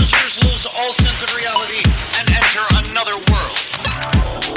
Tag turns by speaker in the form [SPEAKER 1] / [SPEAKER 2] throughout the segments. [SPEAKER 1] lose all sense of reality and enter another world.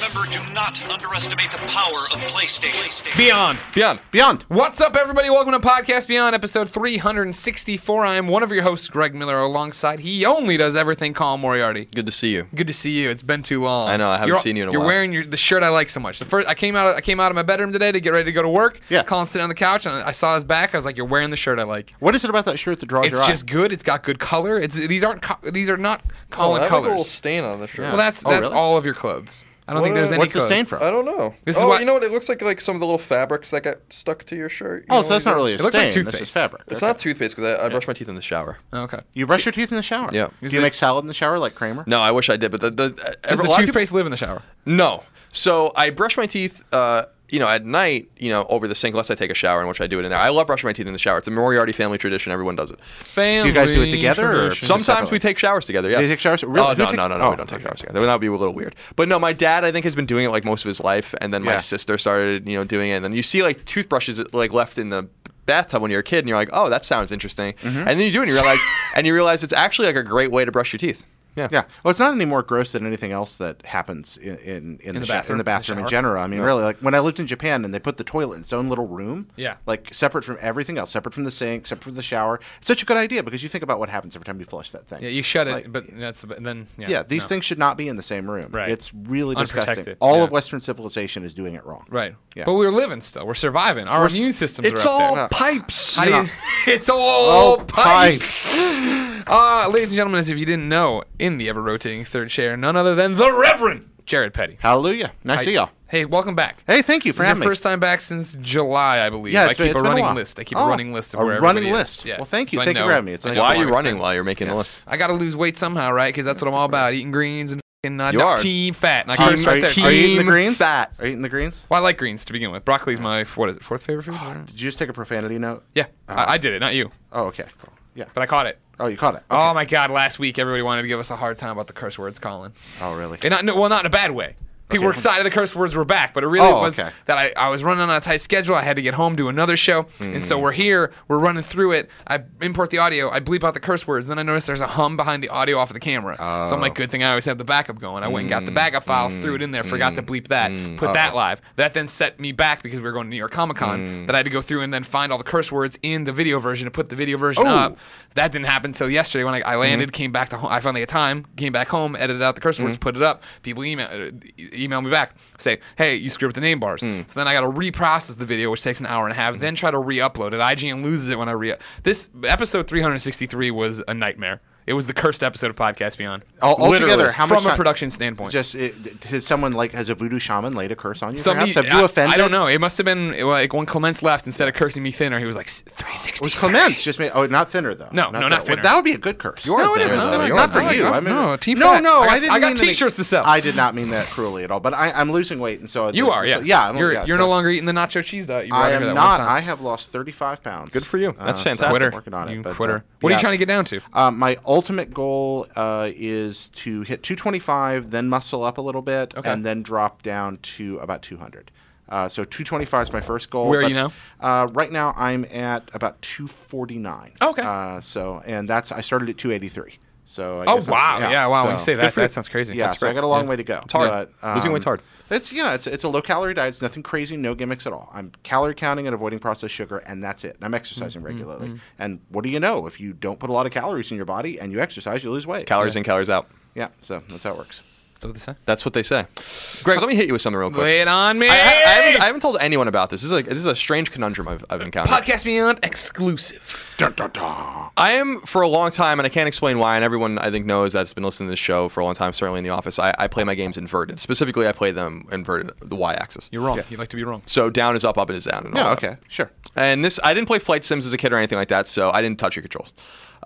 [SPEAKER 1] Remember, do not underestimate the power of PlayStation.
[SPEAKER 2] Beyond.
[SPEAKER 3] Beyond.
[SPEAKER 2] Beyond.
[SPEAKER 3] What's up, everybody? Welcome to Podcast Beyond, episode 364. I am one of your hosts, Greg Miller, alongside he only does everything Colin Moriarty.
[SPEAKER 4] Good to see you.
[SPEAKER 3] Good to see you. It's been too long.
[SPEAKER 4] I know, I haven't
[SPEAKER 3] You're-
[SPEAKER 4] seen you in a
[SPEAKER 3] You're
[SPEAKER 4] while.
[SPEAKER 3] wearing your, the shirt I like so much. The first I came out of, I came out of my bedroom today to get ready to go to work.
[SPEAKER 2] Yeah.
[SPEAKER 3] Colin sitting on the couch and I saw his back. I was like, "You're wearing the shirt I like."
[SPEAKER 2] What is it about that shirt that draws
[SPEAKER 3] It's
[SPEAKER 2] your
[SPEAKER 3] just good. It's got good color. It's these aren't co- these are not Colin
[SPEAKER 4] I have like a little
[SPEAKER 3] colors.
[SPEAKER 4] stain on the shirt.
[SPEAKER 3] Well, that's
[SPEAKER 2] Oh,
[SPEAKER 3] that's
[SPEAKER 2] really?
[SPEAKER 3] all of your clothes. I don't think
[SPEAKER 4] What,
[SPEAKER 3] there's
[SPEAKER 4] uh,
[SPEAKER 2] eye?
[SPEAKER 3] any.
[SPEAKER 2] What's the
[SPEAKER 3] clothes.
[SPEAKER 2] stain from?
[SPEAKER 4] I don't know.
[SPEAKER 3] This is
[SPEAKER 4] oh,
[SPEAKER 3] why-
[SPEAKER 4] you know what? It looks like like some of the little fabrics that got stuck to your shirt. You
[SPEAKER 2] Oh,
[SPEAKER 4] know
[SPEAKER 2] so that's
[SPEAKER 4] what I
[SPEAKER 2] not
[SPEAKER 4] mean?
[SPEAKER 2] really a
[SPEAKER 3] It
[SPEAKER 2] stain.
[SPEAKER 3] looks like
[SPEAKER 2] That's
[SPEAKER 3] toothpaste.
[SPEAKER 2] just fabric.
[SPEAKER 4] It's
[SPEAKER 2] Okay.
[SPEAKER 4] not toothpaste because I, I brush my teeth in the shower.
[SPEAKER 3] Oh, okay.
[SPEAKER 2] You brush your teeth in the shower.
[SPEAKER 4] Yeah.
[SPEAKER 2] Do
[SPEAKER 3] Is
[SPEAKER 2] you
[SPEAKER 3] it-
[SPEAKER 2] make salad in the shower like Kramer?
[SPEAKER 4] No, I wish I did, but the, the,
[SPEAKER 3] Does
[SPEAKER 4] a lot of
[SPEAKER 3] the
[SPEAKER 4] people-
[SPEAKER 3] toothpaste live in the shower?
[SPEAKER 4] No. So I brush my teeth, uh, you know, at night, you know, over the sink, unless I take a shower, in which I do it in there. I love brushing my teeth in the shower. It's a Moriarty family tradition. Everyone does it.
[SPEAKER 3] Family.
[SPEAKER 2] guys do it together or
[SPEAKER 3] tradition.
[SPEAKER 2] some-
[SPEAKER 4] Sometimes we take showers together. Yes.
[SPEAKER 2] Do you take showers? Really?
[SPEAKER 4] Oh,
[SPEAKER 2] Who
[SPEAKER 4] no,
[SPEAKER 2] take-
[SPEAKER 4] no, no, no.
[SPEAKER 2] Oh,
[SPEAKER 4] we don't take
[SPEAKER 2] okay.
[SPEAKER 4] showers together. That would be a little weird. But no, my dad, I think, has been doing it like most of his life, and then my
[SPEAKER 2] Yeah.
[SPEAKER 4] sister started, you know, doing it. And then you see like toothbrushes like left in the bathtub when you're a kid, and you're like, oh, that sounds interesting.
[SPEAKER 2] Mm-hmm.
[SPEAKER 4] And then you do it, and you realize, and you realize it's actually like a great way to brush your teeth. Yeah.
[SPEAKER 2] Yeah. Well, it's not any more gross than anything else that happens in in, in, the,
[SPEAKER 3] the
[SPEAKER 2] sho-
[SPEAKER 3] bathroom,
[SPEAKER 2] in the bathroom in
[SPEAKER 3] shower.
[SPEAKER 2] general. I mean, really, like when I lived in Japan and they put the toilet in its own little room.
[SPEAKER 3] Yeah.
[SPEAKER 2] Like separate from everything else, separate from the sink, separate from the shower. It's such a good idea because you think about what happens every time you flush that thing.
[SPEAKER 3] Yeah, you shut it,
[SPEAKER 2] Like-
[SPEAKER 3] but that's but then yeah.
[SPEAKER 2] Yeah, these
[SPEAKER 3] no.
[SPEAKER 2] things should not be in the same room.
[SPEAKER 3] Right.
[SPEAKER 2] It's really disgusting.
[SPEAKER 3] Unprotected,
[SPEAKER 2] All of
[SPEAKER 3] yeah.
[SPEAKER 2] Western civilization is doing it wrong.
[SPEAKER 3] Right.
[SPEAKER 2] Yeah.
[SPEAKER 3] But we're living still. We're surviving. Our
[SPEAKER 2] s-
[SPEAKER 3] immune systems
[SPEAKER 4] It's
[SPEAKER 3] are up
[SPEAKER 4] all
[SPEAKER 3] there.
[SPEAKER 4] pipes.
[SPEAKER 3] How do you- it's all
[SPEAKER 2] All
[SPEAKER 3] pipes. Uh, ladies and gentlemen, as if you didn't know, in the ever rotating third chair, none other than the Reverend Jared Petty.
[SPEAKER 2] Hallelujah. Nice to see y'all.
[SPEAKER 3] Hey, welcome back.
[SPEAKER 2] Hey, thank you for
[SPEAKER 3] This is
[SPEAKER 2] having me.
[SPEAKER 3] your first time back since July, I believe.
[SPEAKER 2] Yeah,
[SPEAKER 3] I
[SPEAKER 2] it's been-
[SPEAKER 3] keep
[SPEAKER 2] it's
[SPEAKER 3] a
[SPEAKER 2] been a
[SPEAKER 3] running
[SPEAKER 2] while.
[SPEAKER 3] list. I keep
[SPEAKER 2] Oh,
[SPEAKER 3] a running list of
[SPEAKER 2] a
[SPEAKER 3] where
[SPEAKER 2] running
[SPEAKER 3] everybody
[SPEAKER 2] list.
[SPEAKER 3] Is. Yeah.
[SPEAKER 2] Well, thank you.
[SPEAKER 3] So I
[SPEAKER 2] Thank you
[SPEAKER 3] know-
[SPEAKER 2] for having me. It's
[SPEAKER 3] I
[SPEAKER 2] nice
[SPEAKER 3] know
[SPEAKER 2] to
[SPEAKER 4] Why are
[SPEAKER 3] how
[SPEAKER 4] you
[SPEAKER 3] long it's
[SPEAKER 4] running
[SPEAKER 3] been.
[SPEAKER 4] while you're making the list?
[SPEAKER 3] I got to lose weight somehow, right? Because that's what I'm all about. Eating greens and fucking uh,
[SPEAKER 4] You are.
[SPEAKER 3] team fat. And I
[SPEAKER 2] Are
[SPEAKER 3] cursed
[SPEAKER 2] you-
[SPEAKER 3] right
[SPEAKER 2] are, you, are
[SPEAKER 3] there.
[SPEAKER 2] you eating the
[SPEAKER 4] Team
[SPEAKER 2] greens?
[SPEAKER 4] fat.
[SPEAKER 2] Are you eating the greens?
[SPEAKER 3] Well, I like greens to begin with. Broccoli's my what is it? Fourth favorite food.
[SPEAKER 2] Did you just take a profanity note?
[SPEAKER 3] Yeah, I, I did it, not you,
[SPEAKER 2] Oh, okay. Cool. Yeah.
[SPEAKER 3] but I caught it.
[SPEAKER 2] Oh, you caught it. Okay.
[SPEAKER 3] Oh my God! Last week, everybody wanted to give us a hard time about the curse words, Colin.
[SPEAKER 2] Oh, really?
[SPEAKER 3] And not, no, well, not in a bad way. People were excited the curse words were back, but it really
[SPEAKER 2] Oh,
[SPEAKER 3] was
[SPEAKER 2] okay.
[SPEAKER 3] that I, I was running on a tight schedule. I had to get home, do another show. And
[SPEAKER 2] Hmm.
[SPEAKER 3] so we're here, we're running through it. I import the audio, I bleep out the curse words. Then I notice there's a hum behind the audio off of the camera. So
[SPEAKER 2] Oh.
[SPEAKER 3] I'm like, good thing I always have the backup going. I went and got the backup file,
[SPEAKER 2] Hmm.
[SPEAKER 3] threw it in there, forgot to bleep that, put that live. That then set me back because we were going to New York Comic Con
[SPEAKER 2] Hmm.
[SPEAKER 3] that I had to go through and then find all the curse words in the video version to put the video version
[SPEAKER 2] Oh. Mm-hmm.
[SPEAKER 3] up. That didn't happen until yesterday when I, I landed, came back to home. I finally had time, came back home, edited out the curse words, put it up. People email uh, e- email me back, say, "Hey, you screwed up the name bars."
[SPEAKER 2] Mm.
[SPEAKER 3] So then I got to reprocess the video, which takes an hour and a half.
[SPEAKER 2] Mm-hmm.
[SPEAKER 3] Then try to re-upload it. IGN loses it when I re. This episode 363 was a nightmare. It was the cursed episode of Podcast Beyond.
[SPEAKER 2] All- altogether,
[SPEAKER 3] Literally,
[SPEAKER 2] how much
[SPEAKER 3] from a
[SPEAKER 2] time-
[SPEAKER 3] production standpoint?
[SPEAKER 2] Just it, has someone like has a voodoo shaman laid a curse on you?
[SPEAKER 3] Some-
[SPEAKER 2] perhaps? Have
[SPEAKER 3] I-
[SPEAKER 2] you offended?
[SPEAKER 3] I don't know. It must have been like when Clements left, instead of cursing me thinner, he was like 360.
[SPEAKER 2] It was Clements just made. Oh, not thinner though.
[SPEAKER 3] No,
[SPEAKER 2] that.
[SPEAKER 3] no, not
[SPEAKER 2] Well,
[SPEAKER 3] thinner.
[SPEAKER 2] that would be a good curse.
[SPEAKER 4] You are
[SPEAKER 3] No, it
[SPEAKER 4] thinner,
[SPEAKER 3] isn't.
[SPEAKER 4] though.
[SPEAKER 3] No,
[SPEAKER 4] You
[SPEAKER 3] no,
[SPEAKER 4] are
[SPEAKER 2] not for
[SPEAKER 3] I
[SPEAKER 4] thinner.
[SPEAKER 2] you.
[SPEAKER 3] got-
[SPEAKER 2] I mean,
[SPEAKER 3] no, team
[SPEAKER 2] no,
[SPEAKER 3] fat.
[SPEAKER 2] no.
[SPEAKER 3] I got-
[SPEAKER 2] I, didn't
[SPEAKER 3] I got
[SPEAKER 2] mean that-
[SPEAKER 3] t-shirts to sell.
[SPEAKER 2] I did not mean that cruelly at all. But I, I'm losing weight, and so
[SPEAKER 3] You
[SPEAKER 2] this-
[SPEAKER 3] are,
[SPEAKER 2] so-
[SPEAKER 3] yeah.
[SPEAKER 2] yeah. I'm,
[SPEAKER 3] you're
[SPEAKER 2] yeah,
[SPEAKER 3] you're
[SPEAKER 2] so
[SPEAKER 3] no longer eating the nacho cheese diet. You brought
[SPEAKER 2] I
[SPEAKER 3] here that
[SPEAKER 2] am
[SPEAKER 3] one
[SPEAKER 2] not.
[SPEAKER 3] time.
[SPEAKER 2] I have lost 35 pounds. Uh,
[SPEAKER 4] Good for you. That's
[SPEAKER 2] so
[SPEAKER 4] fantastic.
[SPEAKER 2] I'm
[SPEAKER 3] Quitter.
[SPEAKER 2] working on it.
[SPEAKER 3] You
[SPEAKER 2] but, uh,
[SPEAKER 3] quitter. What are you
[SPEAKER 2] yeah.
[SPEAKER 3] trying to get down to?
[SPEAKER 2] Um, my ultimate goal uh, is to hit 225, then muscle up a little bit,
[SPEAKER 3] Okay.
[SPEAKER 2] and then drop down to about 200. Uh, so 225 is my first goal.
[SPEAKER 3] Where are
[SPEAKER 2] but,
[SPEAKER 3] you now?
[SPEAKER 2] Uh, right now, I'm at about 249.
[SPEAKER 3] Oh, Okay.
[SPEAKER 2] Uh, so and that's I started at 283. So I
[SPEAKER 3] Oh
[SPEAKER 2] guess I'm-
[SPEAKER 3] wow! Yeah, wow. when you
[SPEAKER 2] so-
[SPEAKER 3] say that,
[SPEAKER 4] for you.
[SPEAKER 3] that sounds crazy.
[SPEAKER 2] Yeah, so I got a long way to go. um, It's
[SPEAKER 4] hard. Losing weight's hard.
[SPEAKER 2] It's yeah, it's it's a low calorie diet. It's nothing crazy, no gimmicks at all. I'm calorie counting and avoiding processed sugar, and that's it. And I'm
[SPEAKER 4] Mm-hmm,
[SPEAKER 2] exercising regularly. And what do you know? If you don't put a lot of calories in your body and you exercise, you lose weight.
[SPEAKER 4] Calories in, calories out.
[SPEAKER 2] yeah, so that's how it works.
[SPEAKER 3] That's what they say.
[SPEAKER 4] That's what they say. Greg, let me hit you with something real quick.
[SPEAKER 3] Lay it on me.
[SPEAKER 4] I, I, I, haven't, I haven't told anyone about this. This is like this is a strange conundrum I've, I've encountered.
[SPEAKER 3] Podcast Beyond exclusive.
[SPEAKER 4] I am for a long time, and I can't explain why. And everyone I think knows that's been listening to this show for a long time, certainly in the office. I, I play my games inverted. Specifically, I play them inverted, the y-axis.
[SPEAKER 3] You're wrong. You like to be wrong.
[SPEAKER 4] So down is up, up is down. And all
[SPEAKER 2] Yeah,
[SPEAKER 4] that.
[SPEAKER 2] okay, sure.
[SPEAKER 4] And this, I didn't play flight sims as a kid or anything like that, so I didn't touch your controls.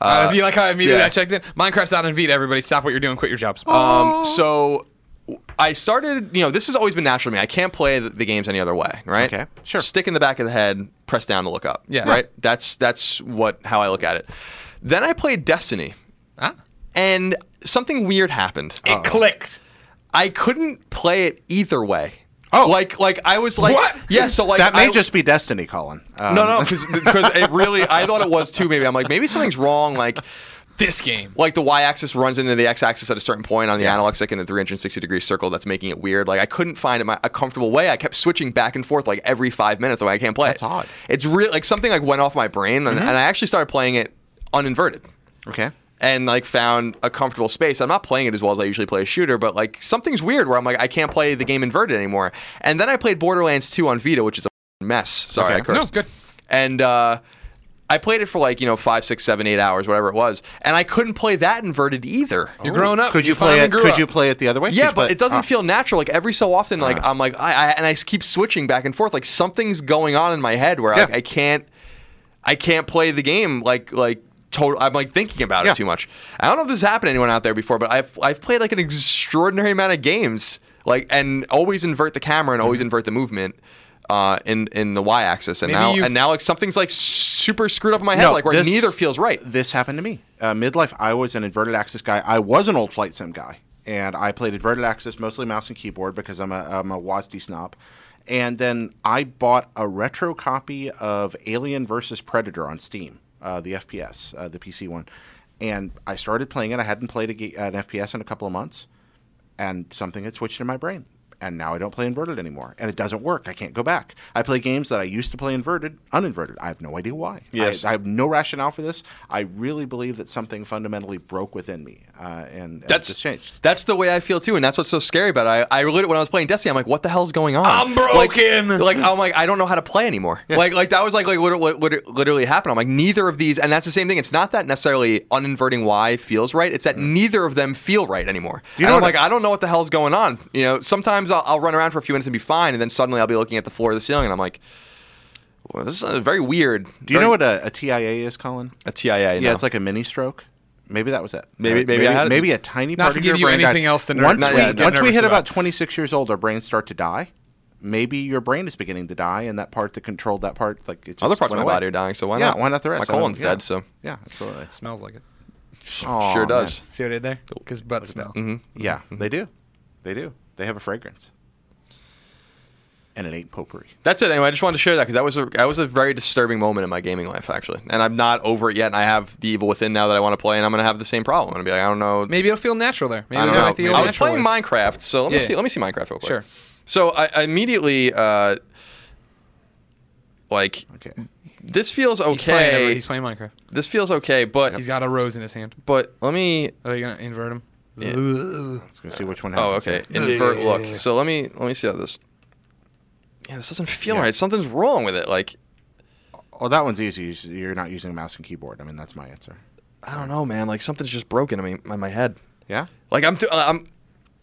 [SPEAKER 3] Uh, you like how immediately
[SPEAKER 4] yeah.
[SPEAKER 3] I checked in? Minecraft's out on Vita. Everybody, stop what you're doing. Quit your jobs.
[SPEAKER 2] Oh.
[SPEAKER 4] Um, so I started, you know, this has always been natural to me. I can't play the, the games any other way, right?
[SPEAKER 2] Okay, sure.
[SPEAKER 4] Stick in the back of the head, press down to look up.
[SPEAKER 3] Yeah.
[SPEAKER 4] Right? That's that's what how I look at it. Then I played Destiny
[SPEAKER 3] Ah.
[SPEAKER 4] and something weird happened.
[SPEAKER 3] It clicked.
[SPEAKER 4] I couldn't play it either way.
[SPEAKER 2] Oh.
[SPEAKER 4] Like like I was like
[SPEAKER 3] What?
[SPEAKER 4] Yeah, so like
[SPEAKER 2] that may
[SPEAKER 4] I-
[SPEAKER 2] just be destiny, Colin. Um,
[SPEAKER 4] no, no, because it really, I thought it was too. Maybe I'm like, maybe something's wrong. Like,
[SPEAKER 3] This game.
[SPEAKER 4] like the y-axis runs into the x-axis at a certain point on the
[SPEAKER 2] Yeah.
[SPEAKER 4] analog stick in the 360 degree circle that's making it weird like i couldn't find it my, a comfortable way i kept switching back and forth like every five minutes like i can't play
[SPEAKER 2] That's
[SPEAKER 4] it.
[SPEAKER 2] odd. Mm-hmm.
[SPEAKER 4] it's real like something like went off my brain and, and i actually started playing it uninverted
[SPEAKER 2] Okay.
[SPEAKER 4] and like found a comfortable space. I'm not playing it as well as I usually play a shooter, but like something's weird where I'm like I can't play the game inverted anymore. And then I played Borderlands 2 on Vita, which is a mess. Sorry,
[SPEAKER 2] Okay.
[SPEAKER 4] I cursed.
[SPEAKER 3] No, good.
[SPEAKER 4] And uh, I played it for like you know five, six, seven, eight hours, whatever it was, and I couldn't play that inverted either.
[SPEAKER 3] You're growing up.
[SPEAKER 2] Could you, play
[SPEAKER 3] finally
[SPEAKER 2] it?
[SPEAKER 3] grew
[SPEAKER 2] Could
[SPEAKER 3] up.
[SPEAKER 2] you play it the other way? Uh. Could
[SPEAKER 4] Yeah,
[SPEAKER 2] you play-
[SPEAKER 4] but it doesn't
[SPEAKER 2] Ah.
[SPEAKER 4] feel natural. Like every so often, like I'm like I, I and I s- keep switching back and forth. Like something's going on in my head where like,
[SPEAKER 2] Yeah.
[SPEAKER 4] I can't, I can't play the game. Like like total. I'm like thinking about
[SPEAKER 2] Yeah.
[SPEAKER 4] it too much. I don't know if this happened to anyone out there before, but I've I've played like an extraordinary amount of games. Like and always invert the camera and always
[SPEAKER 2] Mm-hmm.
[SPEAKER 4] invert the movement. Uh, in in the y axis, and
[SPEAKER 3] Maybe
[SPEAKER 4] now
[SPEAKER 3] you've-
[SPEAKER 4] and now like something's like super screwed up in my head, like where
[SPEAKER 2] this-
[SPEAKER 4] neither feels right.
[SPEAKER 2] This happened to me. Uh, midlife, I was an inverted axis guy. I was an old flight sim guy, and I played inverted axis mostly mouse and keyboard because I'm a I'm a WASD snob. And then I bought a retro copy of Alien versus Predator on Steam, uh, the FPS, uh, the PC one, and I started playing it. I hadn't played a ga- an FPS in a couple of months, and something had switched in my brain. And now I don't play inverted anymore, and it doesn't work. I can't go back. I play games that I used to play inverted, uninverted. I have no idea why.
[SPEAKER 4] Yes.
[SPEAKER 2] I, I have no rationale for this. I really believe that something fundamentally broke within me, uh, and, and
[SPEAKER 4] That's
[SPEAKER 2] it's changed.
[SPEAKER 4] That's the way I feel too, and that's what's so scary about it. I, I literally, when I was playing Destiny, I'm like, what the hell's going on?
[SPEAKER 3] I'm
[SPEAKER 4] Like-
[SPEAKER 3] broken.
[SPEAKER 4] Like, I'm like, I don't know how to play anymore. Like, like that was like, like literally, what liter- literally happened. I'm like, neither of these, and that's the same thing. It's not that necessarily uninverting Y feels right. It's that neither of them feel right anymore.
[SPEAKER 2] Mm. You
[SPEAKER 4] You
[SPEAKER 2] know
[SPEAKER 4] know, I'm
[SPEAKER 2] what-
[SPEAKER 4] like, I don't know what the hell's going on. You know, sometimes I'll, I'll run around for a few minutes and be fine, and then suddenly I'll be looking at the floor or the ceiling, and I'm like, well, this is uh, very weird.
[SPEAKER 2] Do you know what a, a TIA is, Colin?
[SPEAKER 4] a TIA?
[SPEAKER 2] Yeah,
[SPEAKER 4] no.
[SPEAKER 2] it's like a mini stroke. Maybe that was it.
[SPEAKER 4] Maybe- maybe I had it.
[SPEAKER 2] maybe a tiny
[SPEAKER 3] Not
[SPEAKER 2] part
[SPEAKER 3] to
[SPEAKER 2] of
[SPEAKER 3] give
[SPEAKER 2] your
[SPEAKER 3] you
[SPEAKER 2] brain
[SPEAKER 3] anything
[SPEAKER 2] died.
[SPEAKER 3] else to ner-
[SPEAKER 2] once
[SPEAKER 4] not
[SPEAKER 2] we
[SPEAKER 4] yet, get
[SPEAKER 2] once we
[SPEAKER 3] nervous
[SPEAKER 2] hit about.
[SPEAKER 3] about.
[SPEAKER 2] 26 years old, our brains start to die. Maybe your brain is beginning to die, and that part that controlled that part, like it just
[SPEAKER 4] Other parts of
[SPEAKER 2] went
[SPEAKER 4] my
[SPEAKER 2] away.
[SPEAKER 4] body are dying, so why
[SPEAKER 2] yeah,
[SPEAKER 4] not?
[SPEAKER 2] why not the rest?
[SPEAKER 4] My colon's
[SPEAKER 2] I don't- yeah.
[SPEAKER 4] dead, so
[SPEAKER 2] yeah, absolutely.
[SPEAKER 3] Smells like it.
[SPEAKER 2] Aw,
[SPEAKER 4] sure
[SPEAKER 2] man.
[SPEAKER 4] does.
[SPEAKER 3] See what I did there? Because butt smell.
[SPEAKER 2] Yeah, they do, they do. They have a fragrance, and it ain't potpourri.
[SPEAKER 4] That's it. Anyway, I just wanted to share that because that was a that was a very disturbing moment in my gaming life, actually. And I'm not over it yet. And I have the Evil Within now that I want to play, and I'm gonna have the same problem. I'm gonna be like, I don't know.
[SPEAKER 3] Maybe it'll feel natural there. Maybe
[SPEAKER 4] I don't
[SPEAKER 3] it'll
[SPEAKER 4] know.
[SPEAKER 3] like the old
[SPEAKER 4] I was
[SPEAKER 3] natural
[SPEAKER 4] playing
[SPEAKER 3] ways.
[SPEAKER 4] Minecraft, so let me
[SPEAKER 3] Yeah.
[SPEAKER 4] see. Let me see Minecraft real quick.
[SPEAKER 3] Sure.
[SPEAKER 4] So I, I immediately uh, like
[SPEAKER 2] Okay.
[SPEAKER 4] this feels
[SPEAKER 3] He's playing
[SPEAKER 4] okay.
[SPEAKER 3] every- He's playing Minecraft.
[SPEAKER 4] this feels okay, but
[SPEAKER 3] He's got a rose in his hand.
[SPEAKER 4] but let me.
[SPEAKER 3] Are you gonna invert him?
[SPEAKER 2] Let's go see which one.
[SPEAKER 4] Oh,
[SPEAKER 2] happens
[SPEAKER 4] okay.
[SPEAKER 2] here.
[SPEAKER 4] Invert look. So let me let me see how this. Yeah, this doesn't feel
[SPEAKER 2] Yeah.
[SPEAKER 4] right. Something's wrong with it. Like
[SPEAKER 2] Well, that one's easy. You- You're not using a mouse and keyboard. I mean, that's my answer.
[SPEAKER 4] I don't know, man. Like something's just broken in my, in my head.
[SPEAKER 2] Yeah.
[SPEAKER 4] Like I'm, t- uh, I'm,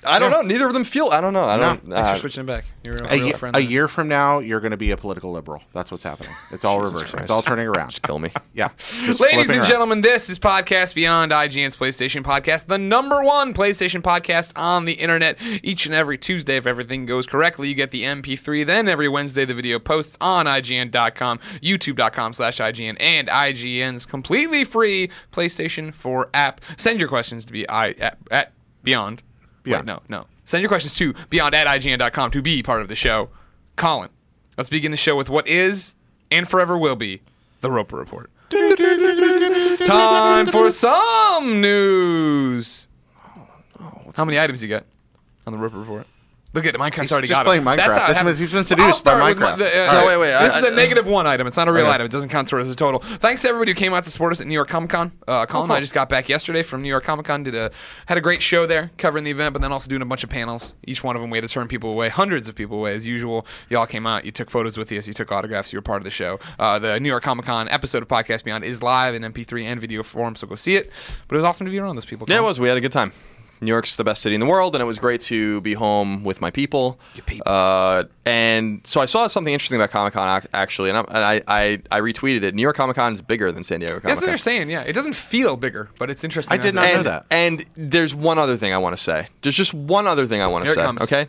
[SPEAKER 4] I don't know. Neither of them feel. I don't know. I don't.
[SPEAKER 2] No.
[SPEAKER 4] uh,
[SPEAKER 3] Thanks for switching it back. You're a,
[SPEAKER 2] A,
[SPEAKER 3] real
[SPEAKER 2] ye-
[SPEAKER 3] friend.
[SPEAKER 2] a
[SPEAKER 3] there.
[SPEAKER 2] year from now, you're going to be a political liberal. That's what's happening. It's all
[SPEAKER 4] Jesus
[SPEAKER 2] reversing. It's
[SPEAKER 4] Christ.
[SPEAKER 2] all turning around.
[SPEAKER 4] Just kill me.
[SPEAKER 2] Yeah. Just
[SPEAKER 3] Ladies
[SPEAKER 2] flipping
[SPEAKER 3] and
[SPEAKER 2] around.
[SPEAKER 3] gentlemen, this is Podcast Beyond IGN's PlayStation Podcast, the number one PlayStation podcast on the internet. Each and every Tuesday, if everything goes correctly, you get the MP3. Then every Wednesday, the video posts on IGN.com, YouTube.com slash IGN, and IGN's completely free PlayStation 4 app. Send your questions to be I, at, at Beyond.
[SPEAKER 2] Beyond.
[SPEAKER 3] Wait, no, no. Send your questions to Beyond at IGN.com to be part of the show. Colin, let's begin the show with what is and forever will be the Roper Report. Time for some news. How many items you got on the Roper Report? Look at it. Minecraft's already
[SPEAKER 2] just
[SPEAKER 3] got
[SPEAKER 2] playing
[SPEAKER 3] it. That's
[SPEAKER 2] Minecraft.
[SPEAKER 3] how it
[SPEAKER 2] That's-
[SPEAKER 3] happens.
[SPEAKER 2] he's been
[SPEAKER 3] Well,
[SPEAKER 2] seduced
[SPEAKER 3] I'll start
[SPEAKER 2] by
[SPEAKER 3] with
[SPEAKER 2] Minecraft.
[SPEAKER 3] my- the,
[SPEAKER 4] No, wait, wait,
[SPEAKER 3] This
[SPEAKER 4] I-
[SPEAKER 3] is a
[SPEAKER 4] I-
[SPEAKER 3] negative one item. It's not a real
[SPEAKER 4] Okay.
[SPEAKER 3] item. It doesn't count towards the total. Thanks to everybody who came out to support us at New York Comic Con. Uh,
[SPEAKER 2] Oh,
[SPEAKER 3] Colin and I just got back yesterday from New York Comic Con. Did a had a great show there, covering the event, but then also doing a bunch of panels. Each one of them way to turn people away, hundreds of people away as usual. Y'all came out. You took photos with us. You took autographs. You were part of the show. Uh, the New York Comic Con episode of Podcast Beyond is live in MP3 and video form, so go see it. But it was awesome to be around those people.
[SPEAKER 4] yeah, it
[SPEAKER 3] Colin.
[SPEAKER 4] was. We had a good time. New York's the best city in the world, and it was great to be home with my people.
[SPEAKER 3] Your people.
[SPEAKER 4] Uh, and so I saw something interesting about Comic Con ac- actually, and, I'm, and I, I I retweeted it. New York Comic Con is bigger than San Diego Comic Con.
[SPEAKER 3] That's what they're saying. Yeah, it doesn't feel bigger, but it's interesting.
[SPEAKER 2] I
[SPEAKER 3] that
[SPEAKER 2] did
[SPEAKER 3] it
[SPEAKER 2] not know
[SPEAKER 3] does.
[SPEAKER 4] and,
[SPEAKER 2] that.
[SPEAKER 4] And there's one other thing I want to say. There's just one other thing I want
[SPEAKER 3] Here
[SPEAKER 4] to
[SPEAKER 3] it
[SPEAKER 4] say.
[SPEAKER 3] comes.
[SPEAKER 4] Okay.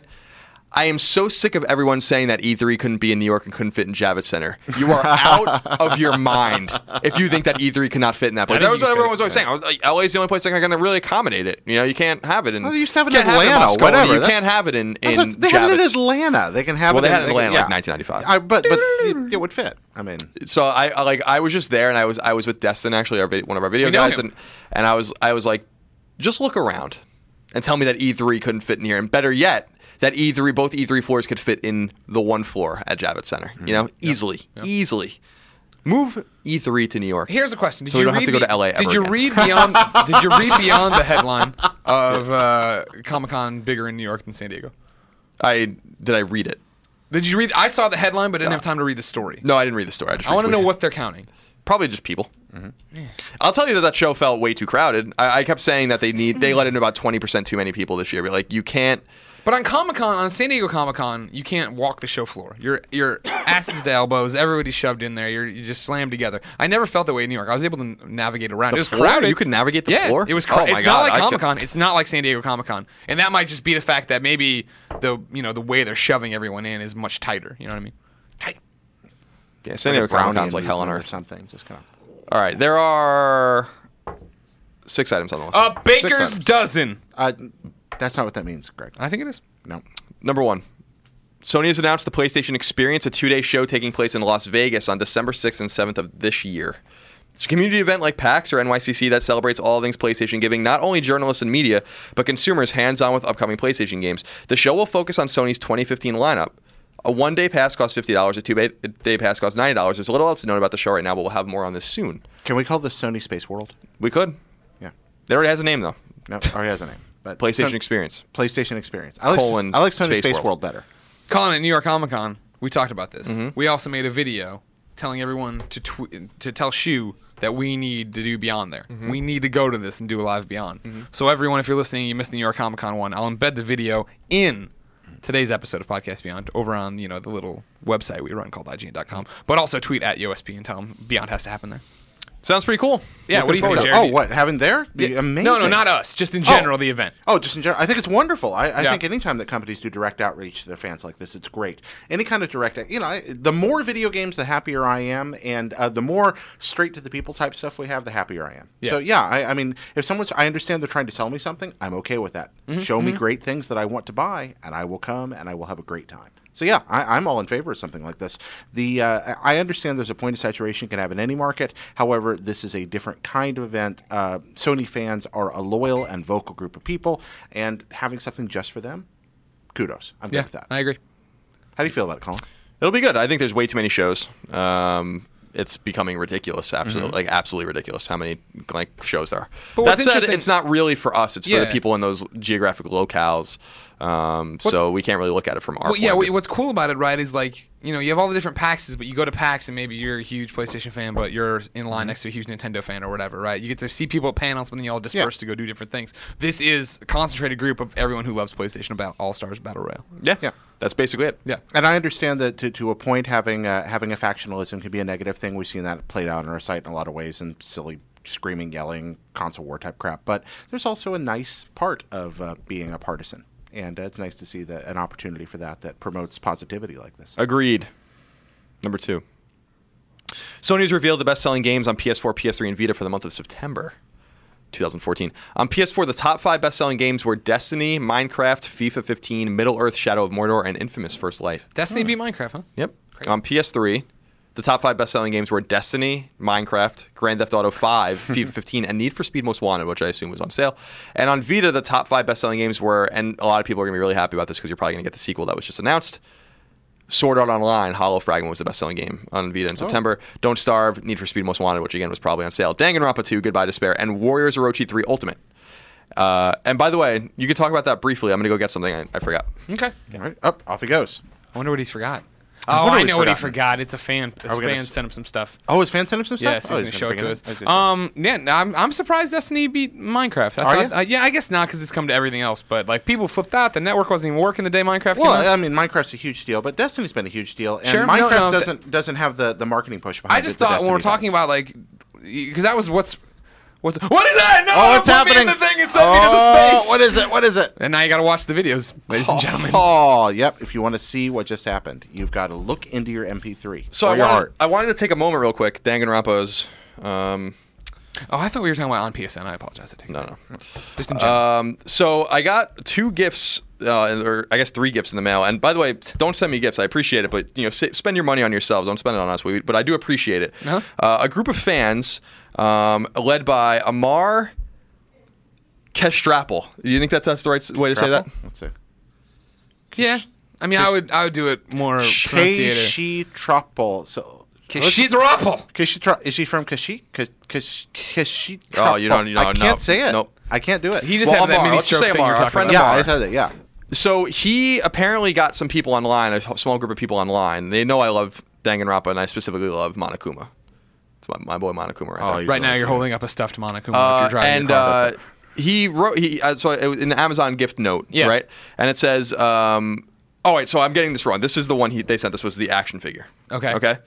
[SPEAKER 4] I am so sick of everyone saying that E3 couldn't be in New York and couldn't fit in Javits Center. You are out of your mind if you think that E3 cannot fit in that place.
[SPEAKER 3] think
[SPEAKER 4] That was
[SPEAKER 3] you
[SPEAKER 4] what
[SPEAKER 3] said
[SPEAKER 4] everyone
[SPEAKER 3] it.
[SPEAKER 4] was always saying. Like, LA is the only place that's going to really accommodate it. You know, you can't have it in.
[SPEAKER 2] Well, they used to have it
[SPEAKER 4] you
[SPEAKER 2] in
[SPEAKER 4] can't have
[SPEAKER 2] Atlanta,
[SPEAKER 4] Moscow,
[SPEAKER 2] whatever.
[SPEAKER 4] You
[SPEAKER 2] That's-
[SPEAKER 4] can't have it in.
[SPEAKER 2] That's
[SPEAKER 4] in
[SPEAKER 2] what- they had it in
[SPEAKER 4] Javits.
[SPEAKER 2] Atlanta. They can have
[SPEAKER 4] Well,
[SPEAKER 2] it.
[SPEAKER 4] they had it in
[SPEAKER 2] they can-
[SPEAKER 4] Atlanta, like 1995.
[SPEAKER 2] I, but but it, it would fit. I mean,
[SPEAKER 4] so I, I like I was just there and I was I was with Destin actually our, vid- one of our video
[SPEAKER 3] We know
[SPEAKER 4] guys
[SPEAKER 3] him.
[SPEAKER 4] and and I was I was like just look around and tell me that E3 couldn't fit in here and better yet that E3 both E3 floors could fit in the one floor at Javits Center
[SPEAKER 3] Mm-hmm.
[SPEAKER 4] you know easily easily move E3 to New York
[SPEAKER 3] Here's a question: Did
[SPEAKER 4] So we
[SPEAKER 3] you
[SPEAKER 4] don't have
[SPEAKER 3] read
[SPEAKER 4] to go
[SPEAKER 3] be-
[SPEAKER 4] to LA ever
[SPEAKER 3] Did you
[SPEAKER 4] again.
[SPEAKER 3] read beyond? did you read beyond the headline of uh, Comic Con bigger in New York than San Diego?
[SPEAKER 4] I did I read it
[SPEAKER 3] Did you read? I saw the headline, but didn't have time to read the story.
[SPEAKER 4] no I didn't read the story I just
[SPEAKER 3] I want to
[SPEAKER 4] retweeted
[SPEAKER 3] know
[SPEAKER 4] it.
[SPEAKER 3] what Mm-hmm. they're counting.
[SPEAKER 4] probably just people I'll tell you that that show felt way too crowded I, I kept saying that they need they let in about 20% too many people this year but like you can't
[SPEAKER 3] But on Comic Con, on San Diego Comic Con, you can't walk the show floor. Your your asses to elbows, everybody's shoved in there. You're, you're just slammed together. I never felt that way in New York. I was able to n- navigate around. it was
[SPEAKER 4] floor?
[SPEAKER 3] crowded.
[SPEAKER 4] You could navigate the
[SPEAKER 3] yeah,
[SPEAKER 4] floor?
[SPEAKER 3] It was.
[SPEAKER 4] Oh
[SPEAKER 3] Cra-
[SPEAKER 4] my
[SPEAKER 3] it's
[SPEAKER 4] God,
[SPEAKER 3] not
[SPEAKER 4] I
[SPEAKER 3] like
[SPEAKER 4] could-
[SPEAKER 3] Comic Con. It's not like San Diego Comic Con, and that might just be the fact that maybe the you know the way they're shoving everyone in is much tighter. You know what I mean? Tight.
[SPEAKER 4] yeah San Diego Comic Con's like hell on
[SPEAKER 2] movement
[SPEAKER 4] earth
[SPEAKER 2] or something. Just kind of.
[SPEAKER 4] All right, there are six items on the list.
[SPEAKER 3] A baker's
[SPEAKER 2] items.
[SPEAKER 3] dozen.
[SPEAKER 2] Uh, that's not what that means, Greg.
[SPEAKER 3] I think it is.
[SPEAKER 2] No.
[SPEAKER 4] Number one. Sony has announced the PlayStation Experience, a two-day show taking place in Las Vegas on December 6th and 7th of this year. It's a community event like PAX or NYCC that celebrates all things PlayStation, giving not only journalists and media, but consumers hands-on with upcoming PlayStation games. The show will focus on Sony's 2015 lineup. A one-day pass costs $50, a two-day pass costs $90. There's little else known about the show right now, but we'll have more on this soon.
[SPEAKER 2] Can we call this Sony Space World?
[SPEAKER 4] We could.
[SPEAKER 2] Yeah.
[SPEAKER 4] It already has a name, though.
[SPEAKER 2] No. Or he has a name. But
[SPEAKER 4] PlayStation
[SPEAKER 2] Son-
[SPEAKER 4] Experience.
[SPEAKER 2] PlayStation Experience. I like,
[SPEAKER 4] Colon,
[SPEAKER 2] I like Sony
[SPEAKER 4] Space
[SPEAKER 2] Space,
[SPEAKER 4] World.
[SPEAKER 2] World. better.
[SPEAKER 3] Colin at New York Comic Con, we talked about this.
[SPEAKER 2] Mm-hmm.
[SPEAKER 3] We also made a video telling everyone to tw- to tell Shu that we need to do Beyond there.
[SPEAKER 2] Mm-hmm.
[SPEAKER 3] We need to go to this and do a live Beyond. So everyone, if you're listening, you missed New York Comic Con one. I'll embed the video in today's episode of Podcast Beyond over on you know the little website we run called IGN.com, but also tweet at USP and tell them Beyond has to happen there.
[SPEAKER 4] Sounds pretty cool.
[SPEAKER 3] Yeah, what do you think,
[SPEAKER 4] forward to
[SPEAKER 3] Jared?
[SPEAKER 4] it.
[SPEAKER 2] Oh, what? Having there? Be Amazing.
[SPEAKER 3] No, no, not us. Just in general, the event.
[SPEAKER 2] Oh, just in general, I think it's wonderful. I, I
[SPEAKER 3] Yeah.
[SPEAKER 2] think anytime that companies do direct outreach to their fans like this, it's great. Any kind of direct, you know, I, the more video games, the happier I am, and uh, the more straight to the people type stuff we have, the happier I am.
[SPEAKER 3] Yeah.
[SPEAKER 2] So yeah, I, I mean, if someone's, I understand they're trying to sell me something, I'm okay with that.
[SPEAKER 3] Mm-hmm,
[SPEAKER 2] Show me great things that I want to buy, and I will come and I will have a great time. So yeah, I, I'm all in favor of something like this. The uh, I understand there's a point of saturation you can have in any market. However, this is a different kind of event. Uh, Sony fans are a loyal and vocal group of people, and having something just for them, kudos. I'm
[SPEAKER 3] Yeah,
[SPEAKER 2] good with
[SPEAKER 3] I
[SPEAKER 2] that.
[SPEAKER 3] agree.
[SPEAKER 2] How do you feel about it, Colin?
[SPEAKER 4] It'll be good. I think there's way too many shows. Um, it's becoming ridiculous, absolutely, like absolutely ridiculous how many like shows there are.
[SPEAKER 3] Mm-hmm. But
[SPEAKER 4] that
[SPEAKER 3] what's
[SPEAKER 4] said,
[SPEAKER 3] interesting-
[SPEAKER 4] it's not really for us. It's for
[SPEAKER 3] Yeah.
[SPEAKER 4] the people in those geographic locales. Um, so we can't really look at it from our.
[SPEAKER 3] Well,
[SPEAKER 4] point
[SPEAKER 3] yeah,
[SPEAKER 4] of
[SPEAKER 3] what-
[SPEAKER 4] view.
[SPEAKER 3] what's cool about it, right, is like you know you have all the different PAXs, but you go to PAX and maybe you're a huge PlayStation fan, but you're in line next to a huge Nintendo fan or whatever, right? You get to see people at panels, but then you all disperse
[SPEAKER 2] Mm-hmm. Yeah.
[SPEAKER 3] to go do different things. This is a concentrated group of everyone who loves PlayStation about All Stars Battle Royale.
[SPEAKER 4] yeah,
[SPEAKER 2] yeah.
[SPEAKER 4] That's basically it.
[SPEAKER 3] Yeah,
[SPEAKER 2] And I understand that to, to a point, having uh, having a factionalism can be a negative thing. We've seen that played out on our site in a lot of ways, and silly screaming, yelling, console war type crap. But there's also a nice part of uh, being a partisan, and uh, it's nice to see that an opportunity for that that promotes positivity like this.
[SPEAKER 4] Agreed. Number two. Sony's revealed the best-selling games on PS4, PS3, and Vita for the month of September. 2014. On PS4, the top five best-selling games were Destiny, Minecraft, FIFA 15, Middle Earth: Shadow of Mordor, and Infamous First Light.
[SPEAKER 3] Destiny
[SPEAKER 2] Hmm.
[SPEAKER 3] beat Minecraft, huh?
[SPEAKER 4] Yep. On PS3, the top five best-selling games were Destiny, Minecraft, Grand Theft Auto 5, FIFA 15, and Need for Speed Most Wanted, which I assume was on sale. And on Vita, the top five best-selling games were, and a lot of people are going to be really happy about this because you're probably going to get the sequel that was just announced. Sword Art Online, Hollow Fragment was the best-selling game on Vita in September. Don't Starve, Need for Speed Most Wanted, which again was probably on sale. Danganronpa 2, Goodbye Despair, and Warriors Orochi 3 Ultimate. Uh, and by the way, you can talk about that briefly. I'm going to go get something I, I forgot.
[SPEAKER 3] Okay.
[SPEAKER 2] All right, up, off he goes.
[SPEAKER 3] I wonder what he's forgot. Oh,
[SPEAKER 2] wonder
[SPEAKER 3] I
[SPEAKER 2] what he's
[SPEAKER 3] know what he
[SPEAKER 2] forgotten.
[SPEAKER 3] forgot. It's a fan. A
[SPEAKER 2] we gonna
[SPEAKER 3] fan
[SPEAKER 2] s-
[SPEAKER 3] sent him some stuff.
[SPEAKER 2] Oh, his fan sent him some stuff.
[SPEAKER 3] Yeah, so
[SPEAKER 2] oh,
[SPEAKER 3] he's gonna show it
[SPEAKER 2] bring
[SPEAKER 3] to
[SPEAKER 2] in.
[SPEAKER 3] us.
[SPEAKER 2] I did
[SPEAKER 3] Um, yeah, no, I'm, I'm surprised Destiny beat Minecraft. I
[SPEAKER 2] Are
[SPEAKER 3] thought,
[SPEAKER 2] ya?
[SPEAKER 3] uh, yeah, I guess not because it's come to everything else. But like people flipped out. The network wasn't even working the day Minecraft. came out.
[SPEAKER 2] well, I mean, Minecraft's a huge deal, but Destiny's been a huge deal, and
[SPEAKER 3] Sure, no,
[SPEAKER 2] Minecraft
[SPEAKER 3] no,
[SPEAKER 2] doesn't doesn't have the, the marketing push behind.
[SPEAKER 3] I
[SPEAKER 2] it
[SPEAKER 3] just
[SPEAKER 2] that
[SPEAKER 3] thought when we're
[SPEAKER 2] Destiny
[SPEAKER 3] talking
[SPEAKER 2] does.
[SPEAKER 3] about like, because that was what's What's what is that? No,
[SPEAKER 2] Oh, what's
[SPEAKER 3] put me
[SPEAKER 2] happening?
[SPEAKER 3] in the thing and sent me to the
[SPEAKER 2] Oh,
[SPEAKER 3] space.
[SPEAKER 2] What is it? What is it?
[SPEAKER 3] And now you got to watch the videos, ladies and gentlemen.
[SPEAKER 2] Oh, yep. If you want to see what just happened, you've got to look into your MP3
[SPEAKER 4] So
[SPEAKER 2] or
[SPEAKER 4] I
[SPEAKER 2] your
[SPEAKER 4] wanted,
[SPEAKER 2] heart.
[SPEAKER 4] I wanted to take a moment real quick. Danganronpa's. Um,
[SPEAKER 3] Oh, I thought we were talking about on PSN. I apologize. I take it
[SPEAKER 4] no,
[SPEAKER 3] back.
[SPEAKER 4] no.
[SPEAKER 3] Just in general.
[SPEAKER 2] Uh,
[SPEAKER 4] Um, so I got two gifts, uh, or I guess three gifts in the mail. And by the way, don't send me gifts. I appreciate it, but you know, sa- spend your money on yourselves. Don't spend it on us. We, but I do appreciate it.
[SPEAKER 3] Uh-huh.
[SPEAKER 4] Uh, a group of fans, um, led by Amar Kestrapel. Do you think that's, that's the right s- way to say that?
[SPEAKER 2] Let's see.
[SPEAKER 3] yeah. I mean, I would I would do it more pronunciated.
[SPEAKER 2] Kashitrapal. So
[SPEAKER 3] She's Ruffle.
[SPEAKER 2] Kashitra. Is she from Kashi? Kashi.
[SPEAKER 4] Oh, you don't- you
[SPEAKER 2] I
[SPEAKER 4] don't
[SPEAKER 2] can't
[SPEAKER 4] know.
[SPEAKER 2] say it.
[SPEAKER 4] Nope.
[SPEAKER 2] I can't do it.
[SPEAKER 3] He just
[SPEAKER 4] Well,
[SPEAKER 3] had that
[SPEAKER 4] Amar,
[SPEAKER 3] mini
[SPEAKER 4] let's just
[SPEAKER 3] stroke
[SPEAKER 4] say
[SPEAKER 3] thing you
[SPEAKER 4] Amar,
[SPEAKER 3] were
[SPEAKER 4] our
[SPEAKER 3] talking
[SPEAKER 4] friend
[SPEAKER 3] about.
[SPEAKER 2] yeah,
[SPEAKER 4] Amar.
[SPEAKER 2] I said it. Yeah.
[SPEAKER 4] So he apparently got some people online, a small group of people online. They know I love Danganronpa, and I specifically love Monokuma. It's my, my boy Monokuma right there.
[SPEAKER 2] he's
[SPEAKER 3] Right now,
[SPEAKER 2] really
[SPEAKER 3] Oh, you're
[SPEAKER 2] funny.
[SPEAKER 3] holding up a stuffed Monica if
[SPEAKER 4] Uh,
[SPEAKER 3] you're driving
[SPEAKER 4] and
[SPEAKER 3] your car. That's
[SPEAKER 4] uh, he wrote he uh, so it was in the Amazon gift note,
[SPEAKER 3] Yeah.
[SPEAKER 4] right? And it says, um, "Oh wait, so I'm getting this wrong. This is the one he, they sent. This was the action figure.
[SPEAKER 3] Okay.
[SPEAKER 4] okay.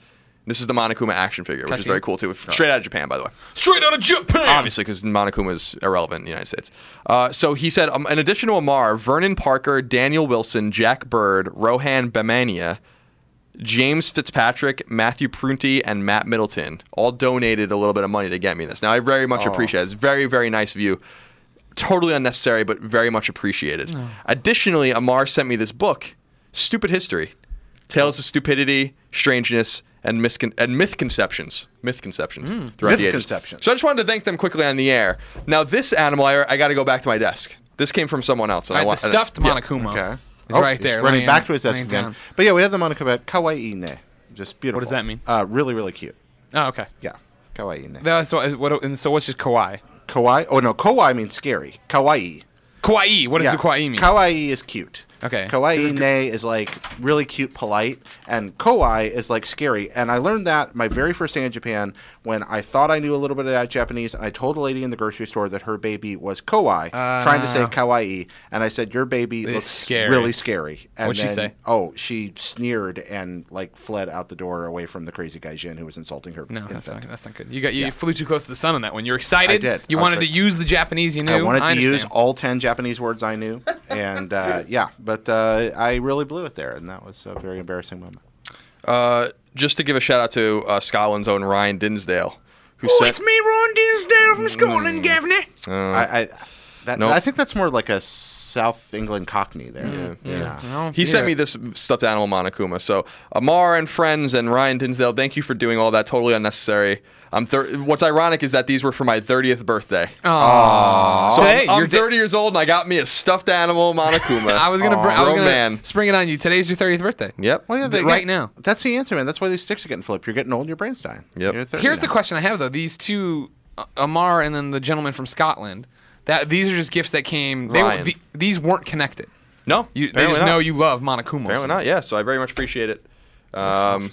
[SPEAKER 4] This is the Monokuma action figure, which
[SPEAKER 3] I
[SPEAKER 4] is
[SPEAKER 3] see?
[SPEAKER 4] very cool too. Straight out of Japan, by the way.
[SPEAKER 3] it. Straight out of Japan.
[SPEAKER 2] Ah,
[SPEAKER 4] Obviously, because Monokuma is irrelevant in the United States. Uh, so he said, um, in addition to Amar, Vernon Parker, Daniel Wilson, Jack Bird, Rohan Bemania, James Fitzpatrick, Matthew Prunty, and Matt Middleton all donated a little bit of money to get me this. Now, I very much appreciate it. It's very, very nice of you. Totally unnecessary, but very much appreciated.
[SPEAKER 3] Oh.
[SPEAKER 4] Additionally, Amar sent me this book, Stupid History Tales of Stupidity, Strangeness, and, miscon- and Mythconceptions. Mythconceptions
[SPEAKER 3] Hmm.
[SPEAKER 4] throughout the ages.
[SPEAKER 2] Mythconceptions.
[SPEAKER 4] So I just wanted to thank them quickly on the air. Now, this animal, I, I got to go back to my desk. This came from someone else. and
[SPEAKER 3] All
[SPEAKER 4] I
[SPEAKER 3] right, the
[SPEAKER 4] want-
[SPEAKER 3] stuffed
[SPEAKER 4] Yeah.
[SPEAKER 3] Monokuma
[SPEAKER 2] uh, Okay. Oh,
[SPEAKER 3] is Oh. right there.
[SPEAKER 2] He's running
[SPEAKER 3] laying-
[SPEAKER 2] back to his desk
[SPEAKER 3] laying
[SPEAKER 2] again.
[SPEAKER 3] down.
[SPEAKER 2] But yeah, we have the Monica about kawaii ne. Just beautiful.
[SPEAKER 3] does that mean?
[SPEAKER 2] Uh, really, really cute.
[SPEAKER 3] Oh, okay.
[SPEAKER 2] Yeah. Kawaii ne.
[SPEAKER 3] That's what, is- what, and so what's just kawaii?
[SPEAKER 2] Kawaii. Oh no, kawaii means scary. Kawaii.
[SPEAKER 3] Kawaii. What does the kawaii mean?
[SPEAKER 2] Kawaii is cute.
[SPEAKER 3] Okay.
[SPEAKER 2] Kawaii ne is like really cute, polite, and kawaii is like scary. And I learned that my very first day in Japan when I thought I knew a little bit about Japanese, and I told a lady in the grocery store that her baby was kawaii, trying to say kawaii, and I said your baby looks
[SPEAKER 3] Ah. scary."
[SPEAKER 2] really scary. And
[SPEAKER 3] What'd she
[SPEAKER 2] then-
[SPEAKER 3] say?
[SPEAKER 2] Oh, she sneered and like fled out the door away from the crazy gaijin who was insulting her.
[SPEAKER 3] No, that's
[SPEAKER 2] infant.
[SPEAKER 3] not, that's not good. You got you flew too close to the sun on that one. You're excited.
[SPEAKER 2] I did. I
[SPEAKER 3] You
[SPEAKER 2] was
[SPEAKER 3] wanted to
[SPEAKER 2] like-
[SPEAKER 3] use the Japanese you knew.
[SPEAKER 2] I wanted to
[SPEAKER 3] understand.
[SPEAKER 2] use all 10 Japanese words I knew. And uh, yeah, but uh, I really blew it there. And that was a very embarrassing moment.
[SPEAKER 4] Uh, just to give a shout out to uh, Scotland's own Ryan Dinsdale, who
[SPEAKER 3] Oh,
[SPEAKER 4] sent
[SPEAKER 3] it's me, Ron Dinsdale from Scotland, Gavney.
[SPEAKER 2] I, I, that,
[SPEAKER 4] Uh, Nope.
[SPEAKER 2] I think that's more like a South England Cockney there. Yeah.
[SPEAKER 3] No,
[SPEAKER 4] he sent me this stuffed animal Monokuma. So Amar and friends and Ryan Dinsdale, thank you for doing all that. Totally unnecessary. I'm thir- What's ironic is that these were for my 30th birthday.
[SPEAKER 3] Oh, Aww.
[SPEAKER 4] So
[SPEAKER 3] Today,
[SPEAKER 4] I'm, I'm
[SPEAKER 3] your di-
[SPEAKER 4] 30 years old and I got me a stuffed animal Monokuma.
[SPEAKER 3] I was gonna. Br- I was
[SPEAKER 4] Grown
[SPEAKER 3] gonna
[SPEAKER 4] man.
[SPEAKER 3] spring it on you. Today's your 30th birthday.
[SPEAKER 4] Yep.
[SPEAKER 2] Well, yeah, they
[SPEAKER 3] Right
[SPEAKER 2] get-
[SPEAKER 3] now.
[SPEAKER 2] That's the answer, man. That's why these sticks are getting flipped. You're getting old and your brain's dying.
[SPEAKER 4] Yep.
[SPEAKER 2] You're 30
[SPEAKER 3] Here's the
[SPEAKER 2] now.
[SPEAKER 3] question I have though. These two, uh, Amar and then the gentleman from Scotland. That these are just gifts that came. They, were-
[SPEAKER 4] Ryan.
[SPEAKER 3] the, these weren't connected.
[SPEAKER 4] No,
[SPEAKER 3] You, they
[SPEAKER 4] apparently
[SPEAKER 3] just
[SPEAKER 4] not.
[SPEAKER 3] know you love Monokuma.
[SPEAKER 4] Apparently not. Yeah. So I very much appreciate it. Um,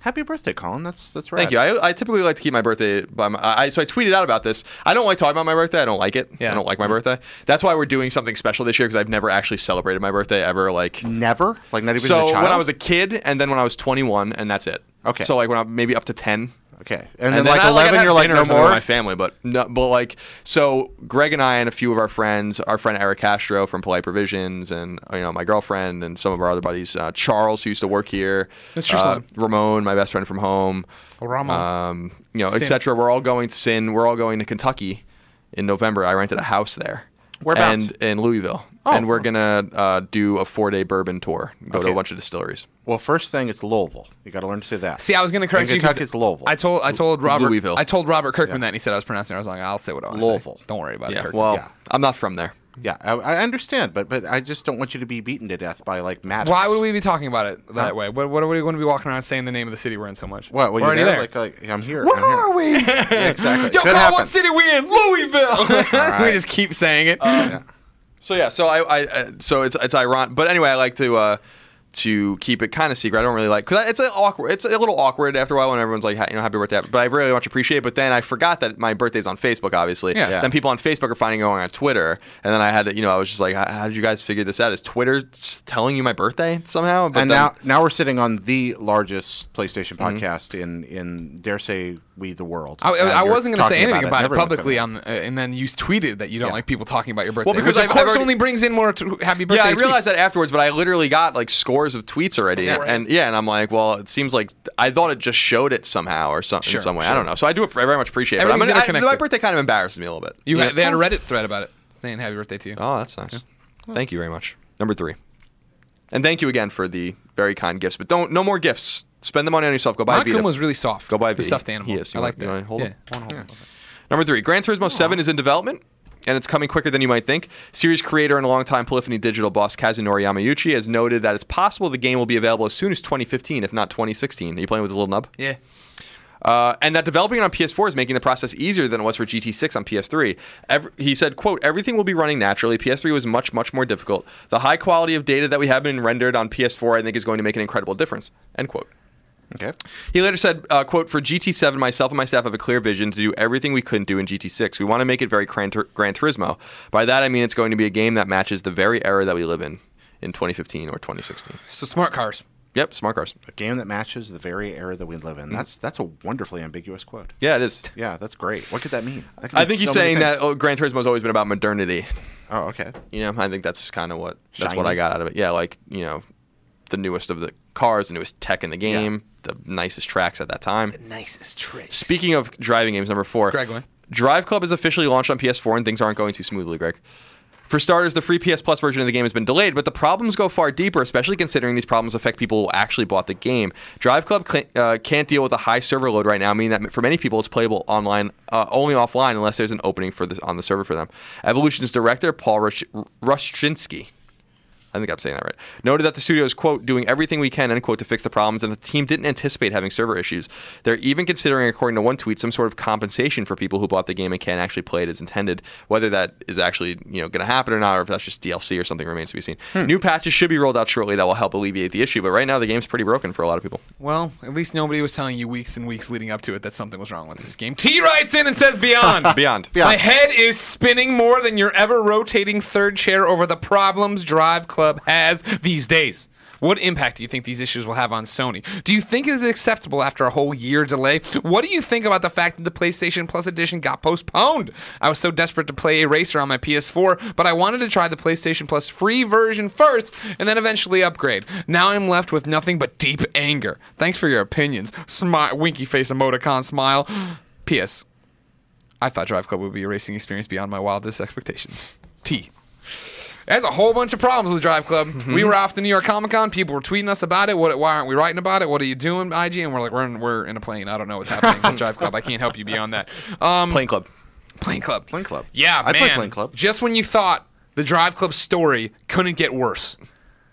[SPEAKER 2] Happy birthday, Colin. That's that's right.
[SPEAKER 4] Thank you. I, I typically like to keep my birthday by my. I, so I tweeted out about this. I don't like talking about my birthday. I don't like it.
[SPEAKER 3] Yeah.
[SPEAKER 4] I don't like my birthday. That's why we're doing something special this year because I've never actually celebrated my birthday ever. Like
[SPEAKER 2] Never? Like, not even as
[SPEAKER 4] so
[SPEAKER 2] a child?
[SPEAKER 4] when I was a kid, and then when I was 21, and that's it.
[SPEAKER 2] Okay.
[SPEAKER 4] So like when I'm maybe up to 10.
[SPEAKER 2] Okay. And, then,
[SPEAKER 4] And
[SPEAKER 2] like,
[SPEAKER 4] I,
[SPEAKER 2] 11,
[SPEAKER 4] I'd have
[SPEAKER 2] you're like,
[SPEAKER 4] dinner
[SPEAKER 2] no
[SPEAKER 4] or something with
[SPEAKER 2] more?
[SPEAKER 4] My family, but no, but like so. Greg and I and a few of our friends, our friend Eric Castro from Polite Provisions, and you know my girlfriend and some of our other buddies, uh, Charles who used to work here,
[SPEAKER 3] Mr.
[SPEAKER 4] uh,
[SPEAKER 3] Sloan.
[SPEAKER 4] Ramon, my best friend from home,
[SPEAKER 2] Oh,
[SPEAKER 3] Ramon.
[SPEAKER 4] um, you know,
[SPEAKER 3] Sin.
[SPEAKER 4] etc. We're all going to Sin. We're all going to Kentucky in November. I rented a house there.
[SPEAKER 2] Whereabouts?
[SPEAKER 4] And in Louisville,
[SPEAKER 2] Oh.
[SPEAKER 4] and we're gonna uh, do a four-day bourbon tour. Go to
[SPEAKER 2] Okay.
[SPEAKER 4] a bunch of distilleries.
[SPEAKER 2] Well, first thing, it's Louisville. You got to learn to say that.
[SPEAKER 3] See, I was going to correct
[SPEAKER 2] In
[SPEAKER 3] you. 'cause
[SPEAKER 2] Kentucky's Louisville.
[SPEAKER 3] I told I told Robert
[SPEAKER 4] Louisville.
[SPEAKER 3] I told Robert Kirkman that and he said I was pronouncing it. I was like, I'll say what I want
[SPEAKER 2] Louisville.
[SPEAKER 3] to say. Don't worry about it,
[SPEAKER 4] Yeah.
[SPEAKER 3] Kirkman.
[SPEAKER 4] Well,
[SPEAKER 2] yeah.
[SPEAKER 4] I'm not from there.
[SPEAKER 2] Yeah, I, I understand, but but I just don't want you to be beaten to death by like Maddox.
[SPEAKER 3] Why would we be talking about it that
[SPEAKER 2] Huh?
[SPEAKER 3] way? What, what are we going to be walking around saying the name of the city we're in so much?
[SPEAKER 2] What? Well,
[SPEAKER 3] we're
[SPEAKER 2] you're
[SPEAKER 3] already
[SPEAKER 2] there.
[SPEAKER 3] there.
[SPEAKER 2] Like, like, I'm here.
[SPEAKER 4] Where
[SPEAKER 2] I'm here.
[SPEAKER 4] are we?
[SPEAKER 2] Yeah, exactly.
[SPEAKER 3] Yo,
[SPEAKER 2] Could
[SPEAKER 3] Kyle,
[SPEAKER 2] happen.
[SPEAKER 3] what city we in? Louisville. we
[SPEAKER 2] right. Uh,
[SPEAKER 3] just keep saying it.
[SPEAKER 4] So yeah, so I, I uh, so it's it's ironic, but anyway, I like to uh, to keep it kind of secret. I don't really like because it's a awkward. It's a little awkward after a while when everyone's like, ha- you know, happy birthday, but I really much appreciate. it. But then I forgot that my birthday's on Facebook, obviously.
[SPEAKER 3] Yeah. Yeah.
[SPEAKER 4] Then people on Facebook are finding it going on Twitter, and then I had to, you know, I was just like, how how did you guys figure this out? Is Twitter s- telling you my birthday somehow? But
[SPEAKER 2] and
[SPEAKER 4] then-
[SPEAKER 2] now now we're sitting on the largest PlayStation podcast in in dare say we the world.
[SPEAKER 3] I, I-
[SPEAKER 2] And
[SPEAKER 3] I
[SPEAKER 2] you're
[SPEAKER 3] wasn't going to say
[SPEAKER 2] talking
[SPEAKER 3] anything about it,
[SPEAKER 2] Everyone's gonna-
[SPEAKER 3] publicly, on, the- uh, and then you tweeted that you don't like people talking about your birthday.
[SPEAKER 4] because
[SPEAKER 3] which
[SPEAKER 4] I've-
[SPEAKER 3] of
[SPEAKER 4] I've
[SPEAKER 3] course
[SPEAKER 4] already-
[SPEAKER 3] only brings in more t- happy birthday.
[SPEAKER 4] Yeah, I realized
[SPEAKER 3] tweets.
[SPEAKER 4] that afterwards, but I literally got like scores of tweets already, and yeah, and I'm like, well, it seems like I thought it just showed it somehow or something,
[SPEAKER 3] Sure,
[SPEAKER 4] in some way.
[SPEAKER 3] sure.
[SPEAKER 4] I don't know. So I do very much appreciate. it. But I'm
[SPEAKER 3] Everything's
[SPEAKER 4] gonna- I-
[SPEAKER 3] interconnected.
[SPEAKER 4] my birthday kind of embarrassed me a little bit.
[SPEAKER 3] You had, they had a
[SPEAKER 4] Oh,
[SPEAKER 3] Reddit thread about it saying happy birthday to you.
[SPEAKER 4] that's nice. Thank you very much. Number three, and thank you again for the very kind gifts. But don't no more gifts. Spend the money on yourself. Go buy a
[SPEAKER 3] Malcolm
[SPEAKER 4] Vita.
[SPEAKER 3] was really soft.
[SPEAKER 4] Go buy a
[SPEAKER 3] the
[SPEAKER 4] Vita.
[SPEAKER 3] stuffed animal.
[SPEAKER 4] He is. You
[SPEAKER 3] I
[SPEAKER 4] want-
[SPEAKER 3] like
[SPEAKER 4] you
[SPEAKER 3] that.
[SPEAKER 4] want- hold
[SPEAKER 3] yeah.
[SPEAKER 4] on. Number three, Gran Turismo 7 is in development, and it's coming quicker than you might think. Series creator and longtime Polyphony Digital boss Kazunori Yamauchi has noted that it's possible the game will be available as soon as 2015, if not 2016. Are you playing with his little nub?
[SPEAKER 3] Yeah.
[SPEAKER 4] Uh, and that developing it on PS4 is making the process easier than it was for GT6 on PS3. Ev- he said, "quote Everything will be running naturally. PS3 was much, much more difficult. The high quality of data that we have been rendered on PS4, I think, is going to make an incredible difference." End quote.
[SPEAKER 2] Okay.
[SPEAKER 4] He later said, uh, "Quote for GT7, myself and my staff have a clear vision to do everything we couldn't do in GT6. We want to make it very Gran, Tur- Gran Turismo. By that I mean it's going to be a game that matches the very era that we live in in 2015 or 2016.
[SPEAKER 3] So smart cars.
[SPEAKER 4] Yep, smart cars.
[SPEAKER 2] A game that matches the very era that we live in. That's that's a wonderfully ambiguous quote.
[SPEAKER 4] Yeah, it is.
[SPEAKER 2] Yeah, that's great. What could that mean? That could
[SPEAKER 4] I
[SPEAKER 2] mean
[SPEAKER 4] think he's
[SPEAKER 2] so many
[SPEAKER 4] saying that
[SPEAKER 2] things.
[SPEAKER 4] oh, Gran Turismo has always been about modernity.
[SPEAKER 2] Oh, okay.
[SPEAKER 4] You know, I think that's kind of what that's what
[SPEAKER 2] Shiny.
[SPEAKER 4] I got out of it. Yeah, like you know, the newest of the cars, the newest tech in the game, the nicest tracks at that time.
[SPEAKER 3] Nicest trick.
[SPEAKER 4] Speaking of driving games, number four.
[SPEAKER 3] Greg, what?
[SPEAKER 4] Drive Club is officially launched on PS4 and things aren't going too smoothly, Greg. For starters, the free PS Plus version of the game has been delayed, but the problems go far deeper, especially considering these problems affect people who actually bought the game. Drive Club cl- uh, can't deal with a high server load right now, meaning that for many people, it's playable online uh, only offline unless there's an opening for the, on the server for them. Evolution's director, Paul Rush- Rushchinsky, I think I'm saying that right. Noted that the studio is quote doing everything we can end quote to fix the problems, and the team didn't anticipate having server issues. They're even considering, according to one tweet, some sort of compensation for people who bought the game and can't actually play it as intended. Whether that is actually you know going to happen or not, or if that's just DLC or something remains to be seen. New patches should be rolled out shortly that will help alleviate the issue, but right now the game's pretty broken for a lot of people.
[SPEAKER 3] Well, at least nobody was telling you weeks and weeks leading up to it that something was wrong with this game. T writes in and says, Beyond.
[SPEAKER 4] Beyond.
[SPEAKER 2] Beyond.
[SPEAKER 3] My head is spinning more than your ever rotating third chair over the problems Drive Club has these days. What impact do you think these issues will have on Sony? Do you think it is acceptable after a whole year delay? What do you think about the fact that the PlayStation Plus edition got postponed? I was so desperate to play a racer on my PS4, but I wanted to try the PlayStation Plus free version first and then eventually upgrade. Now I'm left with nothing but deep anger. Thanks for your opinions. Smi- winky face emoticon smile. P.S. I thought Drive Club would be a racing experience beyond my wildest expectations. T. There's a whole bunch of problems with Drive Club. We were off to New York Comic Con. People were tweeting us about it. What? Why aren't we writing about it? What are you doing, IG? And we're like, we're in, we're in a plane. I don't know what's happening with Drive Club. I can't help you beyond that. Um,
[SPEAKER 4] Playing Club.
[SPEAKER 3] plane Club.
[SPEAKER 2] Plane Club.
[SPEAKER 3] Yeah,
[SPEAKER 2] I
[SPEAKER 3] man.
[SPEAKER 2] play Plane Club.
[SPEAKER 3] Just when you thought the Drive Club story couldn't get worse.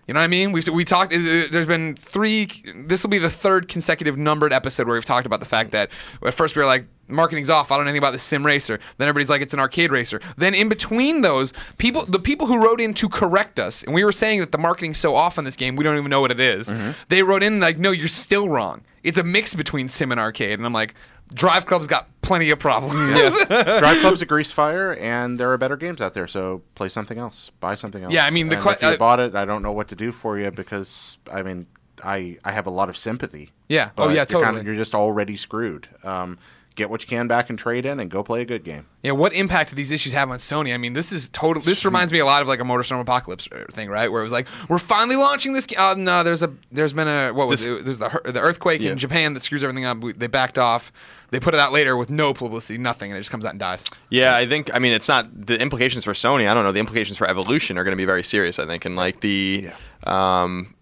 [SPEAKER 3] You know what I mean? We've we talked. uh, There's been three. This will be the third consecutive numbered episode where we've talked about the fact that at first we were like, marketing's off. I don't know anything about the sim racer. Then everybody's like, it's an arcade racer. Then in between those people, the people who wrote in to correct us, and we were saying that the marketing's so off on this game, we don't even know what it is.
[SPEAKER 2] Mm-hmm.
[SPEAKER 3] They wrote in like, no, you're still wrong. It's a mix between sim and arcade. And I'm like, Drive Club's got plenty of problems.
[SPEAKER 2] Drive Club's a grease fire, and there are better games out there. So play something else, buy something else.
[SPEAKER 3] Yeah, I mean, the
[SPEAKER 2] And
[SPEAKER 3] que-
[SPEAKER 2] if you
[SPEAKER 3] uh,
[SPEAKER 2] bought it, I don't know what to do for you because I mean, I I have a lot of sympathy.
[SPEAKER 3] Yeah.
[SPEAKER 2] but
[SPEAKER 3] Oh, yeah,
[SPEAKER 2] you're kinda-
[SPEAKER 3] totally.
[SPEAKER 2] you're just already screwed. Um, get what you can back and trade in, and go play a good game.
[SPEAKER 3] Yeah, what impact do these issues have on Sony? I mean, this is total. This reminds me a lot of like a Motorstorm Apocalypse uh, thing, right? Where it was like, we're finally launching this. Game. Oh no, there's a there's been a what was
[SPEAKER 4] This-
[SPEAKER 3] it? There's the hur- the earthquake
[SPEAKER 4] Yeah.
[SPEAKER 3] in Japan that screws everything up. We- They backed off. They put it out later with no publicity, nothing, and it just comes out and dies.
[SPEAKER 4] Yeah, I think I mean it's not the implications for Sony. I don't know the implications for Evolution are going to be very serious. I think, and like the, um,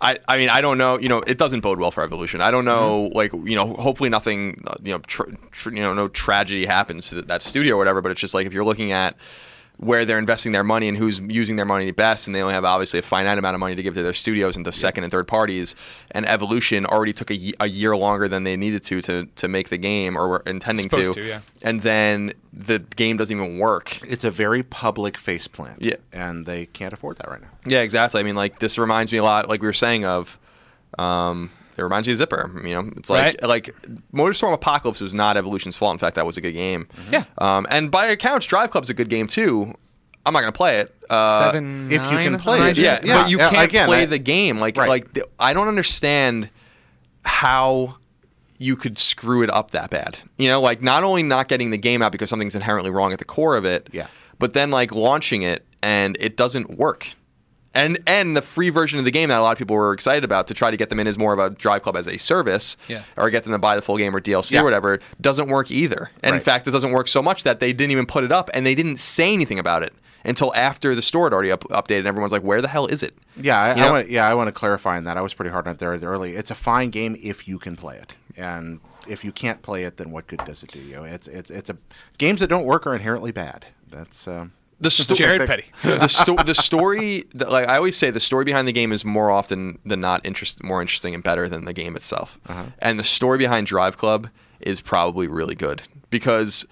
[SPEAKER 4] I I mean I don't know. You know, it doesn't bode well for Evolution. I don't know. Like you know, hopefully nothing. uh, You know, tr- tr- you know, no tragedy happens to that studio or whatever. But it's just like if you're looking at where they're investing their money and who's using their money best, and they only have obviously a finite amount of money to give to their studios and to second and third parties. And Evolution already took a ye- a year longer than they needed to to to make the game or were intending
[SPEAKER 3] Supposed to, yeah.
[SPEAKER 4] and then the game doesn't even work.
[SPEAKER 2] It's a very public face plant.
[SPEAKER 4] Yeah.
[SPEAKER 2] and they can't afford that right now.
[SPEAKER 4] Yeah, exactly. I mean, like this reminds me a lot, like we were saying of, um, it reminds me of Zipper. You know, it's like
[SPEAKER 3] Right.
[SPEAKER 4] like Motorstorm Apocalypse was not Evolution's fault. In fact, that was a good game.
[SPEAKER 3] Yeah.
[SPEAKER 4] Um, and by accounts, Drive Club's a good game too. I'm not gonna play it. Uh,
[SPEAKER 3] Seven.
[SPEAKER 2] if you
[SPEAKER 3] nine
[SPEAKER 2] can play
[SPEAKER 3] on
[SPEAKER 2] it,
[SPEAKER 3] IG?
[SPEAKER 4] Yeah,
[SPEAKER 2] Yeah,
[SPEAKER 4] but you
[SPEAKER 2] yeah,
[SPEAKER 4] can't
[SPEAKER 2] again,
[SPEAKER 4] play
[SPEAKER 2] I-
[SPEAKER 4] the game. Like
[SPEAKER 2] Right.
[SPEAKER 4] like the, I don't understand how you could screw it up that bad. You know, like not only not getting the game out because something's inherently wrong at the core of it,
[SPEAKER 2] Yeah.
[SPEAKER 4] but then like launching it and it doesn't work. And and the free version of the game that a lot of people were excited about to try to get them in as more of a Drive Club as a service,
[SPEAKER 3] Yeah.
[SPEAKER 4] or get them to buy the full game or DLC
[SPEAKER 2] Yeah.
[SPEAKER 4] or whatever, doesn't work either. And in
[SPEAKER 2] Right.
[SPEAKER 4] fact, it doesn't work so much that they didn't even put it up and they didn't say anything about it until after the store had already up- updated. And everyone's like, "Where the hell is it?"
[SPEAKER 2] Yeah, I,
[SPEAKER 4] You know?
[SPEAKER 2] I want, yeah, I want to clarify on that. I was pretty hard on there early. It's a fine game if you can play it, and if you can't play it, then what good does it do you? It's it's it's a games that don't work are inherently bad. That's um,
[SPEAKER 4] The sto-
[SPEAKER 3] Jared Petty.
[SPEAKER 4] the, sto- the story, the, like I always say, the story behind the game is more often than not interest- more interesting and better than the game itself. And the story behind Drive Club is probably really good because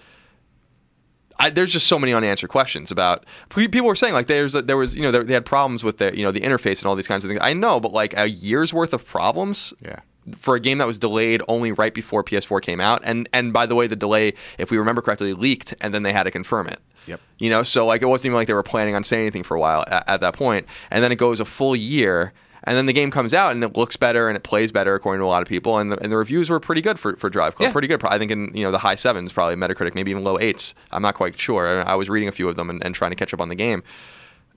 [SPEAKER 4] I, there's just so many unanswered questions about pe- people were saying like there's a, there was you know there, they had problems with the you know the interface and all these kinds of things. I know, but like a year's worth of problems.
[SPEAKER 2] Yeah.
[SPEAKER 4] For a game that was delayed only right before PS4 came out, and and by the way, the delay, if we remember correctly, leaked, and then they had to confirm it.
[SPEAKER 2] Yep.
[SPEAKER 4] You know, so like it wasn't even like they were planning on saying anything for a while at, at that point, and then it goes a full year, and then the game comes out and it looks better and it plays better according to a lot of people, and the, and the reviews were pretty good for, for Drive Club,
[SPEAKER 3] Yeah.
[SPEAKER 4] pretty good. I think in you know the high sevens, probably Metacritic, maybe even low eights. I'm not quite sure. I I was reading a few of them and, and trying to catch up on the game,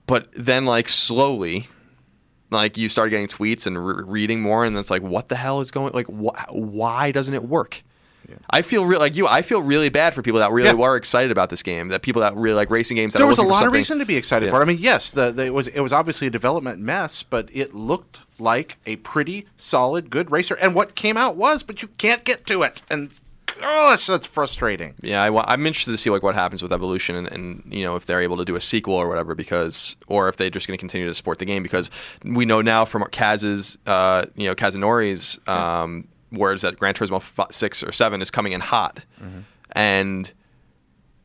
[SPEAKER 4] but then like slowly. Like you start getting tweets and re- reading more, and it's like, what the hell is going? Like, wh- why doesn't it work? I feel real like you. I feel really bad for people that really
[SPEAKER 2] Yeah.
[SPEAKER 4] were excited about this game. That people that really like racing games. That
[SPEAKER 2] there
[SPEAKER 4] are
[SPEAKER 2] was a
[SPEAKER 4] looking for
[SPEAKER 2] lot of
[SPEAKER 4] something-
[SPEAKER 2] reason to be excited
[SPEAKER 4] Yeah.
[SPEAKER 2] for. it. I mean, yes, the, the it was it was obviously a development mess, but it looked like a pretty solid, good racer. And what came out was, but you can't get to it, and gosh, that's frustrating.
[SPEAKER 4] Yeah, I, wa- I'm interested to see like what happens with Evolution and, and you know if they're able to do a sequel or whatever because or if they're just going to continue to support the game because we know now from Kaz's uh, you know Kazunori's um, words that Gran Turismo f- six or seven is coming in hot,
[SPEAKER 2] Mm-hmm.
[SPEAKER 4] and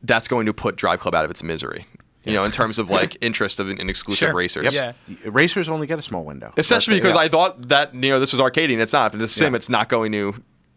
[SPEAKER 4] that's going to put Drive Club out of its misery. You know, in terms of like interest of in exclusive
[SPEAKER 3] Sure.
[SPEAKER 4] racers.
[SPEAKER 3] Yep. Yeah.
[SPEAKER 2] Racers only get a small winw,
[SPEAKER 4] Especially
[SPEAKER 2] That's it,
[SPEAKER 4] because
[SPEAKER 2] yeah.
[SPEAKER 4] I thought that you know this was arcading. It's not. But the sim,
[SPEAKER 2] Yeah.
[SPEAKER 4] it's not going to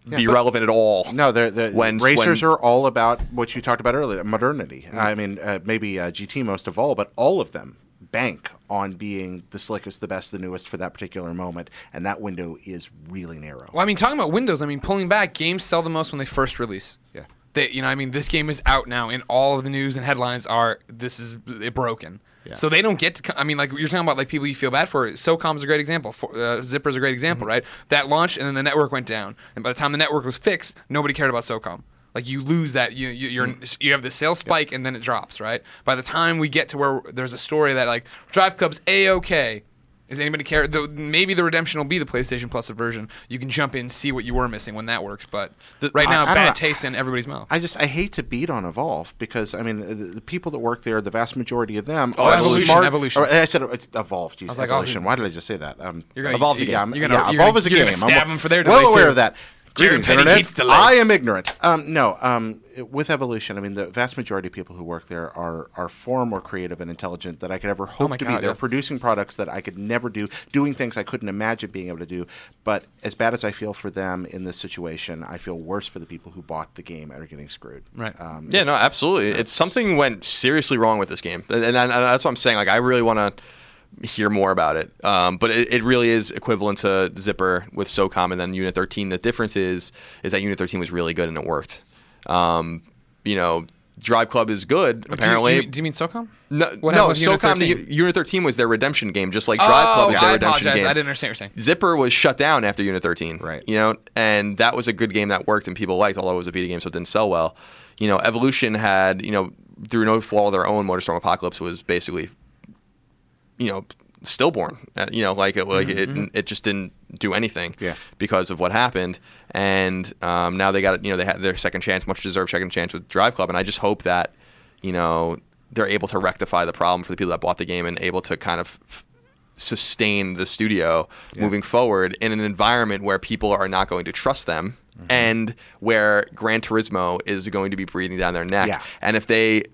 [SPEAKER 4] be relevant at all.
[SPEAKER 2] No, they're, they're,
[SPEAKER 4] When-
[SPEAKER 2] racers
[SPEAKER 4] when- Mm-hmm.
[SPEAKER 2] are all about what you talked about earlier, modernity. I mean, uh, maybe uh, GT most of all, but all of them bank on being the slickest, the best, the newest for that particular moment, and that window is really narrow.
[SPEAKER 3] Well, I mean, talking about Windows, I mean, pulling back, games sell the most when they first release.
[SPEAKER 2] Yeah.
[SPEAKER 3] They, you know, I mean, this game is out now, and all of the news and headlines are this is it broken. So they don't get to. co- I mean, like you're talking about, like people you feel bad for. SOCOM's a great example. For, uh, Zipper's a great example,
[SPEAKER 2] Mm-hmm.
[SPEAKER 3] right? That launched, and then the network went down. And by the time the network was fixed, nobody cared about SOCOM. Like you lose that, you you you're,
[SPEAKER 2] Mm-hmm.
[SPEAKER 3] you have the sales spike, and then it drops, right? By the time we get to where there's a story that like Drive Club's a okay, does anybody care? Though maybe the redemption will be the PlayStation Plus version. You can jump in, see what you were missing when that works. But right
[SPEAKER 2] I-
[SPEAKER 3] now,
[SPEAKER 2] I don't
[SPEAKER 3] bad
[SPEAKER 2] know.
[SPEAKER 3] taste in everybody's mouth.
[SPEAKER 2] I just I hate to beat on Evolve because I mean the, the people that work there, the vast majority of them
[SPEAKER 4] Oh,
[SPEAKER 2] are
[SPEAKER 4] Evolution,
[SPEAKER 2] smart-
[SPEAKER 3] Evolution.
[SPEAKER 2] or, I said it's Evolve. Geez,
[SPEAKER 3] was like, oh,
[SPEAKER 2] evolution.
[SPEAKER 3] who-
[SPEAKER 2] Why did I just say that? Um,
[SPEAKER 3] You're gonna-
[SPEAKER 4] Evolve's a
[SPEAKER 2] yeah,
[SPEAKER 4] game.
[SPEAKER 2] I'm-
[SPEAKER 3] You're gonna-
[SPEAKER 2] yeah,
[SPEAKER 3] you're
[SPEAKER 2] Evolve is a
[SPEAKER 3] gonna- you're
[SPEAKER 2] game.
[SPEAKER 3] gonna
[SPEAKER 2] I'm
[SPEAKER 3] stab
[SPEAKER 2] well-
[SPEAKER 3] them for their delay,
[SPEAKER 2] well aware
[SPEAKER 3] too.
[SPEAKER 2] of that.
[SPEAKER 3] Jared
[SPEAKER 2] Greetings,
[SPEAKER 3] Petty
[SPEAKER 2] Internet.
[SPEAKER 3] hates delay.
[SPEAKER 2] I am ignorant. Um, no, um, it- with evolution, I mean the vast majority of people who work there are are far more creative and intelligent than I could ever hope
[SPEAKER 3] Oh my
[SPEAKER 2] to
[SPEAKER 3] God,
[SPEAKER 2] be. They're
[SPEAKER 3] yeah.
[SPEAKER 2] producing products that I could never do, doing things I couldn't imagine being able to do. But as bad as I feel for them in this situation, I feel worse for the people who bought the game and are getting screwed.
[SPEAKER 3] Right.
[SPEAKER 2] Um,
[SPEAKER 4] Yeah,
[SPEAKER 2] it's-
[SPEAKER 4] no, absolutely. It's something went seriously wrong with this game, and, and, and that's what I'm saying. Like, I really want to hear more about it. Um, but it, it really is equivalent to Zipper with SOCOM and then Unit 13. The difference is is that Unit 13 was really good and it worked. Um, you know, Drive Club is good apparently.
[SPEAKER 3] Do you, mean- do you mean SOCOM?
[SPEAKER 4] no,
[SPEAKER 3] What
[SPEAKER 4] no,
[SPEAKER 3] happened with Unit
[SPEAKER 4] SOCOM to
[SPEAKER 3] 13?
[SPEAKER 4] U- Unit 13 was their redemption game, just like
[SPEAKER 3] Oh,
[SPEAKER 4] Drive Club was their
[SPEAKER 3] I
[SPEAKER 4] redemption
[SPEAKER 3] apologize.
[SPEAKER 4] game.
[SPEAKER 3] I didn't understand what you're saying.
[SPEAKER 4] Zipper was shut down after Unit 13.
[SPEAKER 2] Right.
[SPEAKER 4] You know, and that was a good game that worked and people liked, although it was a Vita game, so it didn't sell well. You know, Evolution had, you know, through no flaw of their own, Motorstorm Apocalypse was basically, you know, stillborn. Uh, You know, like it, like it, it just didn't do anything
[SPEAKER 2] Mm-hmm. Yeah.
[SPEAKER 4] because of what happened. And um, now they got, you know, they had their second chance, much deserved second chance with Drive Club. And I just hope that, you know, they're able to rectify the problem for the people that bought the game and able to kind of sustain the studio moving forward in an environment where people are not going to trust them
[SPEAKER 2] Mm-hmm.
[SPEAKER 4] and where Gran Turismo is going to be breathing down their neck.
[SPEAKER 2] Yeah.
[SPEAKER 4] And if they,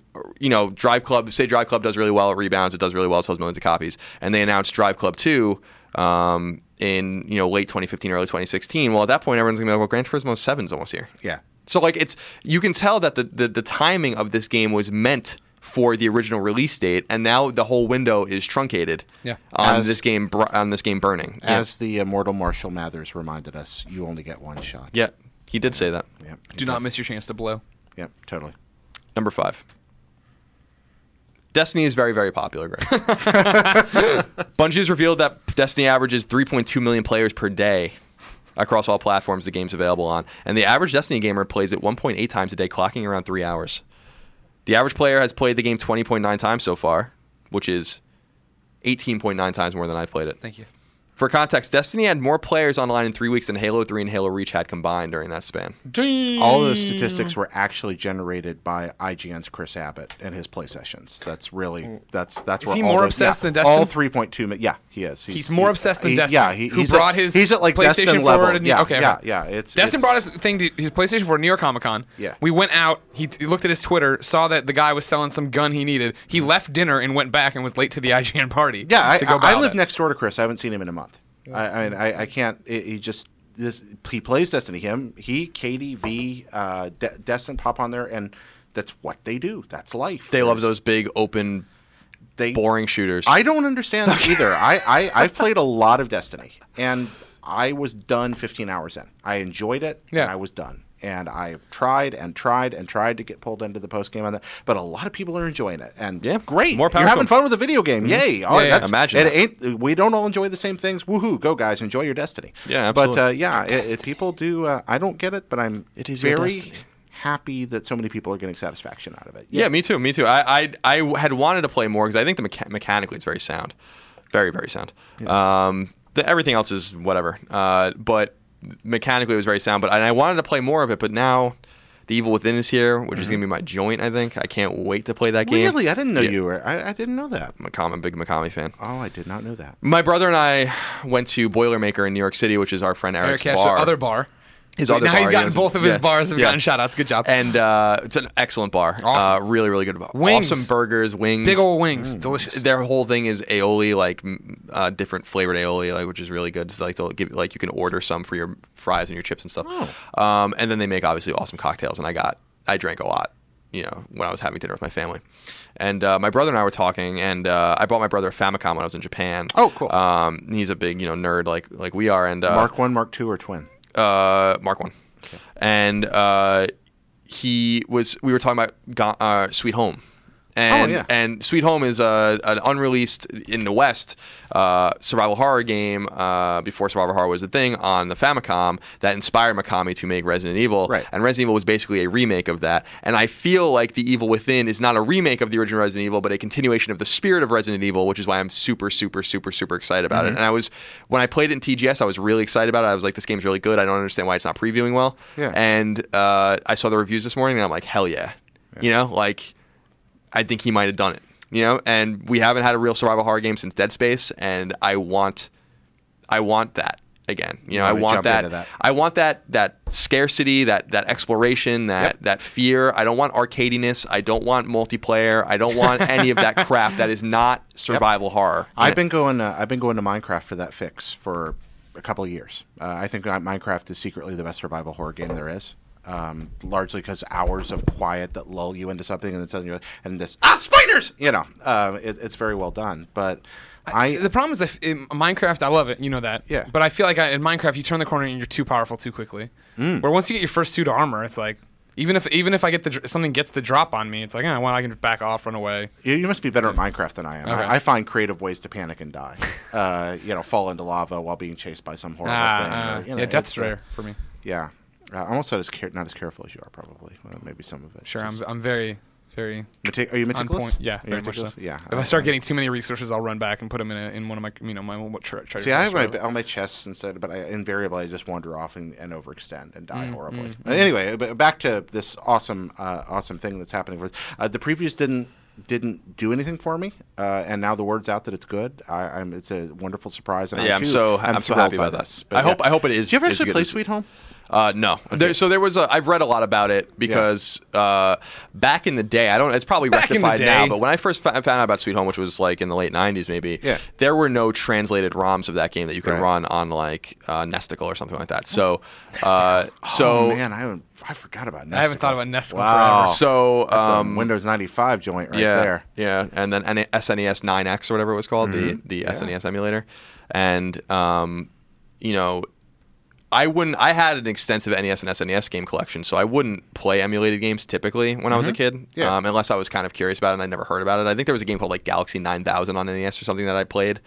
[SPEAKER 4] you know, Drive Club, say Drive Club does really well, it rebounds, it does really well, it sells millions of copies, and they announce Drive Club 2 um, in, you know, late 2015, early 2016, well, at that point, everyone's going to be like, well, Gran Turismo 7 is almost here.
[SPEAKER 2] Yeah.
[SPEAKER 4] So like it's you can tell that the, the the timing of this game was meant for the original release date, and now the whole window is truncated.
[SPEAKER 3] Yeah.
[SPEAKER 4] On
[SPEAKER 2] As-
[SPEAKER 4] this game, br- on this game burning.
[SPEAKER 2] As the immortal Marshall Mathers reminded us, you only get one shot.
[SPEAKER 4] yeah. He did say that.
[SPEAKER 2] Yeah.
[SPEAKER 3] Do not miss your chance to blow.
[SPEAKER 2] Yeah, totally.
[SPEAKER 4] Number five. Destiny is very, very popular, Greg. Bungie's revealed that Destiny averages 3.2 million players per day across all platforms the game's available on. And the average Destiny gamer plays it 1.8 times a day, clocking around three hours. The average player has played the game 20.9 times so far, which is 18.9 times more than I've played it.
[SPEAKER 3] Thank you.
[SPEAKER 4] For context, Destiny had more players online in three weeks than Halo 3 and Halo Reach had combined during that span.
[SPEAKER 2] All those
[SPEAKER 3] Hmm.
[SPEAKER 2] statistics were actually generated by IGN's Chris Abbott and his play sessions. That's really that's that's. Is where
[SPEAKER 3] Hmm. he
[SPEAKER 2] all
[SPEAKER 3] more
[SPEAKER 2] those-
[SPEAKER 3] obsessed
[SPEAKER 2] yeah,
[SPEAKER 3] than Destin?
[SPEAKER 2] All three point two. Yeah, he is.
[SPEAKER 3] He's more obsessed than Destin,
[SPEAKER 2] Yeah, he,
[SPEAKER 3] who
[SPEAKER 2] he's
[SPEAKER 3] brought
[SPEAKER 2] at,
[SPEAKER 3] his
[SPEAKER 2] he's at like
[SPEAKER 3] PlayStation
[SPEAKER 2] Destin
[SPEAKER 3] forward
[SPEAKER 2] level.
[SPEAKER 3] and-
[SPEAKER 2] yeah,
[SPEAKER 3] okay,
[SPEAKER 2] yeah,
[SPEAKER 3] right.
[SPEAKER 2] yeah. It's
[SPEAKER 3] Destin
[SPEAKER 2] it's-
[SPEAKER 3] brought his thing to his PlayStation 4 New York Comic Con.
[SPEAKER 2] Yeah.
[SPEAKER 3] We went out. He t- looked at his Twitter, saw that the guy was selling some gun he needed.
[SPEAKER 4] Mm-hmm.
[SPEAKER 3] He left dinner and went back and was late to the IGN party.
[SPEAKER 2] Yeah, I,
[SPEAKER 3] to go
[SPEAKER 2] I,
[SPEAKER 3] buy
[SPEAKER 2] I live
[SPEAKER 3] that.
[SPEAKER 2] next door to Chris. I haven't seen him in a month. I, I mean, I, I can't. It, he just this. He plays Destiny. Him, he, Katie, V, uh, De- Destin pop on there, and that's what they do. That's life.
[SPEAKER 4] They love
[SPEAKER 2] There's-
[SPEAKER 4] those big, open,
[SPEAKER 2] They
[SPEAKER 4] boring shooters.
[SPEAKER 2] I don't understand that either. I, I I've played a lot of Destiny, and I was done 15 hours in. I enjoyed it, and
[SPEAKER 3] Yeah.
[SPEAKER 2] I was done. And I tried and tried and tried to get pulled into the post game on that, but a lot of people are enjoying it, and
[SPEAKER 4] Yeah,
[SPEAKER 2] great.
[SPEAKER 4] more power
[SPEAKER 2] You're
[SPEAKER 4] to
[SPEAKER 2] having
[SPEAKER 4] them.
[SPEAKER 2] fun with a video game, yay! All right,
[SPEAKER 3] Yeah, yeah.
[SPEAKER 2] that's,
[SPEAKER 4] Imagine
[SPEAKER 2] it ain't. We don't all enjoy the same things. Woohoo! Go guys, enjoy your Destiny.
[SPEAKER 4] Yeah,
[SPEAKER 2] but uh,
[SPEAKER 4] absolutely.
[SPEAKER 2] yeah, it, it, people do. Uh, I don't get it, but I'm
[SPEAKER 4] It is your
[SPEAKER 2] very
[SPEAKER 4] Destiny.
[SPEAKER 2] happy that so many people are getting satisfaction out of it.
[SPEAKER 4] Yeah, me too. Me too. I I, I had wanted to play more because I think the mecha- mechanically it's very sound, very very sound. Um, the, everything else is whatever. Uh, but mechanically it was very sound. But and I wanted to play more of it. But now, the Evil Within is here, which is gonna be my joint. I think I can't wait to play that game.
[SPEAKER 2] really, I didn't know
[SPEAKER 4] Yeah.
[SPEAKER 2] you were. I, I didn't know that.
[SPEAKER 4] I'm a common big Mikami fan.
[SPEAKER 2] Oh, I did not know that.
[SPEAKER 4] My brother and I went to Boilermaker in New York City, which is our friend
[SPEAKER 3] Eric
[SPEAKER 4] Eric's
[SPEAKER 3] Kessler,
[SPEAKER 4] bar.
[SPEAKER 3] other bar.
[SPEAKER 4] His
[SPEAKER 3] Wait,
[SPEAKER 4] other
[SPEAKER 3] now
[SPEAKER 4] bar,
[SPEAKER 3] he's
[SPEAKER 4] he
[SPEAKER 3] gotten
[SPEAKER 4] owns-
[SPEAKER 3] both of his
[SPEAKER 4] yeah,
[SPEAKER 3] bars have
[SPEAKER 4] yeah.
[SPEAKER 3] gotten shout outs. Good job.
[SPEAKER 4] and uh, it's an excellent bar.
[SPEAKER 3] Awesome.
[SPEAKER 4] Uh, really, really good bar.
[SPEAKER 3] Wings.
[SPEAKER 4] Awesome burgers, wings,
[SPEAKER 3] big old wings,
[SPEAKER 4] Mm.
[SPEAKER 3] delicious.
[SPEAKER 4] their whole thing is aioli, like m- uh, different flavored aioli, like which is really good. Just like they'll give like you can order some for your fries and your chips and stuff.
[SPEAKER 2] Oh.
[SPEAKER 4] Um, and then they make obviously awesome cocktails. And I got I drank a lot, you know, when I was having dinner with my family. And uh, my brother and I were talking, and uh, I bought my brother a Famicom when I was in Japan.
[SPEAKER 2] Oh, cool.
[SPEAKER 4] Um, he's a big you know nerd like like we are, and uh,
[SPEAKER 2] Mark one, Mark two, or twin.
[SPEAKER 4] uh, Mark one, and uh, he was. We were talking about Go- uh, Sweet Home, and
[SPEAKER 2] Oh, yeah.
[SPEAKER 4] and Sweet Home is a, an unreleased in the West uh, survival horror game uh, before survival horror was a thing on the Famicom that inspired Mikami to make Resident Evil.
[SPEAKER 2] Right.
[SPEAKER 4] And Resident Evil was basically a remake of that. And I feel like The Evil Within is not a remake of the original Resident Evil, but a continuation of the spirit of Resident Evil, which is why I'm super, super, super, super excited about
[SPEAKER 2] Mm-hmm.
[SPEAKER 4] it. And I was when I played it in TGS, I was really excited about it. I was like, this game's really good. I don't understand why it's not previewing well.
[SPEAKER 2] Yeah.
[SPEAKER 4] And uh, I saw the reviews this morning, and I'm like, hell yeah. You know, like I think he might have done it. You know, and we haven't had a real survival horror game since Dead Space, and I want, I want that again. You know, I
[SPEAKER 2] wanna
[SPEAKER 4] want
[SPEAKER 2] jump
[SPEAKER 4] that.
[SPEAKER 2] into that.
[SPEAKER 4] I want that that scarcity, that that exploration, that that fear. I don't want arcadiness. I don't want multiplayer. I don't want any of that crap that is not survival horror.
[SPEAKER 2] I've been going. Uh, I've been going to Minecraft for that fix for a couple of years. Uh, I think that Minecraft is secretly the best survival horror game there is. Um, largely because hours of quiet that lull you into something, and then suddenly you're and this ah spiders. You know, um, it, it's very well done. But I,
[SPEAKER 3] the problem is, if, in Minecraft, I love it. You know that.
[SPEAKER 2] Yeah.
[SPEAKER 3] But I feel like I, in Minecraft, you turn the corner and you're too powerful too quickly.
[SPEAKER 2] Mm.
[SPEAKER 3] Where once you get your first suit of armor, it's like even if even if I get the dr- something gets the drop on me, it's like, ah, well, I can back off, run away.
[SPEAKER 2] you, you must be better at Minecraft than I am.
[SPEAKER 3] Okay.
[SPEAKER 2] I, I find creative ways to panic and die. uh, you know, fall into lava while being chased by some horrible thing.
[SPEAKER 3] Ah,
[SPEAKER 2] or,
[SPEAKER 3] ah.
[SPEAKER 2] you know,
[SPEAKER 3] yeah,
[SPEAKER 2] it's,
[SPEAKER 3] death's
[SPEAKER 2] uh,
[SPEAKER 3] rare for me.
[SPEAKER 2] Yeah, uh, I'm also as care- not as careful as you are probably. Well, maybe some of it.
[SPEAKER 3] Sure,
[SPEAKER 2] Just-
[SPEAKER 3] I'm, I'm very, very
[SPEAKER 2] Meti- are you
[SPEAKER 3] on
[SPEAKER 2] meticulous?
[SPEAKER 3] point. Yeah,
[SPEAKER 2] Are you
[SPEAKER 3] very much so.
[SPEAKER 2] meticulous? Yeah. Uh,
[SPEAKER 3] If I start getting too many resources, I'll run back and put them in, a, in one of my, you know, my what tre- treasure.
[SPEAKER 2] See, I
[SPEAKER 3] chests
[SPEAKER 2] have
[SPEAKER 3] or
[SPEAKER 2] my,
[SPEAKER 3] whatever.
[SPEAKER 2] on my chests instead, but I invariably I just wander off and, and overextend and
[SPEAKER 3] Mm,
[SPEAKER 2] die horribly. Uh, Anyway, b- back to this awesome, uh, awesome thing that's happening for us. Uh, the previews didn't didn't do anything for me, uh, and now the word's out that it's good. I, I'm, it's a wonderful surprise. And I,
[SPEAKER 4] yeah, I'm
[SPEAKER 2] too,
[SPEAKER 4] so
[SPEAKER 2] am
[SPEAKER 4] I'm, so
[SPEAKER 2] thrilled
[SPEAKER 4] happy
[SPEAKER 2] by
[SPEAKER 4] about
[SPEAKER 2] this.
[SPEAKER 4] that.
[SPEAKER 2] But
[SPEAKER 4] I hope
[SPEAKER 2] yeah.
[SPEAKER 4] I hope it is.
[SPEAKER 2] Did you ever
[SPEAKER 4] is
[SPEAKER 2] actually
[SPEAKER 4] good
[SPEAKER 2] play
[SPEAKER 4] as-
[SPEAKER 2] Sweet Home?
[SPEAKER 4] Uh, no. There, so there was a. I've read a lot about it because uh, back in the day, I don't. It's probably
[SPEAKER 3] Back in the
[SPEAKER 4] rectified now.
[SPEAKER 3] day.
[SPEAKER 4] But when I first fa- found out about Sweet Home, which was like in the late '90s, maybe.
[SPEAKER 2] Yeah.
[SPEAKER 4] There were no translated ROMs of that game that you could
[SPEAKER 2] Right.
[SPEAKER 4] run on like uh, Nesticle or something like that. So, uh, so
[SPEAKER 2] oh man, I haven't, I forgot about. Nesticle.
[SPEAKER 3] I haven't thought about Nesticle
[SPEAKER 2] Wow.
[SPEAKER 3] forever.
[SPEAKER 4] so
[SPEAKER 2] That's a
[SPEAKER 4] um,
[SPEAKER 2] Windows 95 joint right
[SPEAKER 4] yeah,
[SPEAKER 2] there.
[SPEAKER 4] Yeah, and then NA- SNES 9X or whatever it E
[SPEAKER 3] Mm-hmm.
[SPEAKER 4] was called, the the SNES emulator, and um, you know, I wouldn't. I had an extensive NES and SNES game collection, so I wouldn't play emulated games typically when I
[SPEAKER 3] Mm-hmm.
[SPEAKER 4] was a kid,
[SPEAKER 2] Yeah.
[SPEAKER 4] um, unless I was kind of curious about it and I never heard about it. I think there was a game called like Galaxy 9000 on NES or something that I played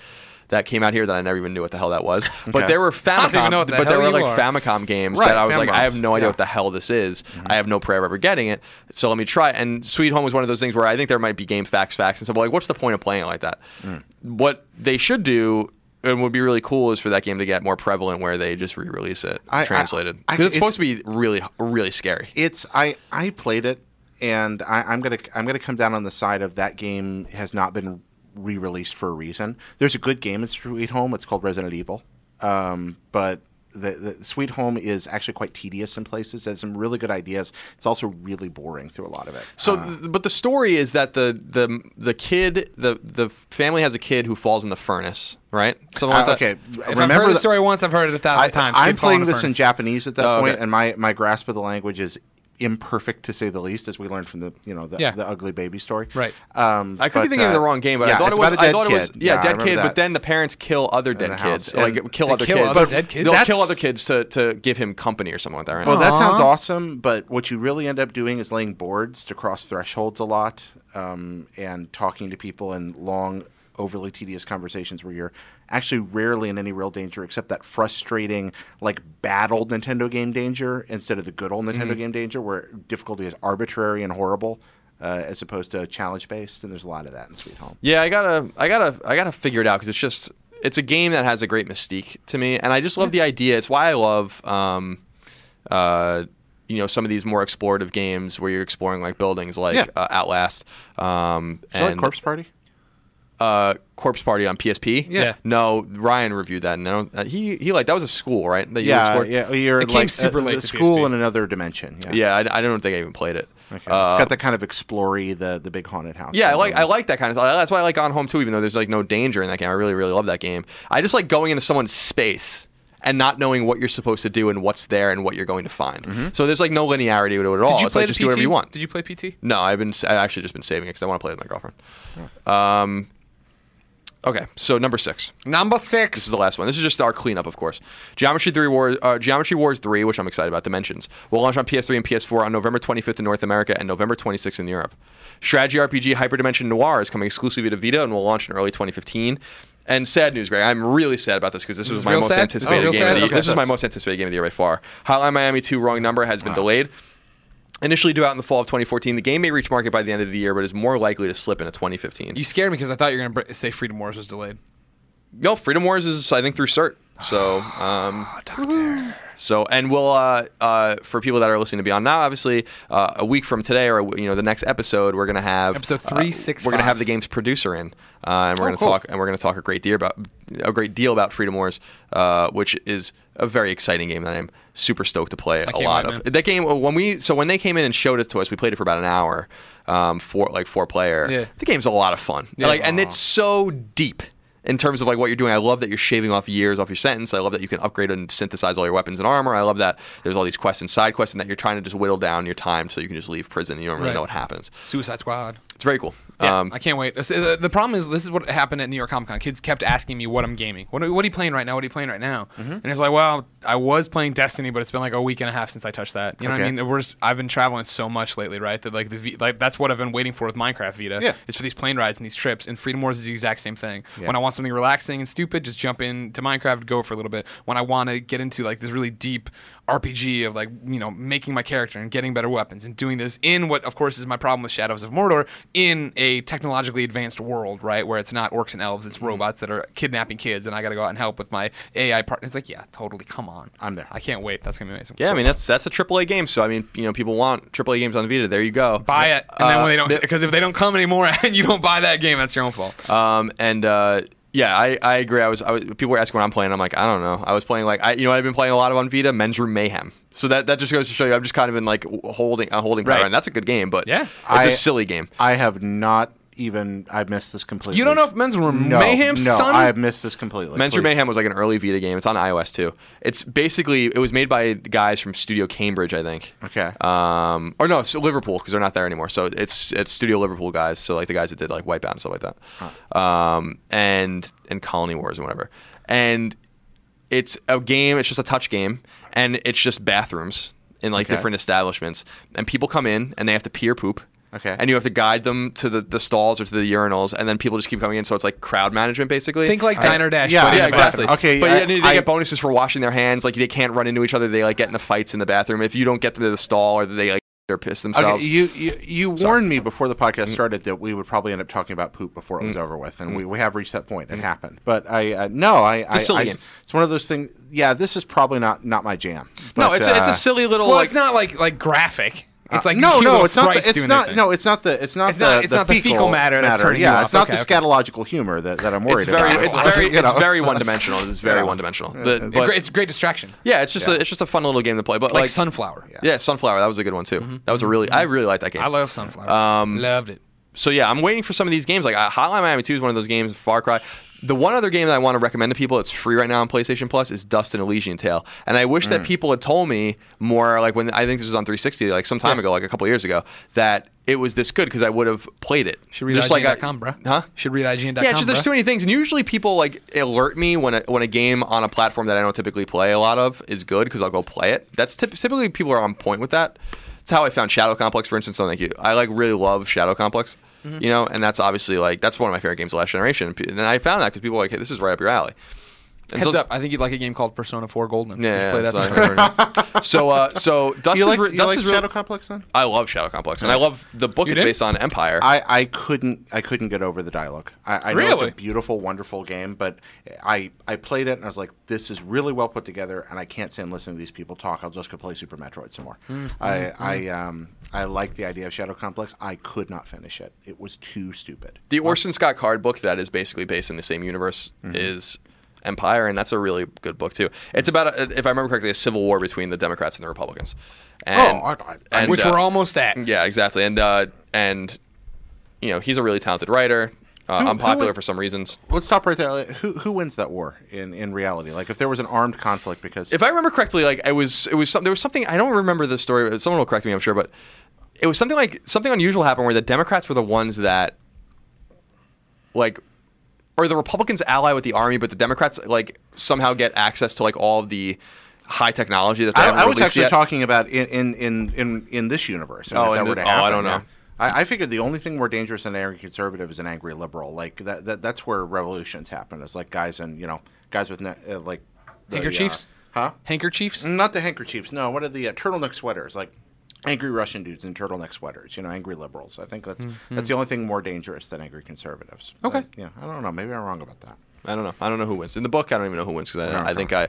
[SPEAKER 4] that came out here that I never even knew what the hell that was. But
[SPEAKER 2] Okay.
[SPEAKER 4] there were Famicom,
[SPEAKER 3] even know what the
[SPEAKER 4] but there
[SPEAKER 3] hell
[SPEAKER 4] were
[SPEAKER 3] you
[SPEAKER 4] like
[SPEAKER 3] are.
[SPEAKER 4] Famicom games
[SPEAKER 2] Right,
[SPEAKER 4] that I was like,
[SPEAKER 2] Famicom.
[SPEAKER 4] I have no idea
[SPEAKER 2] Yeah. Mm-hmm.
[SPEAKER 4] what the hell this is. I have no prayer of ever getting it. So let me try. it. And Sweet Home was one of those things where I think there might be game facts, facts, and stuff. but, Like, what's the point of playing it like that?
[SPEAKER 2] Mm.
[SPEAKER 4] What they should do and would be really cool is for that game to get more prevalent where they just re-release it
[SPEAKER 2] I- I-
[SPEAKER 4] translated
[SPEAKER 2] I-
[SPEAKER 4] 'Cause it's, supposed to be really really scary
[SPEAKER 2] it's I I played it, and I, I'm gonna I'm gonna come down on the side of that game has not been re-released for a reason. There's a good game in Sweet Home. It's called Resident Evil, um, but the, the Sweet Home is actually quite tedious in places. It has some really good ideas. It's also really boring through a lot of it. Uh,
[SPEAKER 4] So, th- but the story is that the the the kid the the family has a kid who falls in the furnace, right? Something like
[SPEAKER 2] Uh,
[SPEAKER 4] that.
[SPEAKER 2] okay,
[SPEAKER 3] If I've
[SPEAKER 2] remember
[SPEAKER 3] heard the
[SPEAKER 2] that-
[SPEAKER 3] story once, I've heard it a thousand times.
[SPEAKER 2] I, am
[SPEAKER 3] Kid fall in
[SPEAKER 2] playing
[SPEAKER 3] the
[SPEAKER 2] this in
[SPEAKER 3] furnace.
[SPEAKER 2] Japanese at that
[SPEAKER 4] Oh, okay.
[SPEAKER 2] point, and my, my grasp of the language is imperfect to say the least, as we learned from the you know the,
[SPEAKER 3] Yeah.
[SPEAKER 2] the ugly baby story.
[SPEAKER 3] Right.
[SPEAKER 2] Um,
[SPEAKER 4] I could be
[SPEAKER 2] but,
[SPEAKER 4] thinking of
[SPEAKER 2] uh,
[SPEAKER 4] the wrong game, but I
[SPEAKER 2] yeah,
[SPEAKER 4] thought it
[SPEAKER 2] it's
[SPEAKER 4] was.
[SPEAKER 2] about a
[SPEAKER 4] I
[SPEAKER 2] dead
[SPEAKER 4] thought it was.
[SPEAKER 2] kid.
[SPEAKER 4] Yeah, dead
[SPEAKER 2] remember
[SPEAKER 4] kid.
[SPEAKER 2] that.
[SPEAKER 4] But then the parents kill other
[SPEAKER 2] the
[SPEAKER 4] dead
[SPEAKER 2] house.
[SPEAKER 4] kids, like
[SPEAKER 2] And
[SPEAKER 4] kill
[SPEAKER 3] they
[SPEAKER 4] other
[SPEAKER 3] kill
[SPEAKER 4] kids.
[SPEAKER 3] other dead kids?
[SPEAKER 4] They'll
[SPEAKER 2] That's-
[SPEAKER 4] kill other kids to, to give him company or something like that, right?
[SPEAKER 2] Well, that sounds
[SPEAKER 3] Aw.
[SPEAKER 2] awesome, but what you really end up doing is laying boards to cross thresholds a lot, um, and talking to people in long, overly tedious conversations where you're actually rarely in any real danger except that frustrating, like battle Nintendo game danger instead of the good old Nintendo game danger where difficulty is arbitrary and horrible. Uh, as opposed to challenge based, and there's a lot of that in Sweet Home.
[SPEAKER 4] Yeah, I gotta, I gotta, I gotta figure it out because it's just, it's a game that has a great mystique to me, and I just love the idea. It's why I love, um, uh, you know, some of these more explorative games where you're exploring like buildings, like
[SPEAKER 2] Yeah.
[SPEAKER 4] uh, Outlast, um,
[SPEAKER 2] Is that
[SPEAKER 4] and
[SPEAKER 2] like Corpse Party?
[SPEAKER 4] uh, Corpse Party on PSP.
[SPEAKER 3] Yeah. Yeah.
[SPEAKER 4] No, Ryan reviewed that, and I don't, uh, he he liked that was a school, right? That you
[SPEAKER 2] Yeah,
[SPEAKER 4] explored?
[SPEAKER 2] yeah. oh, You're
[SPEAKER 3] It came
[SPEAKER 2] like
[SPEAKER 3] super
[SPEAKER 2] a- a
[SPEAKER 3] late to
[SPEAKER 2] school
[SPEAKER 3] PSP.
[SPEAKER 2] in another dimension. Yeah,
[SPEAKER 4] Yeah, I, I don't think I even played it.
[SPEAKER 2] Okay.
[SPEAKER 4] Uh,
[SPEAKER 2] it's got that kind of explory, the the big haunted house.
[SPEAKER 4] Yeah, I like
[SPEAKER 2] element.
[SPEAKER 4] I like that kind of stuff. That's why I like On Home too, even though there's like no danger in that game. I really really love that game. I just like going into someone's space and not knowing what you're supposed to do and what's there and what you're going to find. So there's like no linearity to it at all.
[SPEAKER 3] Mm-hmm. Did you
[SPEAKER 4] it's
[SPEAKER 3] play
[SPEAKER 4] like
[SPEAKER 3] the
[SPEAKER 4] just
[SPEAKER 3] PT?
[SPEAKER 4] do whatever you want.
[SPEAKER 3] Did you play PT?
[SPEAKER 4] no, I've been I've actually just been saving it because I want to play with my girlfriend. Um, okay, so number six.
[SPEAKER 3] Number six.
[SPEAKER 4] This is the last one. This is just our cleanup, of course. Geometry Three Wars, uh, Geometry Wars Three, which I'm excited about. Dimensions will launch on PS3 and PS4 on November 25th in North America and November 26th in Europe. Strategy RPG Hyperdimension Noir is coming exclusively to Vita and will launch in early 2015. And sad news, Greg. I'm really sad about this because this, was
[SPEAKER 3] is
[SPEAKER 4] my
[SPEAKER 3] real
[SPEAKER 4] most
[SPEAKER 3] sad?
[SPEAKER 4] anticipated
[SPEAKER 3] Oh, real
[SPEAKER 4] game. Of
[SPEAKER 3] sad?
[SPEAKER 4] the,
[SPEAKER 3] Okay.
[SPEAKER 4] This is my most anticipated game of the year by far. Hotline Miami 2: Wrong Number has been delayed. Initially due out in the fall of 2014, the game may reach market by the end of the year, but is more likely to slip into 2015.
[SPEAKER 3] you scared me because I thought you were going to say Freedom Wars was delayed.
[SPEAKER 4] No, Freedom Wars is I think through CERT. So, um,
[SPEAKER 2] Oh,
[SPEAKER 4] so and we'll uh, uh, for people that are listening to Beyond Now, obviously, uh, a week from today or you know the next episode, we're gonna have
[SPEAKER 3] Episode
[SPEAKER 4] uh,
[SPEAKER 3] 365.
[SPEAKER 4] We're gonna have the game's producer in, uh, and we're
[SPEAKER 2] Oh,
[SPEAKER 4] gonna
[SPEAKER 2] cool.
[SPEAKER 4] talk and we're gonna talk a great deal about a great deal about Freedom Wars, uh, which is a very exciting game that I'm super stoked to play a
[SPEAKER 3] can't
[SPEAKER 4] lot
[SPEAKER 3] wait,
[SPEAKER 4] of.
[SPEAKER 3] man.
[SPEAKER 4] That game uh, when we so when they came in and showed it to us, we played it for about an hour, um, for like four player.
[SPEAKER 3] Yeah.
[SPEAKER 4] The game's a lot of fun.
[SPEAKER 3] Yeah.
[SPEAKER 4] Like and it's so deep in terms of like what you're doing. I love that you're shaving off years off your sentence. I love that you can upgrade and synthesize all your weapons and armor. I love that there's all these quests and side quests and that you're trying to just whittle down your time so you can just leave prison. and You don't really
[SPEAKER 3] Right.
[SPEAKER 4] know what happens.
[SPEAKER 3] Suicide Squad.
[SPEAKER 4] It's very cool. um,
[SPEAKER 3] I can't wait. So The, the problem is, this is what happened at New York Comic Con. Kids kept asking me what I'm gaming. What, are- what are you playing right now? What are you playing right now?
[SPEAKER 2] Mm-hmm.
[SPEAKER 3] And it's like, well, I was playing Destiny, but it's been like a week and a half since I touched that. You know what I
[SPEAKER 2] Okay.
[SPEAKER 3] mean? We're just, I've been traveling so much lately, right? That like the v, like that's what I've been waiting for with Minecraft Vita.
[SPEAKER 2] Yeah.
[SPEAKER 3] It's for these plane rides and these trips. And Freedom Wars is the exact same thing. When I want something relaxing and stupid, just jump into Minecraft, go for a little bit. When I want to get into like this really deep RPG of like you know making my character and getting better weapons and doing this in what of course is my problem with Shadows of Mordor in a technologically advanced world, right? Where it's not orcs and elves,
[SPEAKER 4] Mm-hmm.
[SPEAKER 3] it's robots that are kidnapping kids, and I got to go out and help with my AI partner. It's like yeah, totally. Come on,
[SPEAKER 2] I'm there.
[SPEAKER 3] I can't wait. That's gonna be amazing.
[SPEAKER 4] yeah,
[SPEAKER 3] So
[SPEAKER 4] I mean that's that's a AAA game. So I mean, you know, people want AAA games on Vita. There you go.
[SPEAKER 3] Buy it, and then
[SPEAKER 4] Uh,
[SPEAKER 3] when they don't, because if they don't come anymore and you don't buy that game, that's your own fault.
[SPEAKER 4] Um, and uh, yeah, I, I agree. I was, I was people were asking what I'm playing. I'm like, I don't know. I was playing like I you know what I've been playing a lot of on Vita, Men's Room Mayhem. So that, that just goes to show you I've just kind of been like w- holding uh, holding
[SPEAKER 3] Right.
[SPEAKER 4] pattern. That's a good game, but
[SPEAKER 3] Yeah.
[SPEAKER 4] it's
[SPEAKER 2] I-
[SPEAKER 4] a silly game.
[SPEAKER 2] I have not even. I missed this completely.
[SPEAKER 3] You don't know if men's were
[SPEAKER 2] no,
[SPEAKER 3] mayhem,
[SPEAKER 2] No,
[SPEAKER 3] son.
[SPEAKER 2] I have missed this completely.
[SPEAKER 4] Men's Room
[SPEAKER 2] Please.
[SPEAKER 4] Mayhem was like an early Vita game. It's on iOS too. It's basically it was made by guys from Studio Cambridge, I think.
[SPEAKER 2] Okay.
[SPEAKER 4] Um, or no, it's Liverpool because they're not there anymore. So it's it's Studio Liverpool guys. So like the guys that did like Wipeout and stuff like that, um, and and Colony Wars and whatever. And It's a game. It's just a touch game, and it's just bathrooms in like
[SPEAKER 2] Okay.
[SPEAKER 4] different establishments, and people come in and they have to pee or poop.
[SPEAKER 2] Okay.
[SPEAKER 4] And you have to guide them to the, the stalls or to the urinals, and then people just keep coming in. So it's like crowd management, basically.
[SPEAKER 3] Think like Diner Dash.
[SPEAKER 2] yeah,
[SPEAKER 3] but in
[SPEAKER 4] Yeah,
[SPEAKER 3] a
[SPEAKER 4] exactly.
[SPEAKER 3] bathroom.
[SPEAKER 2] Okay,
[SPEAKER 4] but
[SPEAKER 2] I-
[SPEAKER 4] yeah, they
[SPEAKER 2] I-
[SPEAKER 4] get bonuses for washing their hands. Like they can't run into each other. They like get into fights in the bathroom. If you don't get them to the stall, or they like or piss themselves.
[SPEAKER 2] Okay, you you, you warned me before the
[SPEAKER 4] Mm.
[SPEAKER 2] podcast started that we would probably end up talking about poop before it was over with, and we, we have reached that point. It happened, but I uh, no, I, I, I
[SPEAKER 4] Mm. Sicilian.
[SPEAKER 2] it's one of those things. Yeah, this is probably not not my jam.
[SPEAKER 4] no,
[SPEAKER 2] But,
[SPEAKER 4] it's a, it's
[SPEAKER 2] uh,
[SPEAKER 4] a silly little
[SPEAKER 3] Well,
[SPEAKER 4] like
[SPEAKER 3] it's not like like graphic. It's like
[SPEAKER 2] no,
[SPEAKER 3] cute
[SPEAKER 2] no,
[SPEAKER 3] little
[SPEAKER 2] it's not.
[SPEAKER 3] sprites
[SPEAKER 2] The, it's
[SPEAKER 3] doing their
[SPEAKER 2] not.
[SPEAKER 3] thing.
[SPEAKER 2] No, it's not the. It's not
[SPEAKER 3] It's
[SPEAKER 2] the.
[SPEAKER 3] not- it's not the fecal matter that's turning you
[SPEAKER 2] yeah,
[SPEAKER 3] off.
[SPEAKER 2] it's not
[SPEAKER 3] Okay,
[SPEAKER 2] the
[SPEAKER 3] okay.
[SPEAKER 2] scatological humor that, that I'm worried
[SPEAKER 4] It's very,
[SPEAKER 2] about.
[SPEAKER 4] it's very,
[SPEAKER 2] You know,
[SPEAKER 4] it's very
[SPEAKER 2] not-
[SPEAKER 4] one dimensional. It's very one dimensional. The,
[SPEAKER 3] It's a
[SPEAKER 4] but-
[SPEAKER 3] great- it's a great distraction.
[SPEAKER 4] yeah, it's just a, it's just a fun little game to play. But
[SPEAKER 3] Like,
[SPEAKER 4] like,
[SPEAKER 3] sunflower.
[SPEAKER 4] yeah, Sunflower. That was a good one too. That was a really, I really liked that game.
[SPEAKER 3] I love sunflower.
[SPEAKER 4] Um,
[SPEAKER 3] Loved it.
[SPEAKER 4] so yeah, I'm waiting for some of these games. Like uh, Hotline Miami 2 is one of those games. Far Cry. The one other game that I want to recommend to people, it's free right now on PlayStation Plus, is Dust and Elysian Tale. And I wish
[SPEAKER 3] Mm.
[SPEAKER 4] that people had told me more, like when I think this was on 360, like some time
[SPEAKER 3] Yeah.
[SPEAKER 4] ago, like a couple years ago, that it was this good because I would have played it.
[SPEAKER 3] Should read
[SPEAKER 4] Just like I-
[SPEAKER 3] IGN.com, bro.
[SPEAKER 4] Huh?
[SPEAKER 3] Should read IGN.com.
[SPEAKER 4] Yeah, it's just there's
[SPEAKER 3] bruh.
[SPEAKER 4] too many things, and usually people like alert me when a, when a game on a platform that I don't typically play a lot of is good because I'll go play it. That's typ- typically people are on point with that. It's how I found Shadow Complex, for instance. Something like you, I like really love Shadow Complex,
[SPEAKER 2] Mm-hmm.
[SPEAKER 4] you know, and that's obviously like that's one of my favorite games of last generation. And I found that because people were like, hey, this is right up your alley. And
[SPEAKER 3] Heads
[SPEAKER 4] so-
[SPEAKER 3] up, I think you'd like a game called Persona 4 Golden.
[SPEAKER 4] yeah,
[SPEAKER 3] Just play that
[SPEAKER 4] that's
[SPEAKER 3] sometime.
[SPEAKER 4] so uh, so Dust
[SPEAKER 2] You
[SPEAKER 4] is
[SPEAKER 2] like,
[SPEAKER 4] re-
[SPEAKER 2] you
[SPEAKER 4] Dust
[SPEAKER 2] like
[SPEAKER 4] is really-
[SPEAKER 2] Shadow Complex then?
[SPEAKER 4] I love Shadow Complex, and I love the book
[SPEAKER 3] You
[SPEAKER 4] it's
[SPEAKER 3] did?
[SPEAKER 4] based on Empire.
[SPEAKER 2] I, I couldn't I couldn't get over the dialogue. I, I know it's a
[SPEAKER 3] Really?
[SPEAKER 2] beautiful, wonderful game, but I I played it and I was like, this is really well put together, and I can't stand listening to these people talk. I'll just go play Super Metroid some more. I I um I like the idea of Shadow Complex. I could not finish it. It was too stupid.
[SPEAKER 4] The Orson Scott Card book that is basically based in the same universe
[SPEAKER 2] Mm-hmm.
[SPEAKER 4] is Empire, and that's a really good book too. It's about, a, if I remember correctly, a civil war between the Democrats and the Republicans. And,
[SPEAKER 2] Oh, I- I-
[SPEAKER 4] and,
[SPEAKER 3] Which
[SPEAKER 4] uh,
[SPEAKER 3] we're almost at.
[SPEAKER 4] Yeah, exactly. And uh, and you know he's a really talented writer, uh,
[SPEAKER 2] Who- who
[SPEAKER 4] unpopular
[SPEAKER 2] would-
[SPEAKER 4] for some reasons.
[SPEAKER 2] Let's stop right there. Who who wins that war in in reality? Like if there was an armed conflict because
[SPEAKER 4] If I remember correctly, like it was it was some, there was something I don't remember the story. but Someone will correct me, I'm sure, but it was something like something unusual happened where the Democrats were the ones that like or the Republicans ally with the army, but the Democrats like somehow get access to like all of the high technology that they
[SPEAKER 2] I,
[SPEAKER 4] haven't
[SPEAKER 2] I was
[SPEAKER 4] released
[SPEAKER 2] actually
[SPEAKER 4] yet.
[SPEAKER 2] talking about in in in in, in this universe. and
[SPEAKER 4] Oh,
[SPEAKER 2] if
[SPEAKER 4] in
[SPEAKER 2] that were
[SPEAKER 4] the-
[SPEAKER 2] to
[SPEAKER 4] oh, I
[SPEAKER 2] happen,
[SPEAKER 4] don't know.
[SPEAKER 2] yeah. I, I figured the only thing more dangerous than an angry conservative is an angry liberal. Like that, that that's where revolutions happen. It's like guys and you know guys with ne- uh, like the,
[SPEAKER 3] Handkerchiefs?
[SPEAKER 2] uh, huh?
[SPEAKER 3] Handkerchiefs?
[SPEAKER 2] Not the handkerchiefs. No, what are the uh, turtleneck sweaters? Like angry Russian dudes in turtleneck sweaters. You know, angry liberals. I think that's that's the only thing more dangerous than angry conservatives.
[SPEAKER 3] Mm-hmm. Okay.
[SPEAKER 2] But, yeah, I don't know. Maybe I'm wrong about that.
[SPEAKER 4] I don't know. I don't know who wins. In the book, I don't even know who wins because I, I think I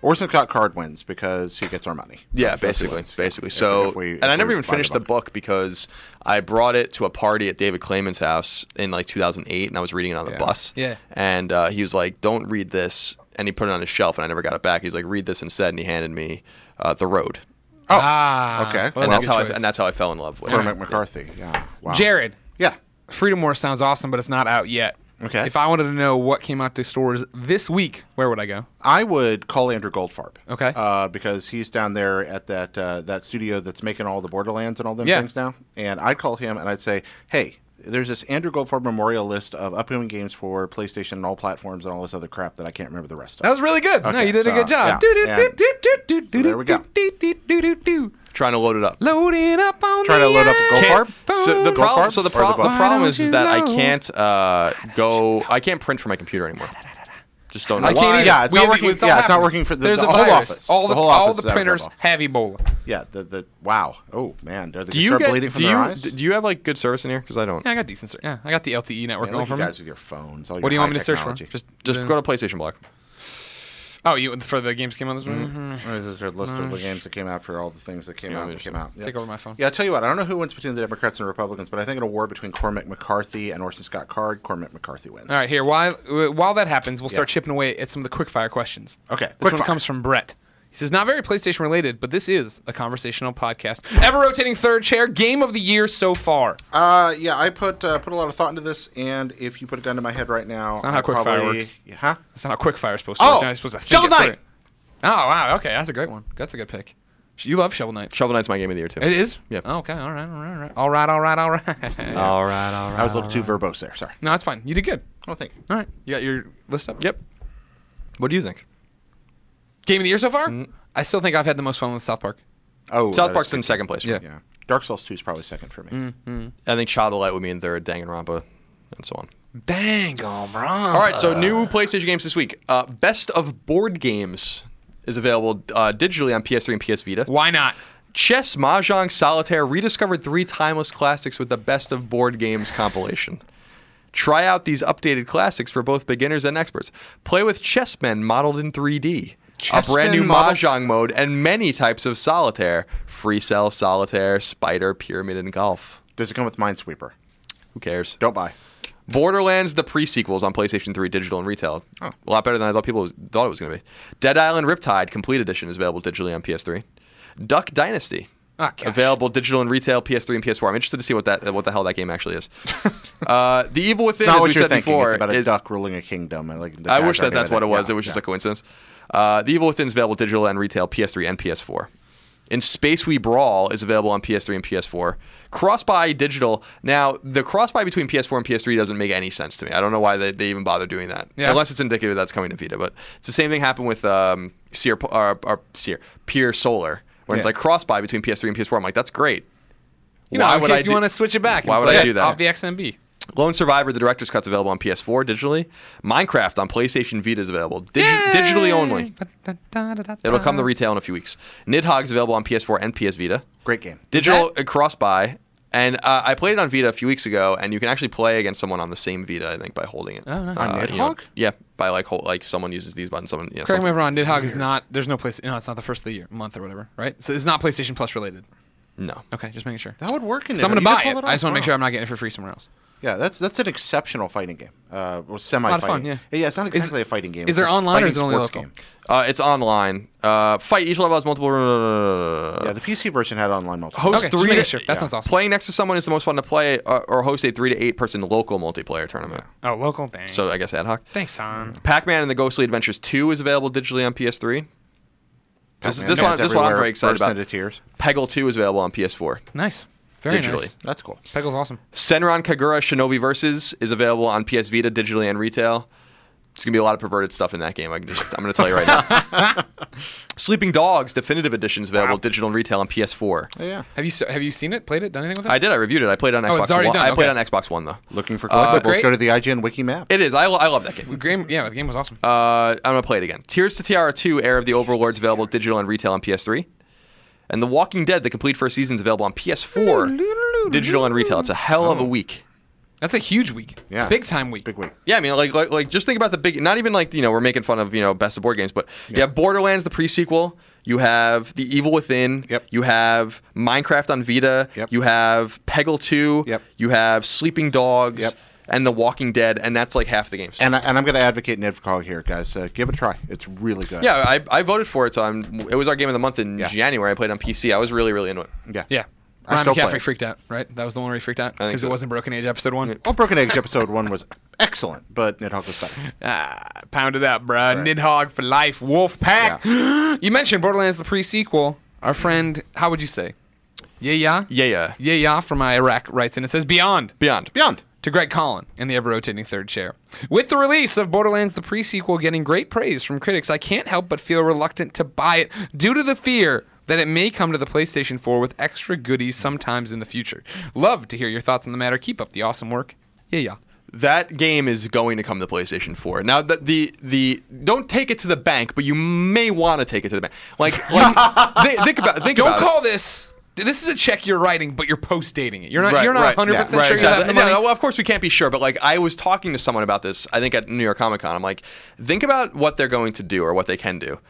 [SPEAKER 2] Orson Scott Card wins because he gets our money.
[SPEAKER 4] Yeah,
[SPEAKER 2] That's- that's who
[SPEAKER 4] basically,
[SPEAKER 2] wins.
[SPEAKER 4] basically.
[SPEAKER 2] If-
[SPEAKER 4] So,
[SPEAKER 2] if we- if
[SPEAKER 4] and I
[SPEAKER 2] we
[SPEAKER 4] never even
[SPEAKER 2] find
[SPEAKER 4] finished the book because I brought it to a party at David Clayman's house in like 2008, and I was reading it on the bus.
[SPEAKER 3] Yeah.
[SPEAKER 4] And uh, he was like, "Don't read this," and he put it on his shelf, and I never got it back. He's like, "Read this instead," and he handed me uh, The Road,
[SPEAKER 2] Oh,
[SPEAKER 3] Ah,
[SPEAKER 2] okay.
[SPEAKER 3] well,
[SPEAKER 4] and that's
[SPEAKER 3] that's a
[SPEAKER 4] how
[SPEAKER 3] good
[SPEAKER 4] I,
[SPEAKER 3] choice.
[SPEAKER 4] and that's how I fell in love with it.
[SPEAKER 2] Cormac McCarthy. Yeah. Wow.
[SPEAKER 3] Jared,
[SPEAKER 2] Yeah.
[SPEAKER 3] Freedom War sounds awesome, but it's not out yet.
[SPEAKER 2] Okay.
[SPEAKER 3] If I wanted to know what came out to stores this week, where would I go?
[SPEAKER 2] I would call Andrew Goldfarb.
[SPEAKER 3] Okay.
[SPEAKER 2] Uh, because he's down there at that uh, that studio that's making all the Borderlands and all them
[SPEAKER 3] Yeah.
[SPEAKER 2] things now. And I'd call him and I'd say, hey, there's this Andrew Goldfarb memorial list of upcoming games for PlayStation and all platforms and all this other crap that I can't remember the rest of.
[SPEAKER 3] That was really good. no,
[SPEAKER 2] Okay,
[SPEAKER 3] you did a
[SPEAKER 2] so,
[SPEAKER 3] good job.
[SPEAKER 2] yeah,
[SPEAKER 3] Do, do,
[SPEAKER 2] and-
[SPEAKER 3] do, do, do, do,
[SPEAKER 2] so there we go.
[SPEAKER 3] do, do, do, do, do.
[SPEAKER 4] Trying to load it up.
[SPEAKER 3] Loading up on
[SPEAKER 2] Trying to
[SPEAKER 3] the
[SPEAKER 2] load up the Goldfarb?
[SPEAKER 3] iPhone.
[SPEAKER 4] So the problem,
[SPEAKER 2] Farb
[SPEAKER 4] so the,
[SPEAKER 2] or
[SPEAKER 4] pro-
[SPEAKER 2] the book?
[SPEAKER 4] the problem is, is that I
[SPEAKER 3] Why don't you
[SPEAKER 4] can't uh, go. I can't print from my computer anymore. Just don't know
[SPEAKER 3] I
[SPEAKER 4] why.
[SPEAKER 3] can't either.
[SPEAKER 2] Yeah, it's
[SPEAKER 3] We
[SPEAKER 2] not
[SPEAKER 3] have-
[SPEAKER 2] working-
[SPEAKER 3] all
[SPEAKER 2] yeah, it's not
[SPEAKER 3] happening.
[SPEAKER 2] working for the-
[SPEAKER 3] There's
[SPEAKER 2] the
[SPEAKER 3] a
[SPEAKER 2] whole
[SPEAKER 3] virus.
[SPEAKER 2] offiz.
[SPEAKER 3] All the,
[SPEAKER 2] The whole
[SPEAKER 3] all
[SPEAKER 2] office
[SPEAKER 3] the
[SPEAKER 2] is having
[SPEAKER 3] printers
[SPEAKER 2] trouble.
[SPEAKER 3] have Ebola.
[SPEAKER 2] Yeah. The, the wow. Oh man. Are they
[SPEAKER 4] Do
[SPEAKER 2] gonna
[SPEAKER 4] you
[SPEAKER 2] start
[SPEAKER 4] get?
[SPEAKER 2] bleeding from
[SPEAKER 4] do
[SPEAKER 2] their
[SPEAKER 4] you
[SPEAKER 2] eyes?
[SPEAKER 4] d- do you have like good service in here? Because I don't.
[SPEAKER 3] Yeah, I got decent. Ser- yeah, I got the LTE network
[SPEAKER 2] Man,
[SPEAKER 3] going
[SPEAKER 2] look at
[SPEAKER 3] for
[SPEAKER 2] you
[SPEAKER 3] me.
[SPEAKER 2] guys with your phones. all
[SPEAKER 3] What
[SPEAKER 2] your
[SPEAKER 3] do you want me
[SPEAKER 2] high
[SPEAKER 3] to search for?
[SPEAKER 2] technology.
[SPEAKER 3] Just,
[SPEAKER 4] Just go to PlayStation Blog.
[SPEAKER 3] Oh, you for the games came out this week.
[SPEAKER 2] Or is it a list of the games that came out for all the things that came out that came out? Yeah.
[SPEAKER 3] Take over my phone.
[SPEAKER 2] Yeah, I'll tell you what. I don't know who wins between the Democrats and Republicans, but I think in a war between Cormac McCarthy and Orson Scott Card, Cormac McCarthy wins.
[SPEAKER 3] All right, here while while that happens, we'll start chipping away at some of the quick fire questions.
[SPEAKER 2] Okay,
[SPEAKER 3] this
[SPEAKER 2] quick
[SPEAKER 3] one
[SPEAKER 2] fire.
[SPEAKER 3] comes from Brett. He says, "Not very PlayStation related, but this is a conversational podcast. Ever rotating third chair game of the year so far.
[SPEAKER 2] Uh, yeah, I put uh, put a lot of thought into this, and if you put a gun to my head right now,
[SPEAKER 3] not
[SPEAKER 2] I
[SPEAKER 3] how quick fire
[SPEAKER 2] probably,
[SPEAKER 3] works.
[SPEAKER 2] Yeah, Huh?
[SPEAKER 3] That's not how quick fire is supposed to.
[SPEAKER 2] Oh,
[SPEAKER 3] work. You're not supposed to think
[SPEAKER 2] Shovel
[SPEAKER 3] it through.
[SPEAKER 2] Knight!
[SPEAKER 3] Oh wow, okay, that's a great one. That's a good pick. You love Shovel Knight.
[SPEAKER 4] Shovel Knight's my game of the year too.
[SPEAKER 3] It is.
[SPEAKER 4] Yep. Uh,
[SPEAKER 3] Oh, okay. All right. All right. All right. All right. All right. All right.
[SPEAKER 4] All right, all
[SPEAKER 2] I was a little too verbose there. Sorry.
[SPEAKER 3] no, that's fine. You did good.
[SPEAKER 2] Oh, thank you.
[SPEAKER 3] All right. You got your list up.
[SPEAKER 4] Yep. What do you think?
[SPEAKER 3] Game of the year so far?
[SPEAKER 4] Mm-hmm.
[SPEAKER 3] I still think I've had the most fun with South Park.
[SPEAKER 2] Oh, that
[SPEAKER 4] South
[SPEAKER 2] is
[SPEAKER 4] Park's in
[SPEAKER 2] good.
[SPEAKER 4] second place. for
[SPEAKER 3] Yeah.
[SPEAKER 4] me.
[SPEAKER 2] Yeah, Dark Souls Two is probably second for me.
[SPEAKER 3] Mm.
[SPEAKER 4] I think Child of Light would be in third, Danganronpa, and so on.
[SPEAKER 3] Dang, oh,
[SPEAKER 4] All right, so new PlayStation games this week. Uh, Best of Board Games is available uh, digitally on PS3 and PS Vita.
[SPEAKER 3] Why not?
[SPEAKER 4] Chess, Mahjong, Solitaire rediscovered three timeless classics with the Best of Board Games compilation. Try out these updated classics for both beginners and experts. Play with chessmen modeled in 3D, a brand new
[SPEAKER 2] Chessmen modeled-
[SPEAKER 4] Mahjong mode, and many types of solitaire free cell, solitaire, spider, pyramid, and golf.
[SPEAKER 2] Does it come with Minesweeper?
[SPEAKER 4] Who cares?
[SPEAKER 2] Don't buy.
[SPEAKER 4] Borderlands, the pre-sequels on PlayStation 3 digital and retail.
[SPEAKER 2] Oh.
[SPEAKER 4] A lot better than I thought people was, thought it was going to be. Dead Island Riptide Complete Edition is available digitally on PS3. Duck Dynasty.
[SPEAKER 3] Ah, gosh.
[SPEAKER 4] available digital and retail PS3 and PS4. I'm interested to see what that what the hell that game actually is. uh, the Evil Within,
[SPEAKER 2] It's not
[SPEAKER 4] as
[SPEAKER 2] what
[SPEAKER 4] we
[SPEAKER 2] you're
[SPEAKER 4] said
[SPEAKER 2] thinking.
[SPEAKER 4] before,
[SPEAKER 2] it's about a
[SPEAKER 4] is-
[SPEAKER 2] duck ruling a kingdom. I, like, the
[SPEAKER 4] I wish that
[SPEAKER 2] background
[SPEAKER 4] that's what it
[SPEAKER 2] of
[SPEAKER 4] was.
[SPEAKER 2] Yeah,
[SPEAKER 4] it was just
[SPEAKER 2] yeah.
[SPEAKER 4] a coincidence. Uh, the Evil Within is available digital and retail PS3 and PS4. In Space We Brawl is available on PS3 and PS4. Cross buy digital. Now, the cross buy between PS4 and PS3 doesn't make any sense to me. I don't know why they, they even bother doing that.
[SPEAKER 3] Yeah.
[SPEAKER 4] Unless it's indicative that's coming to Vita. But it's the same thing happened with um, Seer, uh, uh, Seer, Pure Solar, when it's
[SPEAKER 2] Yeah.
[SPEAKER 4] like cross buy between PS3 and PS4. I'm like, that's great.
[SPEAKER 3] You know,
[SPEAKER 4] Why
[SPEAKER 3] in
[SPEAKER 4] would
[SPEAKER 3] case
[SPEAKER 4] I
[SPEAKER 3] you
[SPEAKER 4] do-
[SPEAKER 3] want to switch it back. and
[SPEAKER 4] Why would
[SPEAKER 3] play
[SPEAKER 4] I
[SPEAKER 3] it
[SPEAKER 4] do that?
[SPEAKER 3] Off the XMB.
[SPEAKER 4] Lone Survivor, the director's cut's available on PS4 digitally. Minecraft on PlayStation Vita is available digi- digitally only. It'll come to
[SPEAKER 3] Uh-huh.
[SPEAKER 4] retail in a few weeks. Nidhogg's available on PS4 and PS Vita.
[SPEAKER 2] great game.
[SPEAKER 4] Digital uh cross buy. And uh, I played it on Vita a few weeks ago, and you can actually play against someone on the same Vita, I think, by holding it.
[SPEAKER 3] Oh, nice.
[SPEAKER 2] On
[SPEAKER 4] Uh, you know,
[SPEAKER 2] Nidhogg?
[SPEAKER 4] yeah, by like hold, like someone uses these buttons, someone. You know,
[SPEAKER 3] Correct me if
[SPEAKER 4] something.
[SPEAKER 3] I'm wrong. Nidhogg is not. There's no place. No, it's not the first of the year, month or whatever, right? So it's not PlayStation Plus related.
[SPEAKER 4] No.
[SPEAKER 3] Okay, just making sure.
[SPEAKER 2] That would work. In
[SPEAKER 3] So I'm gonna
[SPEAKER 2] Italy. You
[SPEAKER 3] buy
[SPEAKER 2] could
[SPEAKER 3] it.
[SPEAKER 2] pull
[SPEAKER 3] I just want to make
[SPEAKER 2] off.
[SPEAKER 3] sure I'm not getting it for free somewhere else.
[SPEAKER 2] Yeah, that's that's an exceptional fighting game. Uh, or semi
[SPEAKER 3] fun,
[SPEAKER 2] fighting.
[SPEAKER 3] yeah.
[SPEAKER 2] yeah, it's not exactly a fighting game.
[SPEAKER 3] is
[SPEAKER 2] it's
[SPEAKER 3] there
[SPEAKER 2] just
[SPEAKER 3] online or is
[SPEAKER 2] fighting
[SPEAKER 3] it only
[SPEAKER 2] sports
[SPEAKER 3] local?
[SPEAKER 2] Game.
[SPEAKER 4] Uh, it's online. Uh, fight each level has multiple.
[SPEAKER 2] Yeah, the PC version had online multiplayer.
[SPEAKER 4] Host
[SPEAKER 3] Okay, just
[SPEAKER 4] three.
[SPEAKER 3] making
[SPEAKER 4] to-
[SPEAKER 3] sure. That sounds awesome.
[SPEAKER 4] Playing next to someone is the most fun to play, uh, or host a three to eight person local multiplayer tournament.
[SPEAKER 3] Oh, local thing.
[SPEAKER 4] So I guess ad hoc.
[SPEAKER 3] thanks, son.
[SPEAKER 2] Mm-hmm.
[SPEAKER 4] Pac-Man and the Ghostly Adventures 2 is available digitally on PS3. This, is-
[SPEAKER 2] Pac-Man
[SPEAKER 4] this one,
[SPEAKER 2] fans
[SPEAKER 4] this one I'm
[SPEAKER 2] everywhere
[SPEAKER 4] very excited
[SPEAKER 2] burst
[SPEAKER 4] about.
[SPEAKER 2] into tears.
[SPEAKER 4] Peggle 2 is available on PS4.
[SPEAKER 3] Nice. Very
[SPEAKER 4] Digitally.
[SPEAKER 3] nice.
[SPEAKER 2] That's cool.
[SPEAKER 3] Peggle's awesome.
[SPEAKER 4] Senran Kagura Shinobi Versus is available on PS Vita digitally and retail. It's gonna be a lot of perverted stuff in that game. I can just, I'm gonna tell you right now. Sleeping Dogs Definitive Edition is available digital and retail on PS4.
[SPEAKER 2] Oh, yeah.
[SPEAKER 3] Have you s- have you seen it? Played it? Done anything with it?
[SPEAKER 4] I did. I reviewed it. I played on Xbox.
[SPEAKER 3] Oh, it's already
[SPEAKER 4] One.
[SPEAKER 3] done,
[SPEAKER 4] I played
[SPEAKER 3] okay.
[SPEAKER 4] on Xbox One though.
[SPEAKER 2] Looking for collectibles,
[SPEAKER 3] great.
[SPEAKER 2] go to the IGN wiki map.
[SPEAKER 4] It is. I, lo- I love that game.
[SPEAKER 3] The game, yeah, the game was awesome.
[SPEAKER 4] Uh, I'm gonna play it again. Tears to Tiara 2, Heir of the Overlords, available digital and retail on PS3. And The Walking Dead, the complete first season, is available on PS4, digital and retail. It's a hell
[SPEAKER 2] Oh.
[SPEAKER 4] of a week.
[SPEAKER 3] That's a huge week.
[SPEAKER 2] Yeah.
[SPEAKER 3] Big time week.
[SPEAKER 2] Big week.
[SPEAKER 4] Yeah, I mean, like, like, like, just think about the big. Not even like you know, we're making fun of you know, best of board games, but you have Borderlands, the prequel. You have The Evil Within.
[SPEAKER 2] Yep.
[SPEAKER 4] You have Minecraft on Vita.
[SPEAKER 2] Yep.
[SPEAKER 4] You have Peggle 2.
[SPEAKER 2] Yep.
[SPEAKER 4] You have Sleeping Dogs.
[SPEAKER 2] Yep.
[SPEAKER 4] And The Walking Dead, and that's like half the games.
[SPEAKER 2] And, I, and I'm going to advocate Ned Cog here, guys. Uh, give it a try. It's really good.
[SPEAKER 4] Yeah, I, I voted for it. So I'm, it was our game of the month in
[SPEAKER 2] Yeah.
[SPEAKER 4] January. I played on PC. I was really, really into it.
[SPEAKER 2] Yeah.
[SPEAKER 3] Yeah.
[SPEAKER 2] I
[SPEAKER 3] Ryan
[SPEAKER 2] still play
[SPEAKER 3] McCaffrey
[SPEAKER 2] it.
[SPEAKER 3] freaked out, right? That was the one where he freaked out
[SPEAKER 4] think
[SPEAKER 3] because
[SPEAKER 4] so.
[SPEAKER 3] it wasn't Broken Age episode one.
[SPEAKER 2] Well, Broken Eggs episode one was excellent, but Nidhogg was better.
[SPEAKER 3] Ah, pounded out, bruh. Nidhogg for life. Wolf pack. you mentioned Borderlands the pre-sequel. Our friend, how would you say? Yeah, yeah.
[SPEAKER 4] Yeah, yeah.
[SPEAKER 3] Yeah, yeah, from Iraq writes in. It says Beyond.
[SPEAKER 4] Beyond.
[SPEAKER 2] Beyond.
[SPEAKER 3] to Greg Collin in the ever rotating third chair. With the release of Borderlands the prequel getting great praise from critics, I can't help but feel reluctant to buy it due to the fear that it may come to the PlayStation 4 with extra goodies sometimes in the future. Love to hear your thoughts on the matter. Keep up the awesome work. Yeah, yeah.
[SPEAKER 4] That game is going to come to PlayStation 4. Now, the the, the don't take it to the bank, but you may want to take it to the bank. Like, like thi- think about think
[SPEAKER 3] Don't
[SPEAKER 4] about
[SPEAKER 3] call
[SPEAKER 4] it.
[SPEAKER 3] this this is a check you're writing, but you're post dating it. You're not
[SPEAKER 4] Right,
[SPEAKER 3] you're
[SPEAKER 4] right,
[SPEAKER 3] not 100%
[SPEAKER 4] yeah, right,
[SPEAKER 3] sure
[SPEAKER 4] exactly.
[SPEAKER 3] you have the money.
[SPEAKER 4] No, no, well, of course we can't be sure, but like I was talking to someone about this. I think at New York Comic Con, I'm like, think about what they're going to do or what they can do.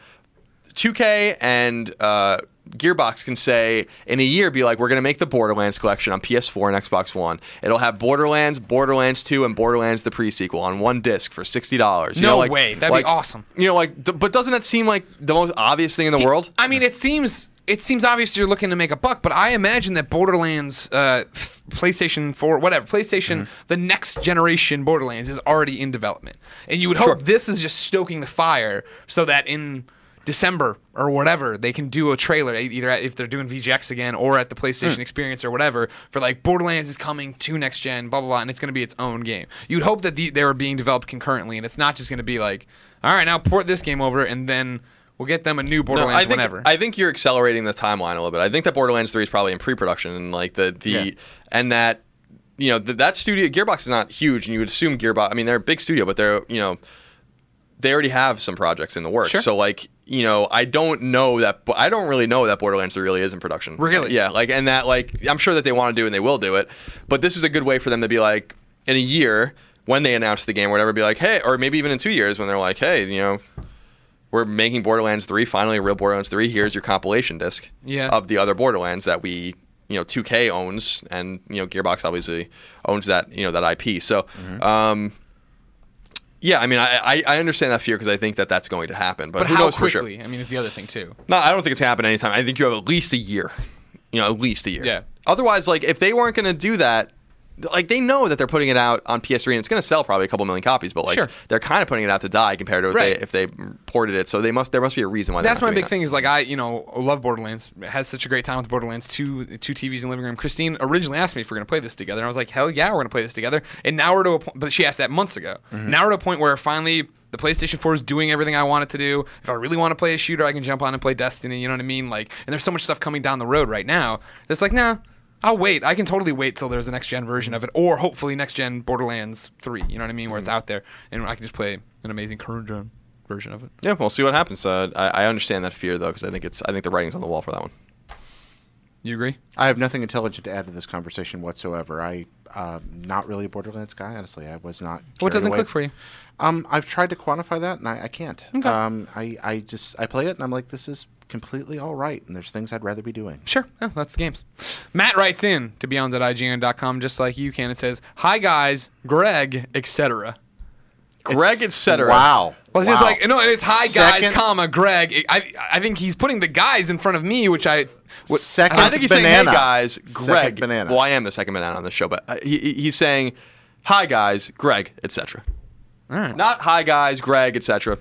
[SPEAKER 4] 2K and uh, Gearbox can say in a year, be like, we're going to make the Borderlands collection on PS4 and Xbox One. It'll have Borderlands, Borderlands 2, and Borderlands the prequel on one disc for sixty dollars.
[SPEAKER 3] No way. That'd be awesome.
[SPEAKER 4] You know, like, d- but doesn't that seem like the most obvious thing in the world?
[SPEAKER 3] I mean, it seems it seems obvious you're looking to make a buck, but I imagine that Borderlands, uh, f- PlayStation Four, whatever PlayStation, the next generation Borderlands is already in development, and you would hope this is just stoking the fire so that in December or whatever they can do a trailer e- either at, if they're doing VGX again or at the PlayStation Experience or whatever for like Borderlands is coming to next gen, blah blah blah, and it's going to be its own game. You'd hope that the, they were being developed concurrently, and it's not just going to be like, all right, now port this game over and then We'll get them a new
[SPEAKER 4] No,
[SPEAKER 3] Borderlands
[SPEAKER 4] I think,
[SPEAKER 3] whenever.
[SPEAKER 4] I think you're accelerating the timeline a little bit. I think that Borderlands 3 is probably in pre-production and like the the
[SPEAKER 2] Yeah.
[SPEAKER 4] and that you know th- that studio Gearbox is not huge and you would assume Gearbox I mean they're a big studio but they're you know they already have some projects in the works.
[SPEAKER 3] Sure.
[SPEAKER 4] So like, you know, I don't know that but I don't really know that Borderlands 3 really is in production.
[SPEAKER 3] Really?
[SPEAKER 4] Yeah, like and that like I'm sure that they want to do it and they will do it, but this is a good way for them to be like in a year when they announce the game or whatever be like, "Hey," or maybe even in 2 years when they're like, "Hey, you know, we're making Borderlands 3 finally a real Borderlands 3. Here's your compilation disc
[SPEAKER 3] Yeah.
[SPEAKER 4] of the other Borderlands that we, you know, 2K owns and you know Gearbox obviously owns that, you know, that IP. So,
[SPEAKER 3] Mm-hmm.
[SPEAKER 4] um yeah, I mean, I I, I understand that fear because I think that that's going to happen, but,
[SPEAKER 3] but
[SPEAKER 4] who
[SPEAKER 3] how
[SPEAKER 4] knows for
[SPEAKER 3] quickly?
[SPEAKER 4] sure?
[SPEAKER 3] I mean, it's the other thing too.
[SPEAKER 4] No, I don't think it's gonna happen anytime. I think you have at least a year, you know, at least a year.
[SPEAKER 3] Yeah.
[SPEAKER 4] Otherwise, like if they weren't gonna do that. Like they know that they're putting it out on PS3 and it's going to sell probably a couple million copies, but like
[SPEAKER 3] Sure.
[SPEAKER 4] they're kind of putting it out to die compared to if,
[SPEAKER 3] Right.
[SPEAKER 4] they, if they ported it. So they must there must be a reason why. they're
[SPEAKER 3] That's
[SPEAKER 4] not
[SPEAKER 3] my
[SPEAKER 4] doing
[SPEAKER 3] big
[SPEAKER 4] that.
[SPEAKER 3] thing is like I, you know, love Borderlands. Had such a great time with Borderlands. Two two TVs in the living room. Christine originally asked me if we're gonna play this together. And I was like, hell yeah, we're gonna play this together. And now we're to a point, but she asked that months ago. Now we're to a point where finally the PlayStation 4 is doing everything I want it to do. If I really want to play a shooter, I can jump on and play Destiny. You know what I mean? Like, and there's so much stuff coming down the road right now. That's like, nah. I'll wait. I can totally wait till there's a next gen version of it, or hopefully next gen Borderlands 3. You know what I mean? Where it's out there, and I can just play an amazing current gen version of it.
[SPEAKER 4] Yeah, we'll see what happens. Uh, I, I understand that fear though, because I think it's I think the writing's on the wall for that one.
[SPEAKER 3] You agree?
[SPEAKER 2] I have nothing intelligent to add to this conversation whatsoever. I, um, not really a Borderlands guy, honestly. I was not.
[SPEAKER 3] What
[SPEAKER 2] carried
[SPEAKER 3] doesn't
[SPEAKER 2] away.
[SPEAKER 3] click for you?
[SPEAKER 2] Um, I've tried to quantify that, and I, I can't.
[SPEAKER 3] Okay.
[SPEAKER 2] Um, I, I just I play it, and I'm like, this is completely all right, and there's things I'd rather be doing.
[SPEAKER 3] Sure. Yeah, that's the games. Matt writes in to beyond.ign.com just like you can. It says, Hi guys, Greg, etc.
[SPEAKER 4] Greg, etc.
[SPEAKER 2] Wow.
[SPEAKER 3] Well, it's just
[SPEAKER 2] Wow.
[SPEAKER 3] like, no, it's hi guys,
[SPEAKER 2] Second-
[SPEAKER 3] comma, Greg. I, I think he's putting the guys in front of me, which I. Oh, What,
[SPEAKER 2] Second
[SPEAKER 4] I think he's
[SPEAKER 2] banana.
[SPEAKER 4] saying, "Hey guys, Greg."
[SPEAKER 2] Second banana.
[SPEAKER 4] Well, I am the second banana on the show, but uh, he, he- he's saying, "Hi guys, Greg, etc."
[SPEAKER 3] all right.
[SPEAKER 4] Not "Hi guys, Greg, etc."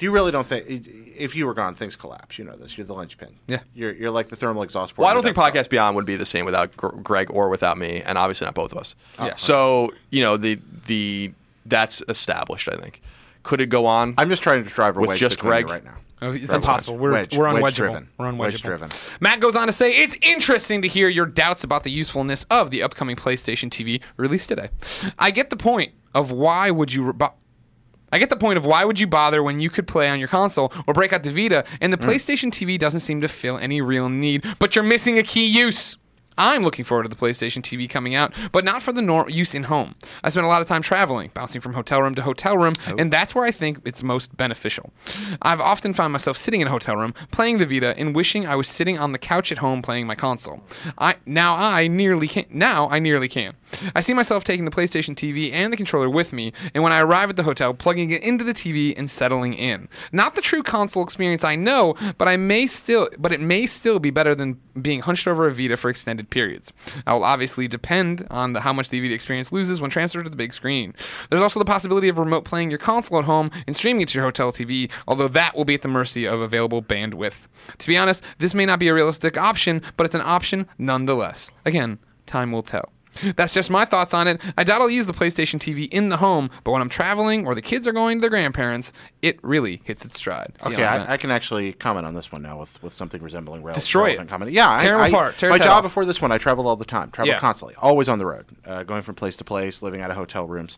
[SPEAKER 2] You really don't think if you were gone, things collapse. You know this. You're the linchpin.
[SPEAKER 3] Yeah.
[SPEAKER 2] You're you're like the thermal exhaust. port
[SPEAKER 4] Well, I
[SPEAKER 2] on
[SPEAKER 4] don't
[SPEAKER 2] your
[SPEAKER 4] think
[SPEAKER 2] desktop.
[SPEAKER 4] Podcast Beyond would be the same without Gr- Greg or without me, and obviously not both of us.
[SPEAKER 3] Yeah.
[SPEAKER 4] So you know the the that's established. I think could it go on?
[SPEAKER 2] I'm just trying to drive
[SPEAKER 4] With
[SPEAKER 2] away
[SPEAKER 4] just
[SPEAKER 2] between you
[SPEAKER 4] Greg?
[SPEAKER 2] right now.
[SPEAKER 3] Oh, It's
[SPEAKER 4] Wedge.
[SPEAKER 3] impossible. We're,
[SPEAKER 2] Wedge.
[SPEAKER 3] we're unwedgeable.
[SPEAKER 2] Wedge-driven.
[SPEAKER 3] We're unwedgeable.
[SPEAKER 2] Wedge-driven.
[SPEAKER 3] Matt goes on to say, It's interesting to hear your doubts about the usefulness of the upcoming PlayStation TV release today. I get the point of why would you. Re- bo- I get the point of why would you bother when you could play on your console or break out the Vita, and the PlayStation TV doesn't seem to fill any real need, but you're missing a key use. I'm looking forward to the PlayStation TV coming out, but not for the nor- use in home. I spent a lot of time traveling, bouncing from hotel room to hotel room, and that's where I think it's most beneficial. I've often found myself sitting in a hotel room, playing the Vita, and wishing I was sitting on the couch at home playing my console. I now I nearly can now I nearly can. I see myself taking the PlayStation TV and the controller with me, and when I arrive at the hotel, plugging it into the TV and settling in. Not the true console experience I know, but I may still but it may still be better than being hunched over a Vita for extended periods. I will obviously depend on the, how much the Vita experience loses when transferred to the big screen. There's also the possibility of remote playing your console at home and streaming it to your hotel TV, although that will be at the mercy of available bandwidth. To be honest, this may not be a realistic option, but it's an option nonetheless. Again, time will tell. That's just my thoughts on it. I doubt I'll use the PlayStation TV in the home, but when I'm traveling or the kids are going to their grandparents, it really hits its stride.
[SPEAKER 2] Okay, I, I can actually comment on this one now with, with something resembling rail.
[SPEAKER 3] Destroy
[SPEAKER 2] relevant
[SPEAKER 3] it.
[SPEAKER 2] Comment. Yeah,
[SPEAKER 3] Tear 'em
[SPEAKER 2] I, I-
[SPEAKER 3] apart. Tear
[SPEAKER 2] my
[SPEAKER 3] his head
[SPEAKER 2] job
[SPEAKER 3] off.
[SPEAKER 2] before this one, I traveled all the time, traveled
[SPEAKER 3] Yeah.
[SPEAKER 2] constantly, always on the road, uh, going from place to place, living out of hotel rooms.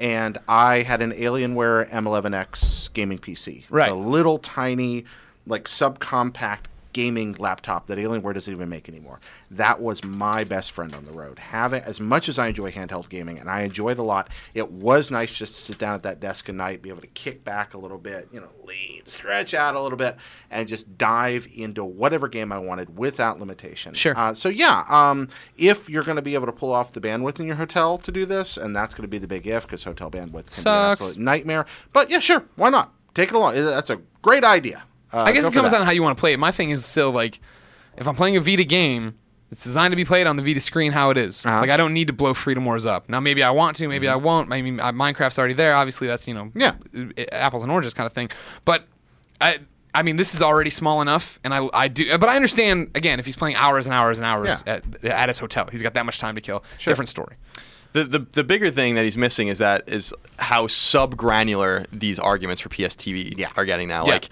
[SPEAKER 2] And I had an Alienware M11X gaming PC, It's
[SPEAKER 3] Right.
[SPEAKER 2] a little tiny, like subcompact gaming laptop that Alienware doesn't even make anymore. That was my best friend on the road. Having as much as I enjoy handheld gaming, and I enjoyed a lot, it was nice just to sit down at that desk at night, be able to kick back a little bit, you know, lean, stretch out a little bit, and just dive into whatever game I wanted without limitation.
[SPEAKER 3] Sure.
[SPEAKER 2] Uh, so yeah, um, if you're going to be able to pull off the bandwidth in your hotel to do this, and that's going to be the big if because hotel bandwidth can be an
[SPEAKER 3] Sucks.
[SPEAKER 2] absolute nightmare. But yeah, sure, why not? Take it along. That's a great idea. Uh,
[SPEAKER 3] I guess
[SPEAKER 2] go
[SPEAKER 3] it
[SPEAKER 2] for
[SPEAKER 3] comes
[SPEAKER 2] that.
[SPEAKER 3] down to how you want to play it. My thing is still like, if I'm playing a Vita game, it's designed to be played on the Vita screen how it is.
[SPEAKER 2] Uh-huh.
[SPEAKER 3] Like I don't need to blow Freedom Wars up. Now maybe I want to, maybe I won't. I mean, uh, Minecraft's already there. Obviously, that's you know,
[SPEAKER 2] Mm-hmm. Yeah.
[SPEAKER 3] uh, apples and oranges kind of thing. But I. I mean, this is already small enough, and I, I do, but I understand again if he's playing hours and hours and hours
[SPEAKER 2] Yeah.
[SPEAKER 3] at, at his hotel, he's got that much time to kill. Different story.
[SPEAKER 4] The, the the bigger thing that he's missing is that is how sub granular these arguments for PS TV
[SPEAKER 2] Yeah.
[SPEAKER 4] are getting now.
[SPEAKER 3] Yeah.
[SPEAKER 4] Like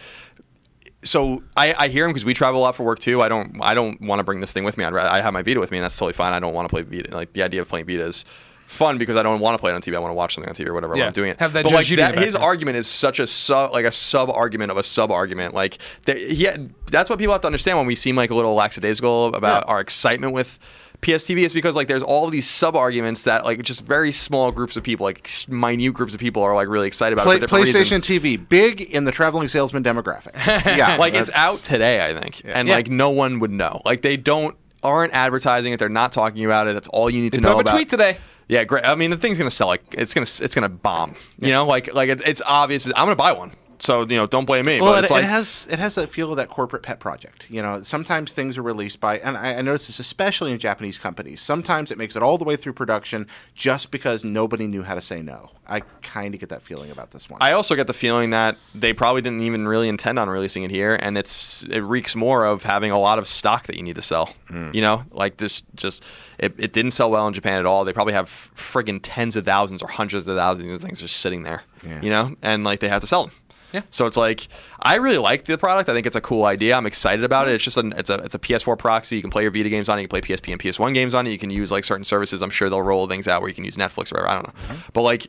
[SPEAKER 4] so I, I hear him because we travel a lot for work too. I don't I don't want to bring this thing with me. I'd rather, I have my Vita with me, and that's totally fine. I don't want to play Vita. Like the idea of playing Vita is fun because I don't want to play it on TV. I want to watch something on TV or whatever.
[SPEAKER 3] Yeah.
[SPEAKER 4] while I'm doing it.
[SPEAKER 3] Have that
[SPEAKER 4] but
[SPEAKER 3] Joe
[SPEAKER 4] like
[SPEAKER 3] Giudice in the
[SPEAKER 4] his
[SPEAKER 3] background.
[SPEAKER 4] argument is such a sub like a sub argument of a sub argument. Like that, he, that's what people have to understand when we seem like a little lackadaisical about our excitement with. PSTV It's because like there's all these sub arguments that like just very small groups of people, like s- minute groups of people, are like really excited about
[SPEAKER 2] Play,
[SPEAKER 4] it for different
[SPEAKER 2] PlayStation
[SPEAKER 4] reasons.
[SPEAKER 2] TV, big in the traveling salesman demographic. Yeah,
[SPEAKER 4] like it's
[SPEAKER 2] that's-
[SPEAKER 4] out today, I think, and
[SPEAKER 3] Yeah.
[SPEAKER 4] like no one would know. Like they don't aren't advertising it. They're not talking about it. That's all you need to know
[SPEAKER 3] Put up a
[SPEAKER 4] about.
[SPEAKER 3] tweet today.
[SPEAKER 4] Yeah, great. I mean, the thing's gonna sell. Like it's gonna it's gonna bomb. You know, like like it's it's obvious. I'm gonna buy one. So you know, don't blame me.
[SPEAKER 2] Well,
[SPEAKER 4] but
[SPEAKER 2] it,
[SPEAKER 4] it's like
[SPEAKER 2] it has it has that feel of that corporate pet project. You know, sometimes things are released by, and I, I notice this especially in Japanese companies. Sometimes it makes it all the way through production just because nobody knew how to say no. I kind of get that feeling about this one.
[SPEAKER 4] I also get the feeling that they probably didn't even really intend on releasing it here, and it's it reeks more of having a lot of stock that you need to sell.
[SPEAKER 2] Mm.
[SPEAKER 4] You know, like this just it, it didn't sell well in Japan at all. They probably have friggin' tens of thousands or hundreds of thousands of things just sitting there.
[SPEAKER 2] Yeah.
[SPEAKER 4] You know, and like they have to sell them.
[SPEAKER 3] Yeah.
[SPEAKER 4] So it's like I really like the product. I think it's a cool idea. I'm excited about it. It's just an, it's a it's a PS4 proxy. You can play your Vita games on it. You can play PSP and PS1 games on it. You can use like certain services. I'm sure they'll roll things out where you can use Netflix or whatever. I don't know.
[SPEAKER 2] Mm-hmm.
[SPEAKER 4] But like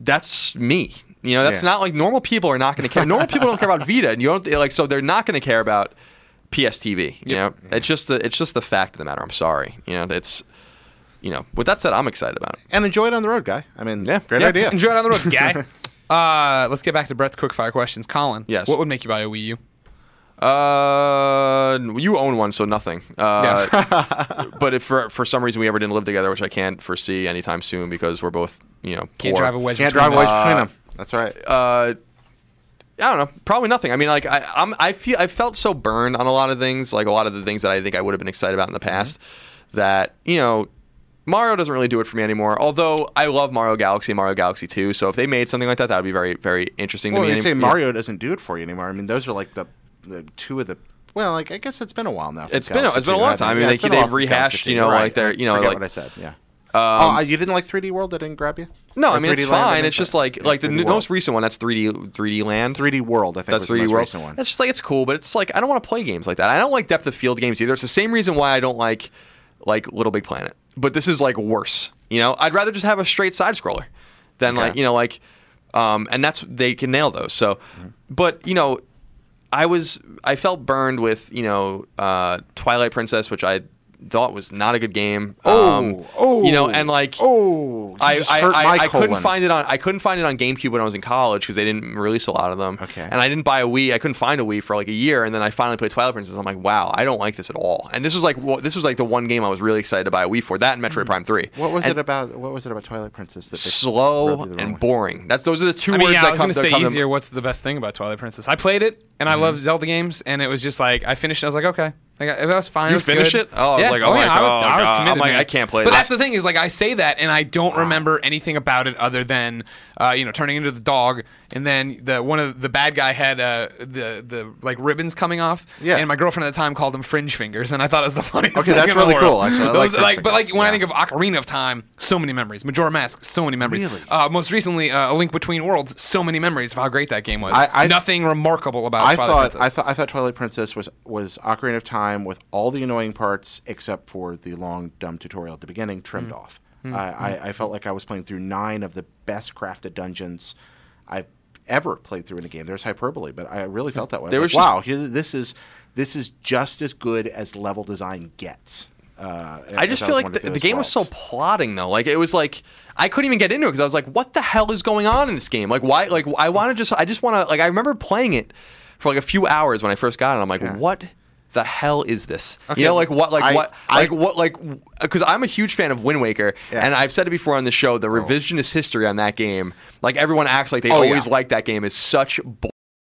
[SPEAKER 4] that's me. You know, that's
[SPEAKER 2] Yeah.
[SPEAKER 4] not like normal people are not going to care. Normal people don't care about Vita, and you don't like so they're not going to care about PSTV. You
[SPEAKER 3] Yep.
[SPEAKER 4] know, it's just the it's just the fact of the matter. I'm sorry. You know, it's you know. With that said, I'm excited about it.
[SPEAKER 2] and enjoy it on the road, guy. I mean,
[SPEAKER 4] Yeah.
[SPEAKER 2] great
[SPEAKER 4] Yeah.
[SPEAKER 2] idea.
[SPEAKER 3] Enjoy it on the road, guy. Uh, let's get back to Brett's quickfire questions. Colin,
[SPEAKER 4] Yes.
[SPEAKER 3] what would make you buy a Wii U?
[SPEAKER 4] Uh, you own one, so nothing. Uh, but if for for some reason we ever didn't live together, which I can't foresee anytime soon because we're both you know
[SPEAKER 3] Can't
[SPEAKER 4] poor.
[SPEAKER 3] drive a wedge.
[SPEAKER 2] Can't
[SPEAKER 3] between
[SPEAKER 2] drive away
[SPEAKER 3] us.
[SPEAKER 2] between them. That's right.
[SPEAKER 4] uh, I don't know. Probably nothing. I mean, like I, I'm, I feel I felt so burned on a lot of things, like a lot of the things that I think I would have been excited about in the past.
[SPEAKER 2] Mm-hmm.
[SPEAKER 4] That you know, Mario doesn't really do it for me anymore. Although I love Mario Galaxy, and Mario Galaxy Two. So if they made something like that, that would be very, very interesting
[SPEAKER 2] well,
[SPEAKER 4] to me.
[SPEAKER 2] you say
[SPEAKER 4] Yeah.
[SPEAKER 2] Mario doesn't do it for you anymore. I mean, those are like the, the two of the. Well, like I guess it's been a while now.
[SPEAKER 4] It's been a- it's been a long time. I mean, they- they've rehashed, you know, like
[SPEAKER 2] they're
[SPEAKER 4] their- you know,
[SPEAKER 2] Forget
[SPEAKER 4] like- um,
[SPEAKER 2] what I said. Yeah. oh, uh, you didn't like 3D World? That didn't grab you?
[SPEAKER 4] No,
[SPEAKER 2] Or
[SPEAKER 4] I mean it's
[SPEAKER 2] 3D Land, I
[SPEAKER 4] fine.
[SPEAKER 2] meant,
[SPEAKER 4] It's just
[SPEAKER 2] but-
[SPEAKER 4] like
[SPEAKER 2] yeah,
[SPEAKER 4] like the
[SPEAKER 2] 3D
[SPEAKER 4] n-
[SPEAKER 2] World.
[SPEAKER 4] most recent one. That's 3D 3D Land.
[SPEAKER 2] 3D World. I think
[SPEAKER 4] That's
[SPEAKER 2] was the
[SPEAKER 4] 3D
[SPEAKER 2] most
[SPEAKER 4] World.
[SPEAKER 2] recent one.
[SPEAKER 4] That's just like it's cool, but it's like I don't want to play games like that. I don't like depth of field games either. It's the same reason why I don't like like Little Big Planet. But this is like worse. You know, I'd rather just have a straight side scroller than like you know like, um, and that's they can nail those. So,
[SPEAKER 2] Mm-hmm.
[SPEAKER 4] but you know, I was I felt burned with you know uh, Twilight Princess, which I thought was not a good game. Um,
[SPEAKER 2] oh,
[SPEAKER 4] you know, and like
[SPEAKER 2] oh, you
[SPEAKER 4] I,
[SPEAKER 2] just
[SPEAKER 4] I,
[SPEAKER 2] hurt my
[SPEAKER 4] I, I couldn't
[SPEAKER 2] colon.
[SPEAKER 4] find it on I couldn't find it on GameCube when I was in college because they didn't release a lot of them.
[SPEAKER 2] Okay.
[SPEAKER 4] And I didn't buy a Wii. I couldn't find a Wii for like a year, and then I finally played Twilight Princess. I'm like, wow, I don't like this at all. And this was like wha- this was like the one game I was really excited to buy a Wii for. That and Metroid Prime Three.
[SPEAKER 2] Hmm. What was
[SPEAKER 4] And
[SPEAKER 2] it about? What was it about Twilight Princess? That they
[SPEAKER 4] Slow
[SPEAKER 2] rubbed you the wrong
[SPEAKER 4] and
[SPEAKER 2] way?
[SPEAKER 4] boring. That's those are the two
[SPEAKER 3] I mean,
[SPEAKER 4] words
[SPEAKER 3] yeah,
[SPEAKER 4] that
[SPEAKER 3] I was
[SPEAKER 4] come,
[SPEAKER 3] gonna
[SPEAKER 4] that
[SPEAKER 3] say
[SPEAKER 4] come Mm-hmm. to-
[SPEAKER 3] easier. What's the best thing about Twilight Princess? I played it, and I love Zelda games, and it was just like I finished. it, I was like, okay, like I- it was fine.
[SPEAKER 4] You
[SPEAKER 3] it was
[SPEAKER 4] finished
[SPEAKER 3] good.
[SPEAKER 4] it? Oh, I was
[SPEAKER 3] yeah.
[SPEAKER 4] like, oh my
[SPEAKER 3] yeah, I was,
[SPEAKER 4] God,
[SPEAKER 3] I was
[SPEAKER 4] God.
[SPEAKER 3] committed.
[SPEAKER 4] I'm like,
[SPEAKER 3] man.
[SPEAKER 4] I can't play
[SPEAKER 3] But
[SPEAKER 4] this.
[SPEAKER 3] that's the thing is, like, I say that, and I don't remember anything about it other than, uh, you know, turning into the dog, and then the one of the bad guy had uh, the the like ribbons coming off.
[SPEAKER 2] Yeah.
[SPEAKER 3] And my girlfriend at the time called them fringe fingers, and I thought it was the funniest.
[SPEAKER 2] Okay,
[SPEAKER 3] thing
[SPEAKER 2] that's
[SPEAKER 3] in the
[SPEAKER 2] really
[SPEAKER 3] world.
[SPEAKER 2] cool, actually. I
[SPEAKER 3] Those-
[SPEAKER 2] like fringe
[SPEAKER 3] like, but like
[SPEAKER 2] fingers,
[SPEAKER 3] when
[SPEAKER 2] yeah.
[SPEAKER 3] I think of Ocarina of Time, so many memories. Majora Mask, so many memories.
[SPEAKER 2] Really?
[SPEAKER 3] Uh, most recently, uh, A Link Between Worlds, so many memories of how great that game was.
[SPEAKER 2] I- I-
[SPEAKER 3] Nothing remarkable about
[SPEAKER 2] I
[SPEAKER 3] Twilight
[SPEAKER 2] thought
[SPEAKER 3] Princess.
[SPEAKER 2] I thought I thought Twilight Princess was was Ocarina of Time with all the annoying parts except for the long dumb tutorial at the beginning trimmed
[SPEAKER 4] Mm.
[SPEAKER 2] off. I, I, I felt like I was playing through nine of the best crafted dungeons I've ever played through in a game. There's hyperbole, but I really felt that way. I
[SPEAKER 4] There
[SPEAKER 2] was
[SPEAKER 4] was
[SPEAKER 2] like,
[SPEAKER 4] just-
[SPEAKER 2] wow, here, this is this is just as good as level design gets. Uh,
[SPEAKER 4] I
[SPEAKER 2] as was
[SPEAKER 4] just feel like
[SPEAKER 2] wondering
[SPEAKER 4] the,
[SPEAKER 2] through
[SPEAKER 4] the
[SPEAKER 2] those
[SPEAKER 4] game was so
[SPEAKER 2] worlds.
[SPEAKER 4] plotting though. Like it was like I couldn't even get into it because I was like, what the hell is going on in this game? Like why? Like I want to just I just want to like I remember playing it for like a few hours when I first got it. I'm like, what? The hell is this?
[SPEAKER 2] Okay,
[SPEAKER 4] You know, like what, like
[SPEAKER 2] I-
[SPEAKER 4] what,
[SPEAKER 2] I-
[SPEAKER 4] like what, like because I'm a huge fan of Wind Waker,
[SPEAKER 2] Yeah.
[SPEAKER 4] and I've said it before on the show. The revisionist history on that game, like everyone acts like they
[SPEAKER 2] Oh, yeah.
[SPEAKER 4] always liked that game, is such. Bull-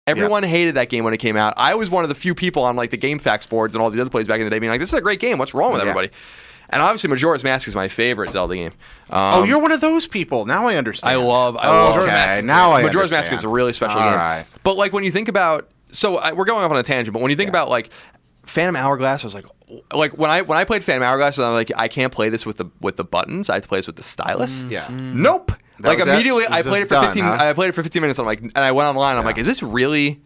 [SPEAKER 4] Everyone hated that game when it came out. I was one of the few people on like the game facts boards and all the other plays back in the day being like, "This is a great game. What's wrong with
[SPEAKER 2] Yeah.
[SPEAKER 4] everybody?" And obviously, Majora's Mask is my favorite Zelda game. Um,
[SPEAKER 2] Oh, you're one of those people. Now I understand.
[SPEAKER 4] I love. I
[SPEAKER 2] Oh, okay,
[SPEAKER 4] love
[SPEAKER 2] now I understand.
[SPEAKER 4] Majora's Mask is a really special
[SPEAKER 2] All
[SPEAKER 4] game.
[SPEAKER 2] right.
[SPEAKER 4] But like when you think about, so I, we're going off on a tangent. But when you think about like Phantom Hourglass, I was like, like when I when I played Phantom Hourglass, and I'm like, I can't play this with the with the buttons. I have to play this with the stylus.
[SPEAKER 2] Yeah. Mm.
[SPEAKER 4] Nope.
[SPEAKER 2] That
[SPEAKER 4] like
[SPEAKER 2] was it?
[SPEAKER 4] immediately,
[SPEAKER 2] This
[SPEAKER 4] I
[SPEAKER 2] is
[SPEAKER 4] played it for
[SPEAKER 2] done,
[SPEAKER 4] 15.
[SPEAKER 2] huh?
[SPEAKER 4] I played it for 15 minutes. I'm like, and I went online. I'm like, is this really?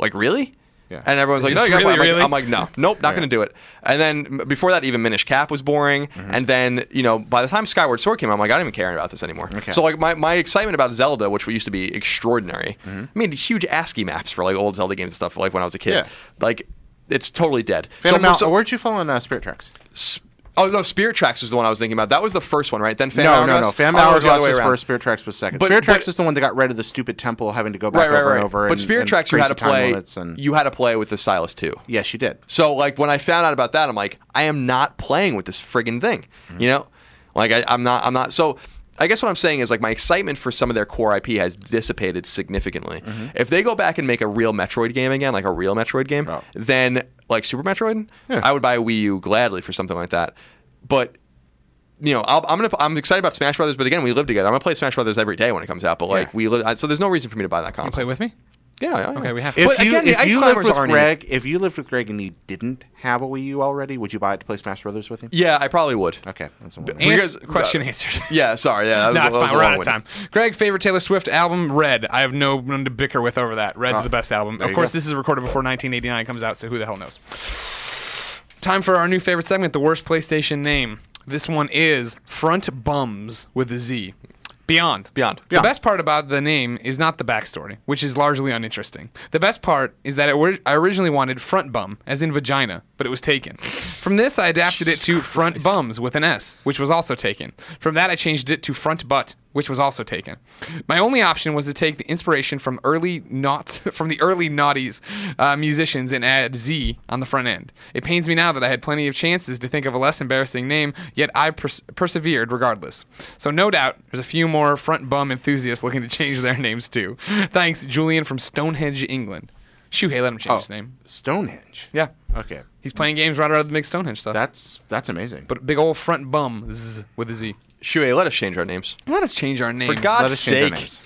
[SPEAKER 4] Like, really?
[SPEAKER 2] Yeah.
[SPEAKER 4] And everyone's like,
[SPEAKER 3] Is
[SPEAKER 4] no,
[SPEAKER 3] this
[SPEAKER 4] you got
[SPEAKER 3] really,
[SPEAKER 4] I'm, like-
[SPEAKER 3] really?
[SPEAKER 4] I'm like, no, nope, not going to do it. And then m- before that, even Minish Cap was boring.
[SPEAKER 2] Mm-hmm.
[SPEAKER 4] And then, you know, by the time Skyward Sword came out, I'm like, I don't even care about this anymore.
[SPEAKER 2] Okay.
[SPEAKER 4] So, like, my, my excitement about Zelda, which used to be extraordinary,
[SPEAKER 2] Mm-hmm.
[SPEAKER 4] I made huge ASCII maps for, like, old Zelda games and stuff, like, when I was a kid.
[SPEAKER 2] Yeah.
[SPEAKER 4] Like, it's totally dead.
[SPEAKER 2] Phantom
[SPEAKER 4] so,
[SPEAKER 2] Mount-
[SPEAKER 4] so-
[SPEAKER 2] oh, where'd you fall on uh, Spirit Tracks?
[SPEAKER 4] Sp- Oh no, Spirit Tracks was the one I was thinking about. That was the first one, right? Then Phantom
[SPEAKER 2] No, no,
[SPEAKER 4] Hourglass?
[SPEAKER 2] no. Phantom
[SPEAKER 4] Oh, it was the
[SPEAKER 2] Hourglass
[SPEAKER 4] other way
[SPEAKER 2] was
[SPEAKER 4] around.
[SPEAKER 2] first. Spirit Tracks was second.
[SPEAKER 4] But-
[SPEAKER 2] Spirit Tracks
[SPEAKER 4] but-
[SPEAKER 2] is the one that got rid of the stupid temple, having to go back
[SPEAKER 4] Right, right,
[SPEAKER 2] over
[SPEAKER 4] right.
[SPEAKER 2] and over.
[SPEAKER 4] but
[SPEAKER 2] and,
[SPEAKER 4] Spirit
[SPEAKER 2] and
[SPEAKER 4] Tracks, you had
[SPEAKER 2] crazy
[SPEAKER 4] to
[SPEAKER 2] time
[SPEAKER 4] play.
[SPEAKER 2] limits And
[SPEAKER 4] You had to play with the Silas too.
[SPEAKER 2] yes, you did.
[SPEAKER 4] So like when I found out about that, I'm like, I am not playing with this friggin' thing.
[SPEAKER 2] Mm-hmm.
[SPEAKER 4] You know, like I, I'm not. I'm not. So I guess what I'm saying is like my excitement for some of their core IP has dissipated significantly.
[SPEAKER 2] Mm-hmm.
[SPEAKER 4] If they go back and make a real Metroid game again, like a real Metroid game,
[SPEAKER 2] Oh.
[SPEAKER 4] then like Super Metroid,
[SPEAKER 2] Yeah.
[SPEAKER 4] I would buy a Wii U gladly for something like that. But you know, I'll, I'm gonna. I'm excited about Smash Brothers, but again, we live together. I'm gonna play Smash Brothers every day when it comes out. But like
[SPEAKER 2] Yeah.
[SPEAKER 4] we live, I- so there's no reason for me to buy that console.
[SPEAKER 3] Play with me.
[SPEAKER 4] Yeah, yeah, yeah.
[SPEAKER 3] Okay, we have to.
[SPEAKER 2] If
[SPEAKER 4] But
[SPEAKER 2] you,
[SPEAKER 4] again, the
[SPEAKER 2] if
[SPEAKER 4] Ice
[SPEAKER 2] you
[SPEAKER 4] Climbers
[SPEAKER 2] lived with
[SPEAKER 4] aren't in it.
[SPEAKER 2] Greg, if you lived with Greg and you didn't have a Wii U already, would you buy it to play Smash Brothers with him?
[SPEAKER 4] Yeah, I probably would.
[SPEAKER 2] Okay, that's what I'm wondering.
[SPEAKER 4] you
[SPEAKER 3] Ans-
[SPEAKER 4] guys- uh,
[SPEAKER 3] question answered.
[SPEAKER 4] Yeah, sorry. Yeah, that
[SPEAKER 3] no,
[SPEAKER 4] was,
[SPEAKER 3] it's
[SPEAKER 4] that was
[SPEAKER 3] fine.
[SPEAKER 4] a
[SPEAKER 3] We're
[SPEAKER 4] long
[SPEAKER 3] out
[SPEAKER 4] one.
[SPEAKER 3] of time. Greg, favorite Taylor Swift album, Red. I have no one to bicker with over that. Red's
[SPEAKER 4] Ah.
[SPEAKER 3] the best album. Of
[SPEAKER 2] you
[SPEAKER 3] course,
[SPEAKER 2] go.
[SPEAKER 3] this is recorded before 1989 comes out, so who the hell knows? Time for our new favorite segment, the worst PlayStation name. This one is Front Bums with a Z. Beyond.
[SPEAKER 4] Beyond.
[SPEAKER 3] The best part about the name is not the backstory, which is largely uninteresting. The best part is that it wor- I originally wanted front bum, as in vagina, but it was taken. From this, I adapted it to front bums with an S, which was also taken. From that, I changed it to front butt, which was also taken. My only option was to take the inspiration from early not from the early naughties uh, musicians and add Z on the front end. It pains me now that I had plenty of chances to think of a less embarrassing name, yet I pers- persevered regardless. So no doubt there's a few more front bum enthusiasts looking to change their names too. Thanks, Julian from Stonehenge, England. Shoot, hey, let him
[SPEAKER 2] Oh.
[SPEAKER 3] change his name.
[SPEAKER 2] Stonehenge.
[SPEAKER 3] Yeah,
[SPEAKER 2] Okay,
[SPEAKER 3] he's playing games right around the big Stonehenge stuff.
[SPEAKER 2] that's that's amazing.
[SPEAKER 3] but big old front bum z with a Z.
[SPEAKER 4] Shuei, let us change our names.
[SPEAKER 3] Let Mm, us change our name.
[SPEAKER 4] For God's
[SPEAKER 2] Let us change our
[SPEAKER 4] sake.
[SPEAKER 2] names.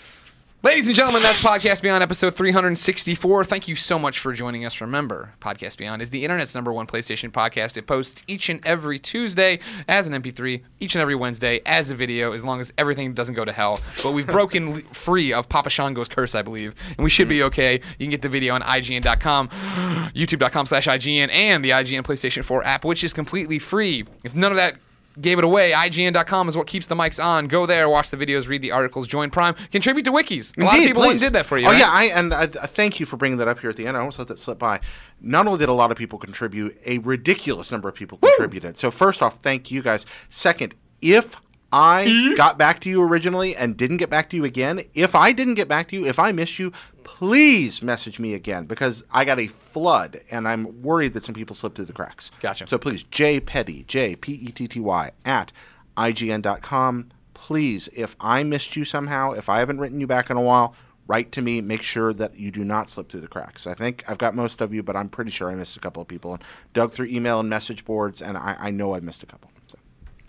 [SPEAKER 3] Ladies and gentlemen, that's Podcast Beyond episode 364. Thank you so much for joining us. Remember, Podcast Beyond is the internet's number one PlayStation podcast. It posts each and every Tuesday as an MP3, each and every Wednesday as a video, as long as everything doesn't go to hell. But we've broken le- free of Papa Shango's curse, I believe, and we should be okay. You can get the video on IGN.com, YouTube.com slash IGN, and the IGN PlayStation 4 app, which is completely free. If none of that gave it away. IGN.com is what keeps the mics on. Go there, watch the videos, read the articles, join Prime, contribute to wikis. A lot of
[SPEAKER 2] Indeed,
[SPEAKER 3] people
[SPEAKER 2] please.
[SPEAKER 3] went and did that for you.
[SPEAKER 2] Oh
[SPEAKER 3] right?
[SPEAKER 2] yeah, I and I, I thank you for bringing that up here at the end. I almost let that slip by. Not only did a lot of people contribute, a ridiculous number of people contributed. So first off, thank you guys. Second, if I got back to you originally and didn't get back to you again, if I didn't get back to you, if I missed you, please message me again because I got a flood and I'm worried that some people slipped through the cracks.
[SPEAKER 3] Gotcha.
[SPEAKER 2] So please, J Petty, J P E T T Y at IGN.com. Please, if I missed you somehow, if I haven't written you back in a while, write to me. Make sure that you do not slip through the cracks. I think I've got most of you, but I'm pretty sure I missed a couple of people and dug through email and message boards, and I, I know I missed a couple. So.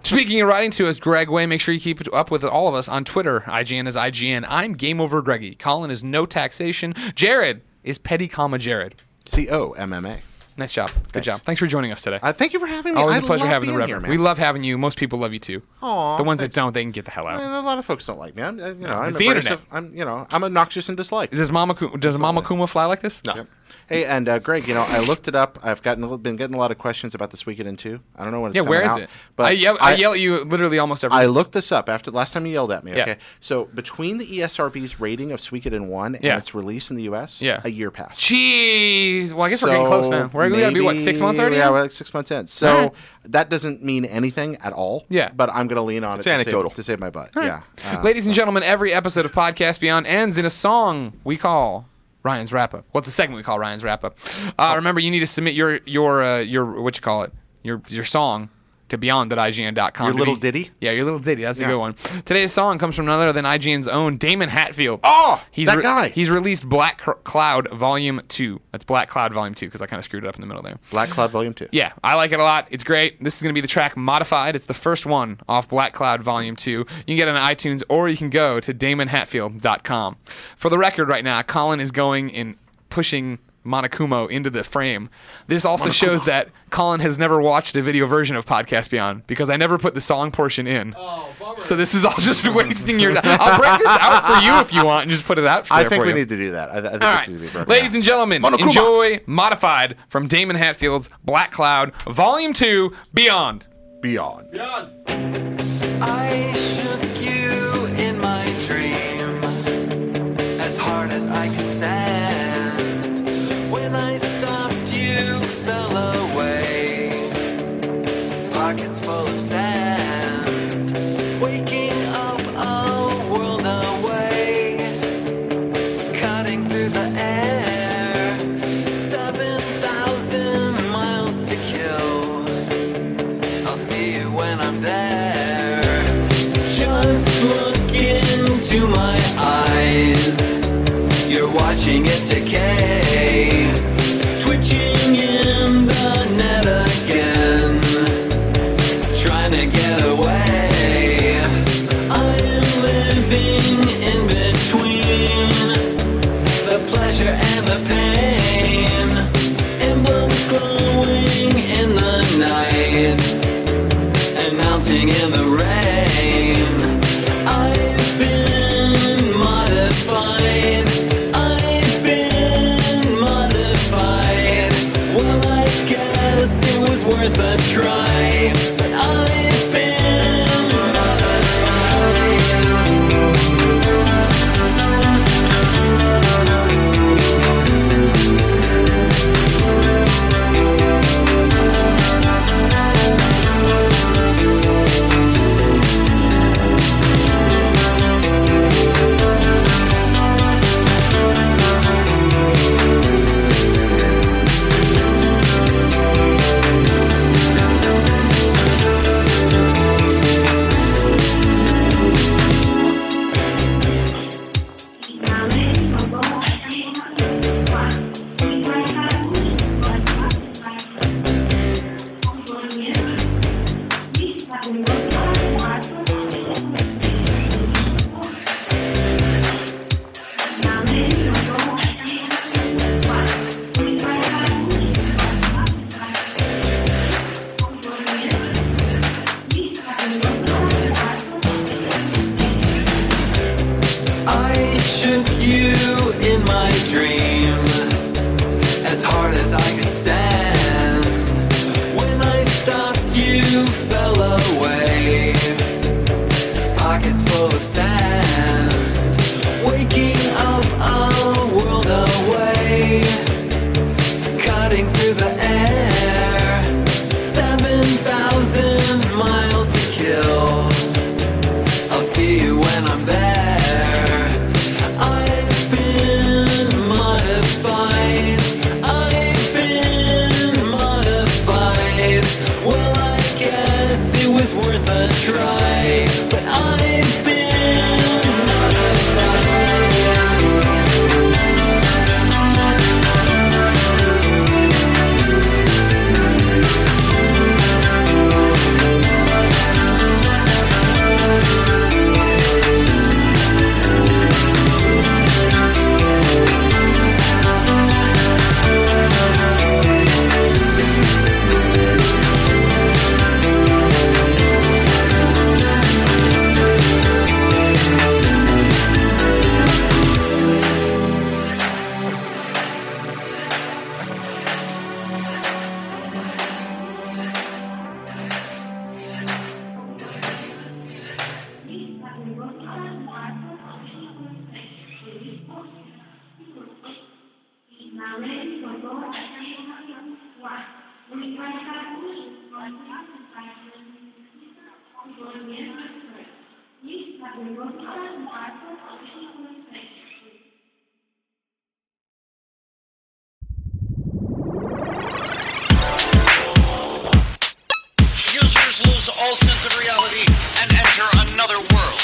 [SPEAKER 3] Speaking of writing to us, Greg Way, make sure you keep up with all of us on Twitter. IGN is IGN. I'm Game Over Greggy. Colin is No Taxation. Jared is Petty, comma Jared.
[SPEAKER 2] C O M M A.
[SPEAKER 3] Nice job. Good
[SPEAKER 2] Thanks.
[SPEAKER 3] job. Thanks for joining us today.
[SPEAKER 2] Uh, thank you for having me.
[SPEAKER 3] Always
[SPEAKER 2] I
[SPEAKER 3] a pleasure
[SPEAKER 2] love
[SPEAKER 3] having the
[SPEAKER 2] being here,
[SPEAKER 3] Reverend.
[SPEAKER 2] man.
[SPEAKER 3] we love having you. Most people love you too.
[SPEAKER 2] Aw,
[SPEAKER 3] the ones that don't, they can get the hell out.
[SPEAKER 2] And a lot of folks don't like me. I'm, uh, you know, I'm
[SPEAKER 3] It's the
[SPEAKER 2] abrasive.
[SPEAKER 3] internet.
[SPEAKER 2] I'm, you know, I'm obnoxious and disliked.
[SPEAKER 3] Does Mama Ku- does Mama Kuma fly like this?
[SPEAKER 4] No.
[SPEAKER 2] Hey, and uh, Greg, you know, I looked it up. I've gotten been getting a lot of questions about this weekend in two. I don't know when it's
[SPEAKER 3] Yeah,
[SPEAKER 2] coming
[SPEAKER 3] where is
[SPEAKER 2] out,
[SPEAKER 3] it?
[SPEAKER 2] But
[SPEAKER 3] I yell, I,
[SPEAKER 2] I,
[SPEAKER 3] yell at you literally almost every.
[SPEAKER 2] I looked this up after last time you yelled at me.
[SPEAKER 3] Yeah.
[SPEAKER 2] Okay, so between the E ESRB's rating of Suikoden in one and
[SPEAKER 3] Yeah.
[SPEAKER 2] its release in the U.S.,
[SPEAKER 3] Yeah.
[SPEAKER 2] a year passed.
[SPEAKER 3] Jeez. Well, I guess we're getting close now. We're we gotta be what six months already?
[SPEAKER 2] Yeah,
[SPEAKER 3] in?
[SPEAKER 2] we're like six months in. So
[SPEAKER 3] Alright.
[SPEAKER 2] that doesn't mean anything at all.
[SPEAKER 3] Yeah.
[SPEAKER 2] but I'm gonna lean on
[SPEAKER 4] It's
[SPEAKER 2] it.
[SPEAKER 4] anecdotal.
[SPEAKER 2] to save, to save my butt. Yeah. Uh,
[SPEAKER 3] Ladies and gentlemen, every episode of Podcast Beyond ends in a song we call Ryan's Wrap Up. Well, it's a segment we call Ryan's Wrap Up.
[SPEAKER 2] Oh.
[SPEAKER 3] Uh, Remember, you need to submit your your uh, your what you call it your your song to beyond.ign.com.
[SPEAKER 2] Your
[SPEAKER 3] to
[SPEAKER 2] little
[SPEAKER 3] be-
[SPEAKER 2] ditty?
[SPEAKER 3] Yeah, your little ditty. That's a
[SPEAKER 2] Yeah.
[SPEAKER 3] good one. Today's song comes from none other than IGN's own Damon Hatfield.
[SPEAKER 2] Oh, that guy.
[SPEAKER 3] He's released Black Cr- Cloud Volume Two. That's Black Cloud Volume Two because I kind of screwed it up in the middle there.
[SPEAKER 2] Black Cloud Volume Two.
[SPEAKER 3] Yeah, I like it a lot. It's great. This is going to be the track Modified. It's the first one off Black Cloud Volume 2. You can get it on iTunes or you can go to damonhatfield.com. For the record, right now, Colin is going and pushing Monokumo into the frame. This also shows that Colin has never watched a video version of Podcast Beyond because I never put the song portion in. Oh, So this is all just wasting your time. I'll break this out for you if you want and just put it out for
[SPEAKER 2] I
[SPEAKER 3] there
[SPEAKER 2] think
[SPEAKER 3] for
[SPEAKER 2] we
[SPEAKER 3] you.
[SPEAKER 2] need to do that. I, I think
[SPEAKER 3] all
[SPEAKER 2] this
[SPEAKER 3] right,
[SPEAKER 2] needs to be broken
[SPEAKER 3] ladies
[SPEAKER 2] down.
[SPEAKER 3] and gentlemen,
[SPEAKER 2] Monokuma.
[SPEAKER 3] enjoy Modified from Damon Hatfield's Black Cloud, Volume 2, Beyond.
[SPEAKER 2] beyond.
[SPEAKER 5] I shook you in my dream as hard as I could stand. When I stopped, you fell away, pockets full of sand. Waking up a world away, cutting through the air. 7,000 miles to kill. I'll see you when I'm there. Just look into my eyes. You're watching it decay. Twitching in the net again. Trying to get away. I'm living in between the pleasure and the pain. Emblems glowing in the night and melting in the rain. I've been modified. I've been modified. Well, I guess it was worth a try. But I've been modified. I shook you in my dream as hard as I could stand. When I stopped, you fell away, pockets full of sand. Waking up a world away, cutting through the air. 7,000 miles to kill. I'll see you when I'm there. I've been modified. I've been modified. Well, I guess it was worth a try. But I've been modified.
[SPEAKER 6] Thank you.
[SPEAKER 1] Users lose all sense of reality and enter another world.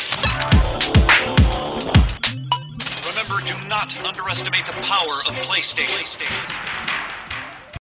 [SPEAKER 1] Remember, do not underestimate the power of PlayStation.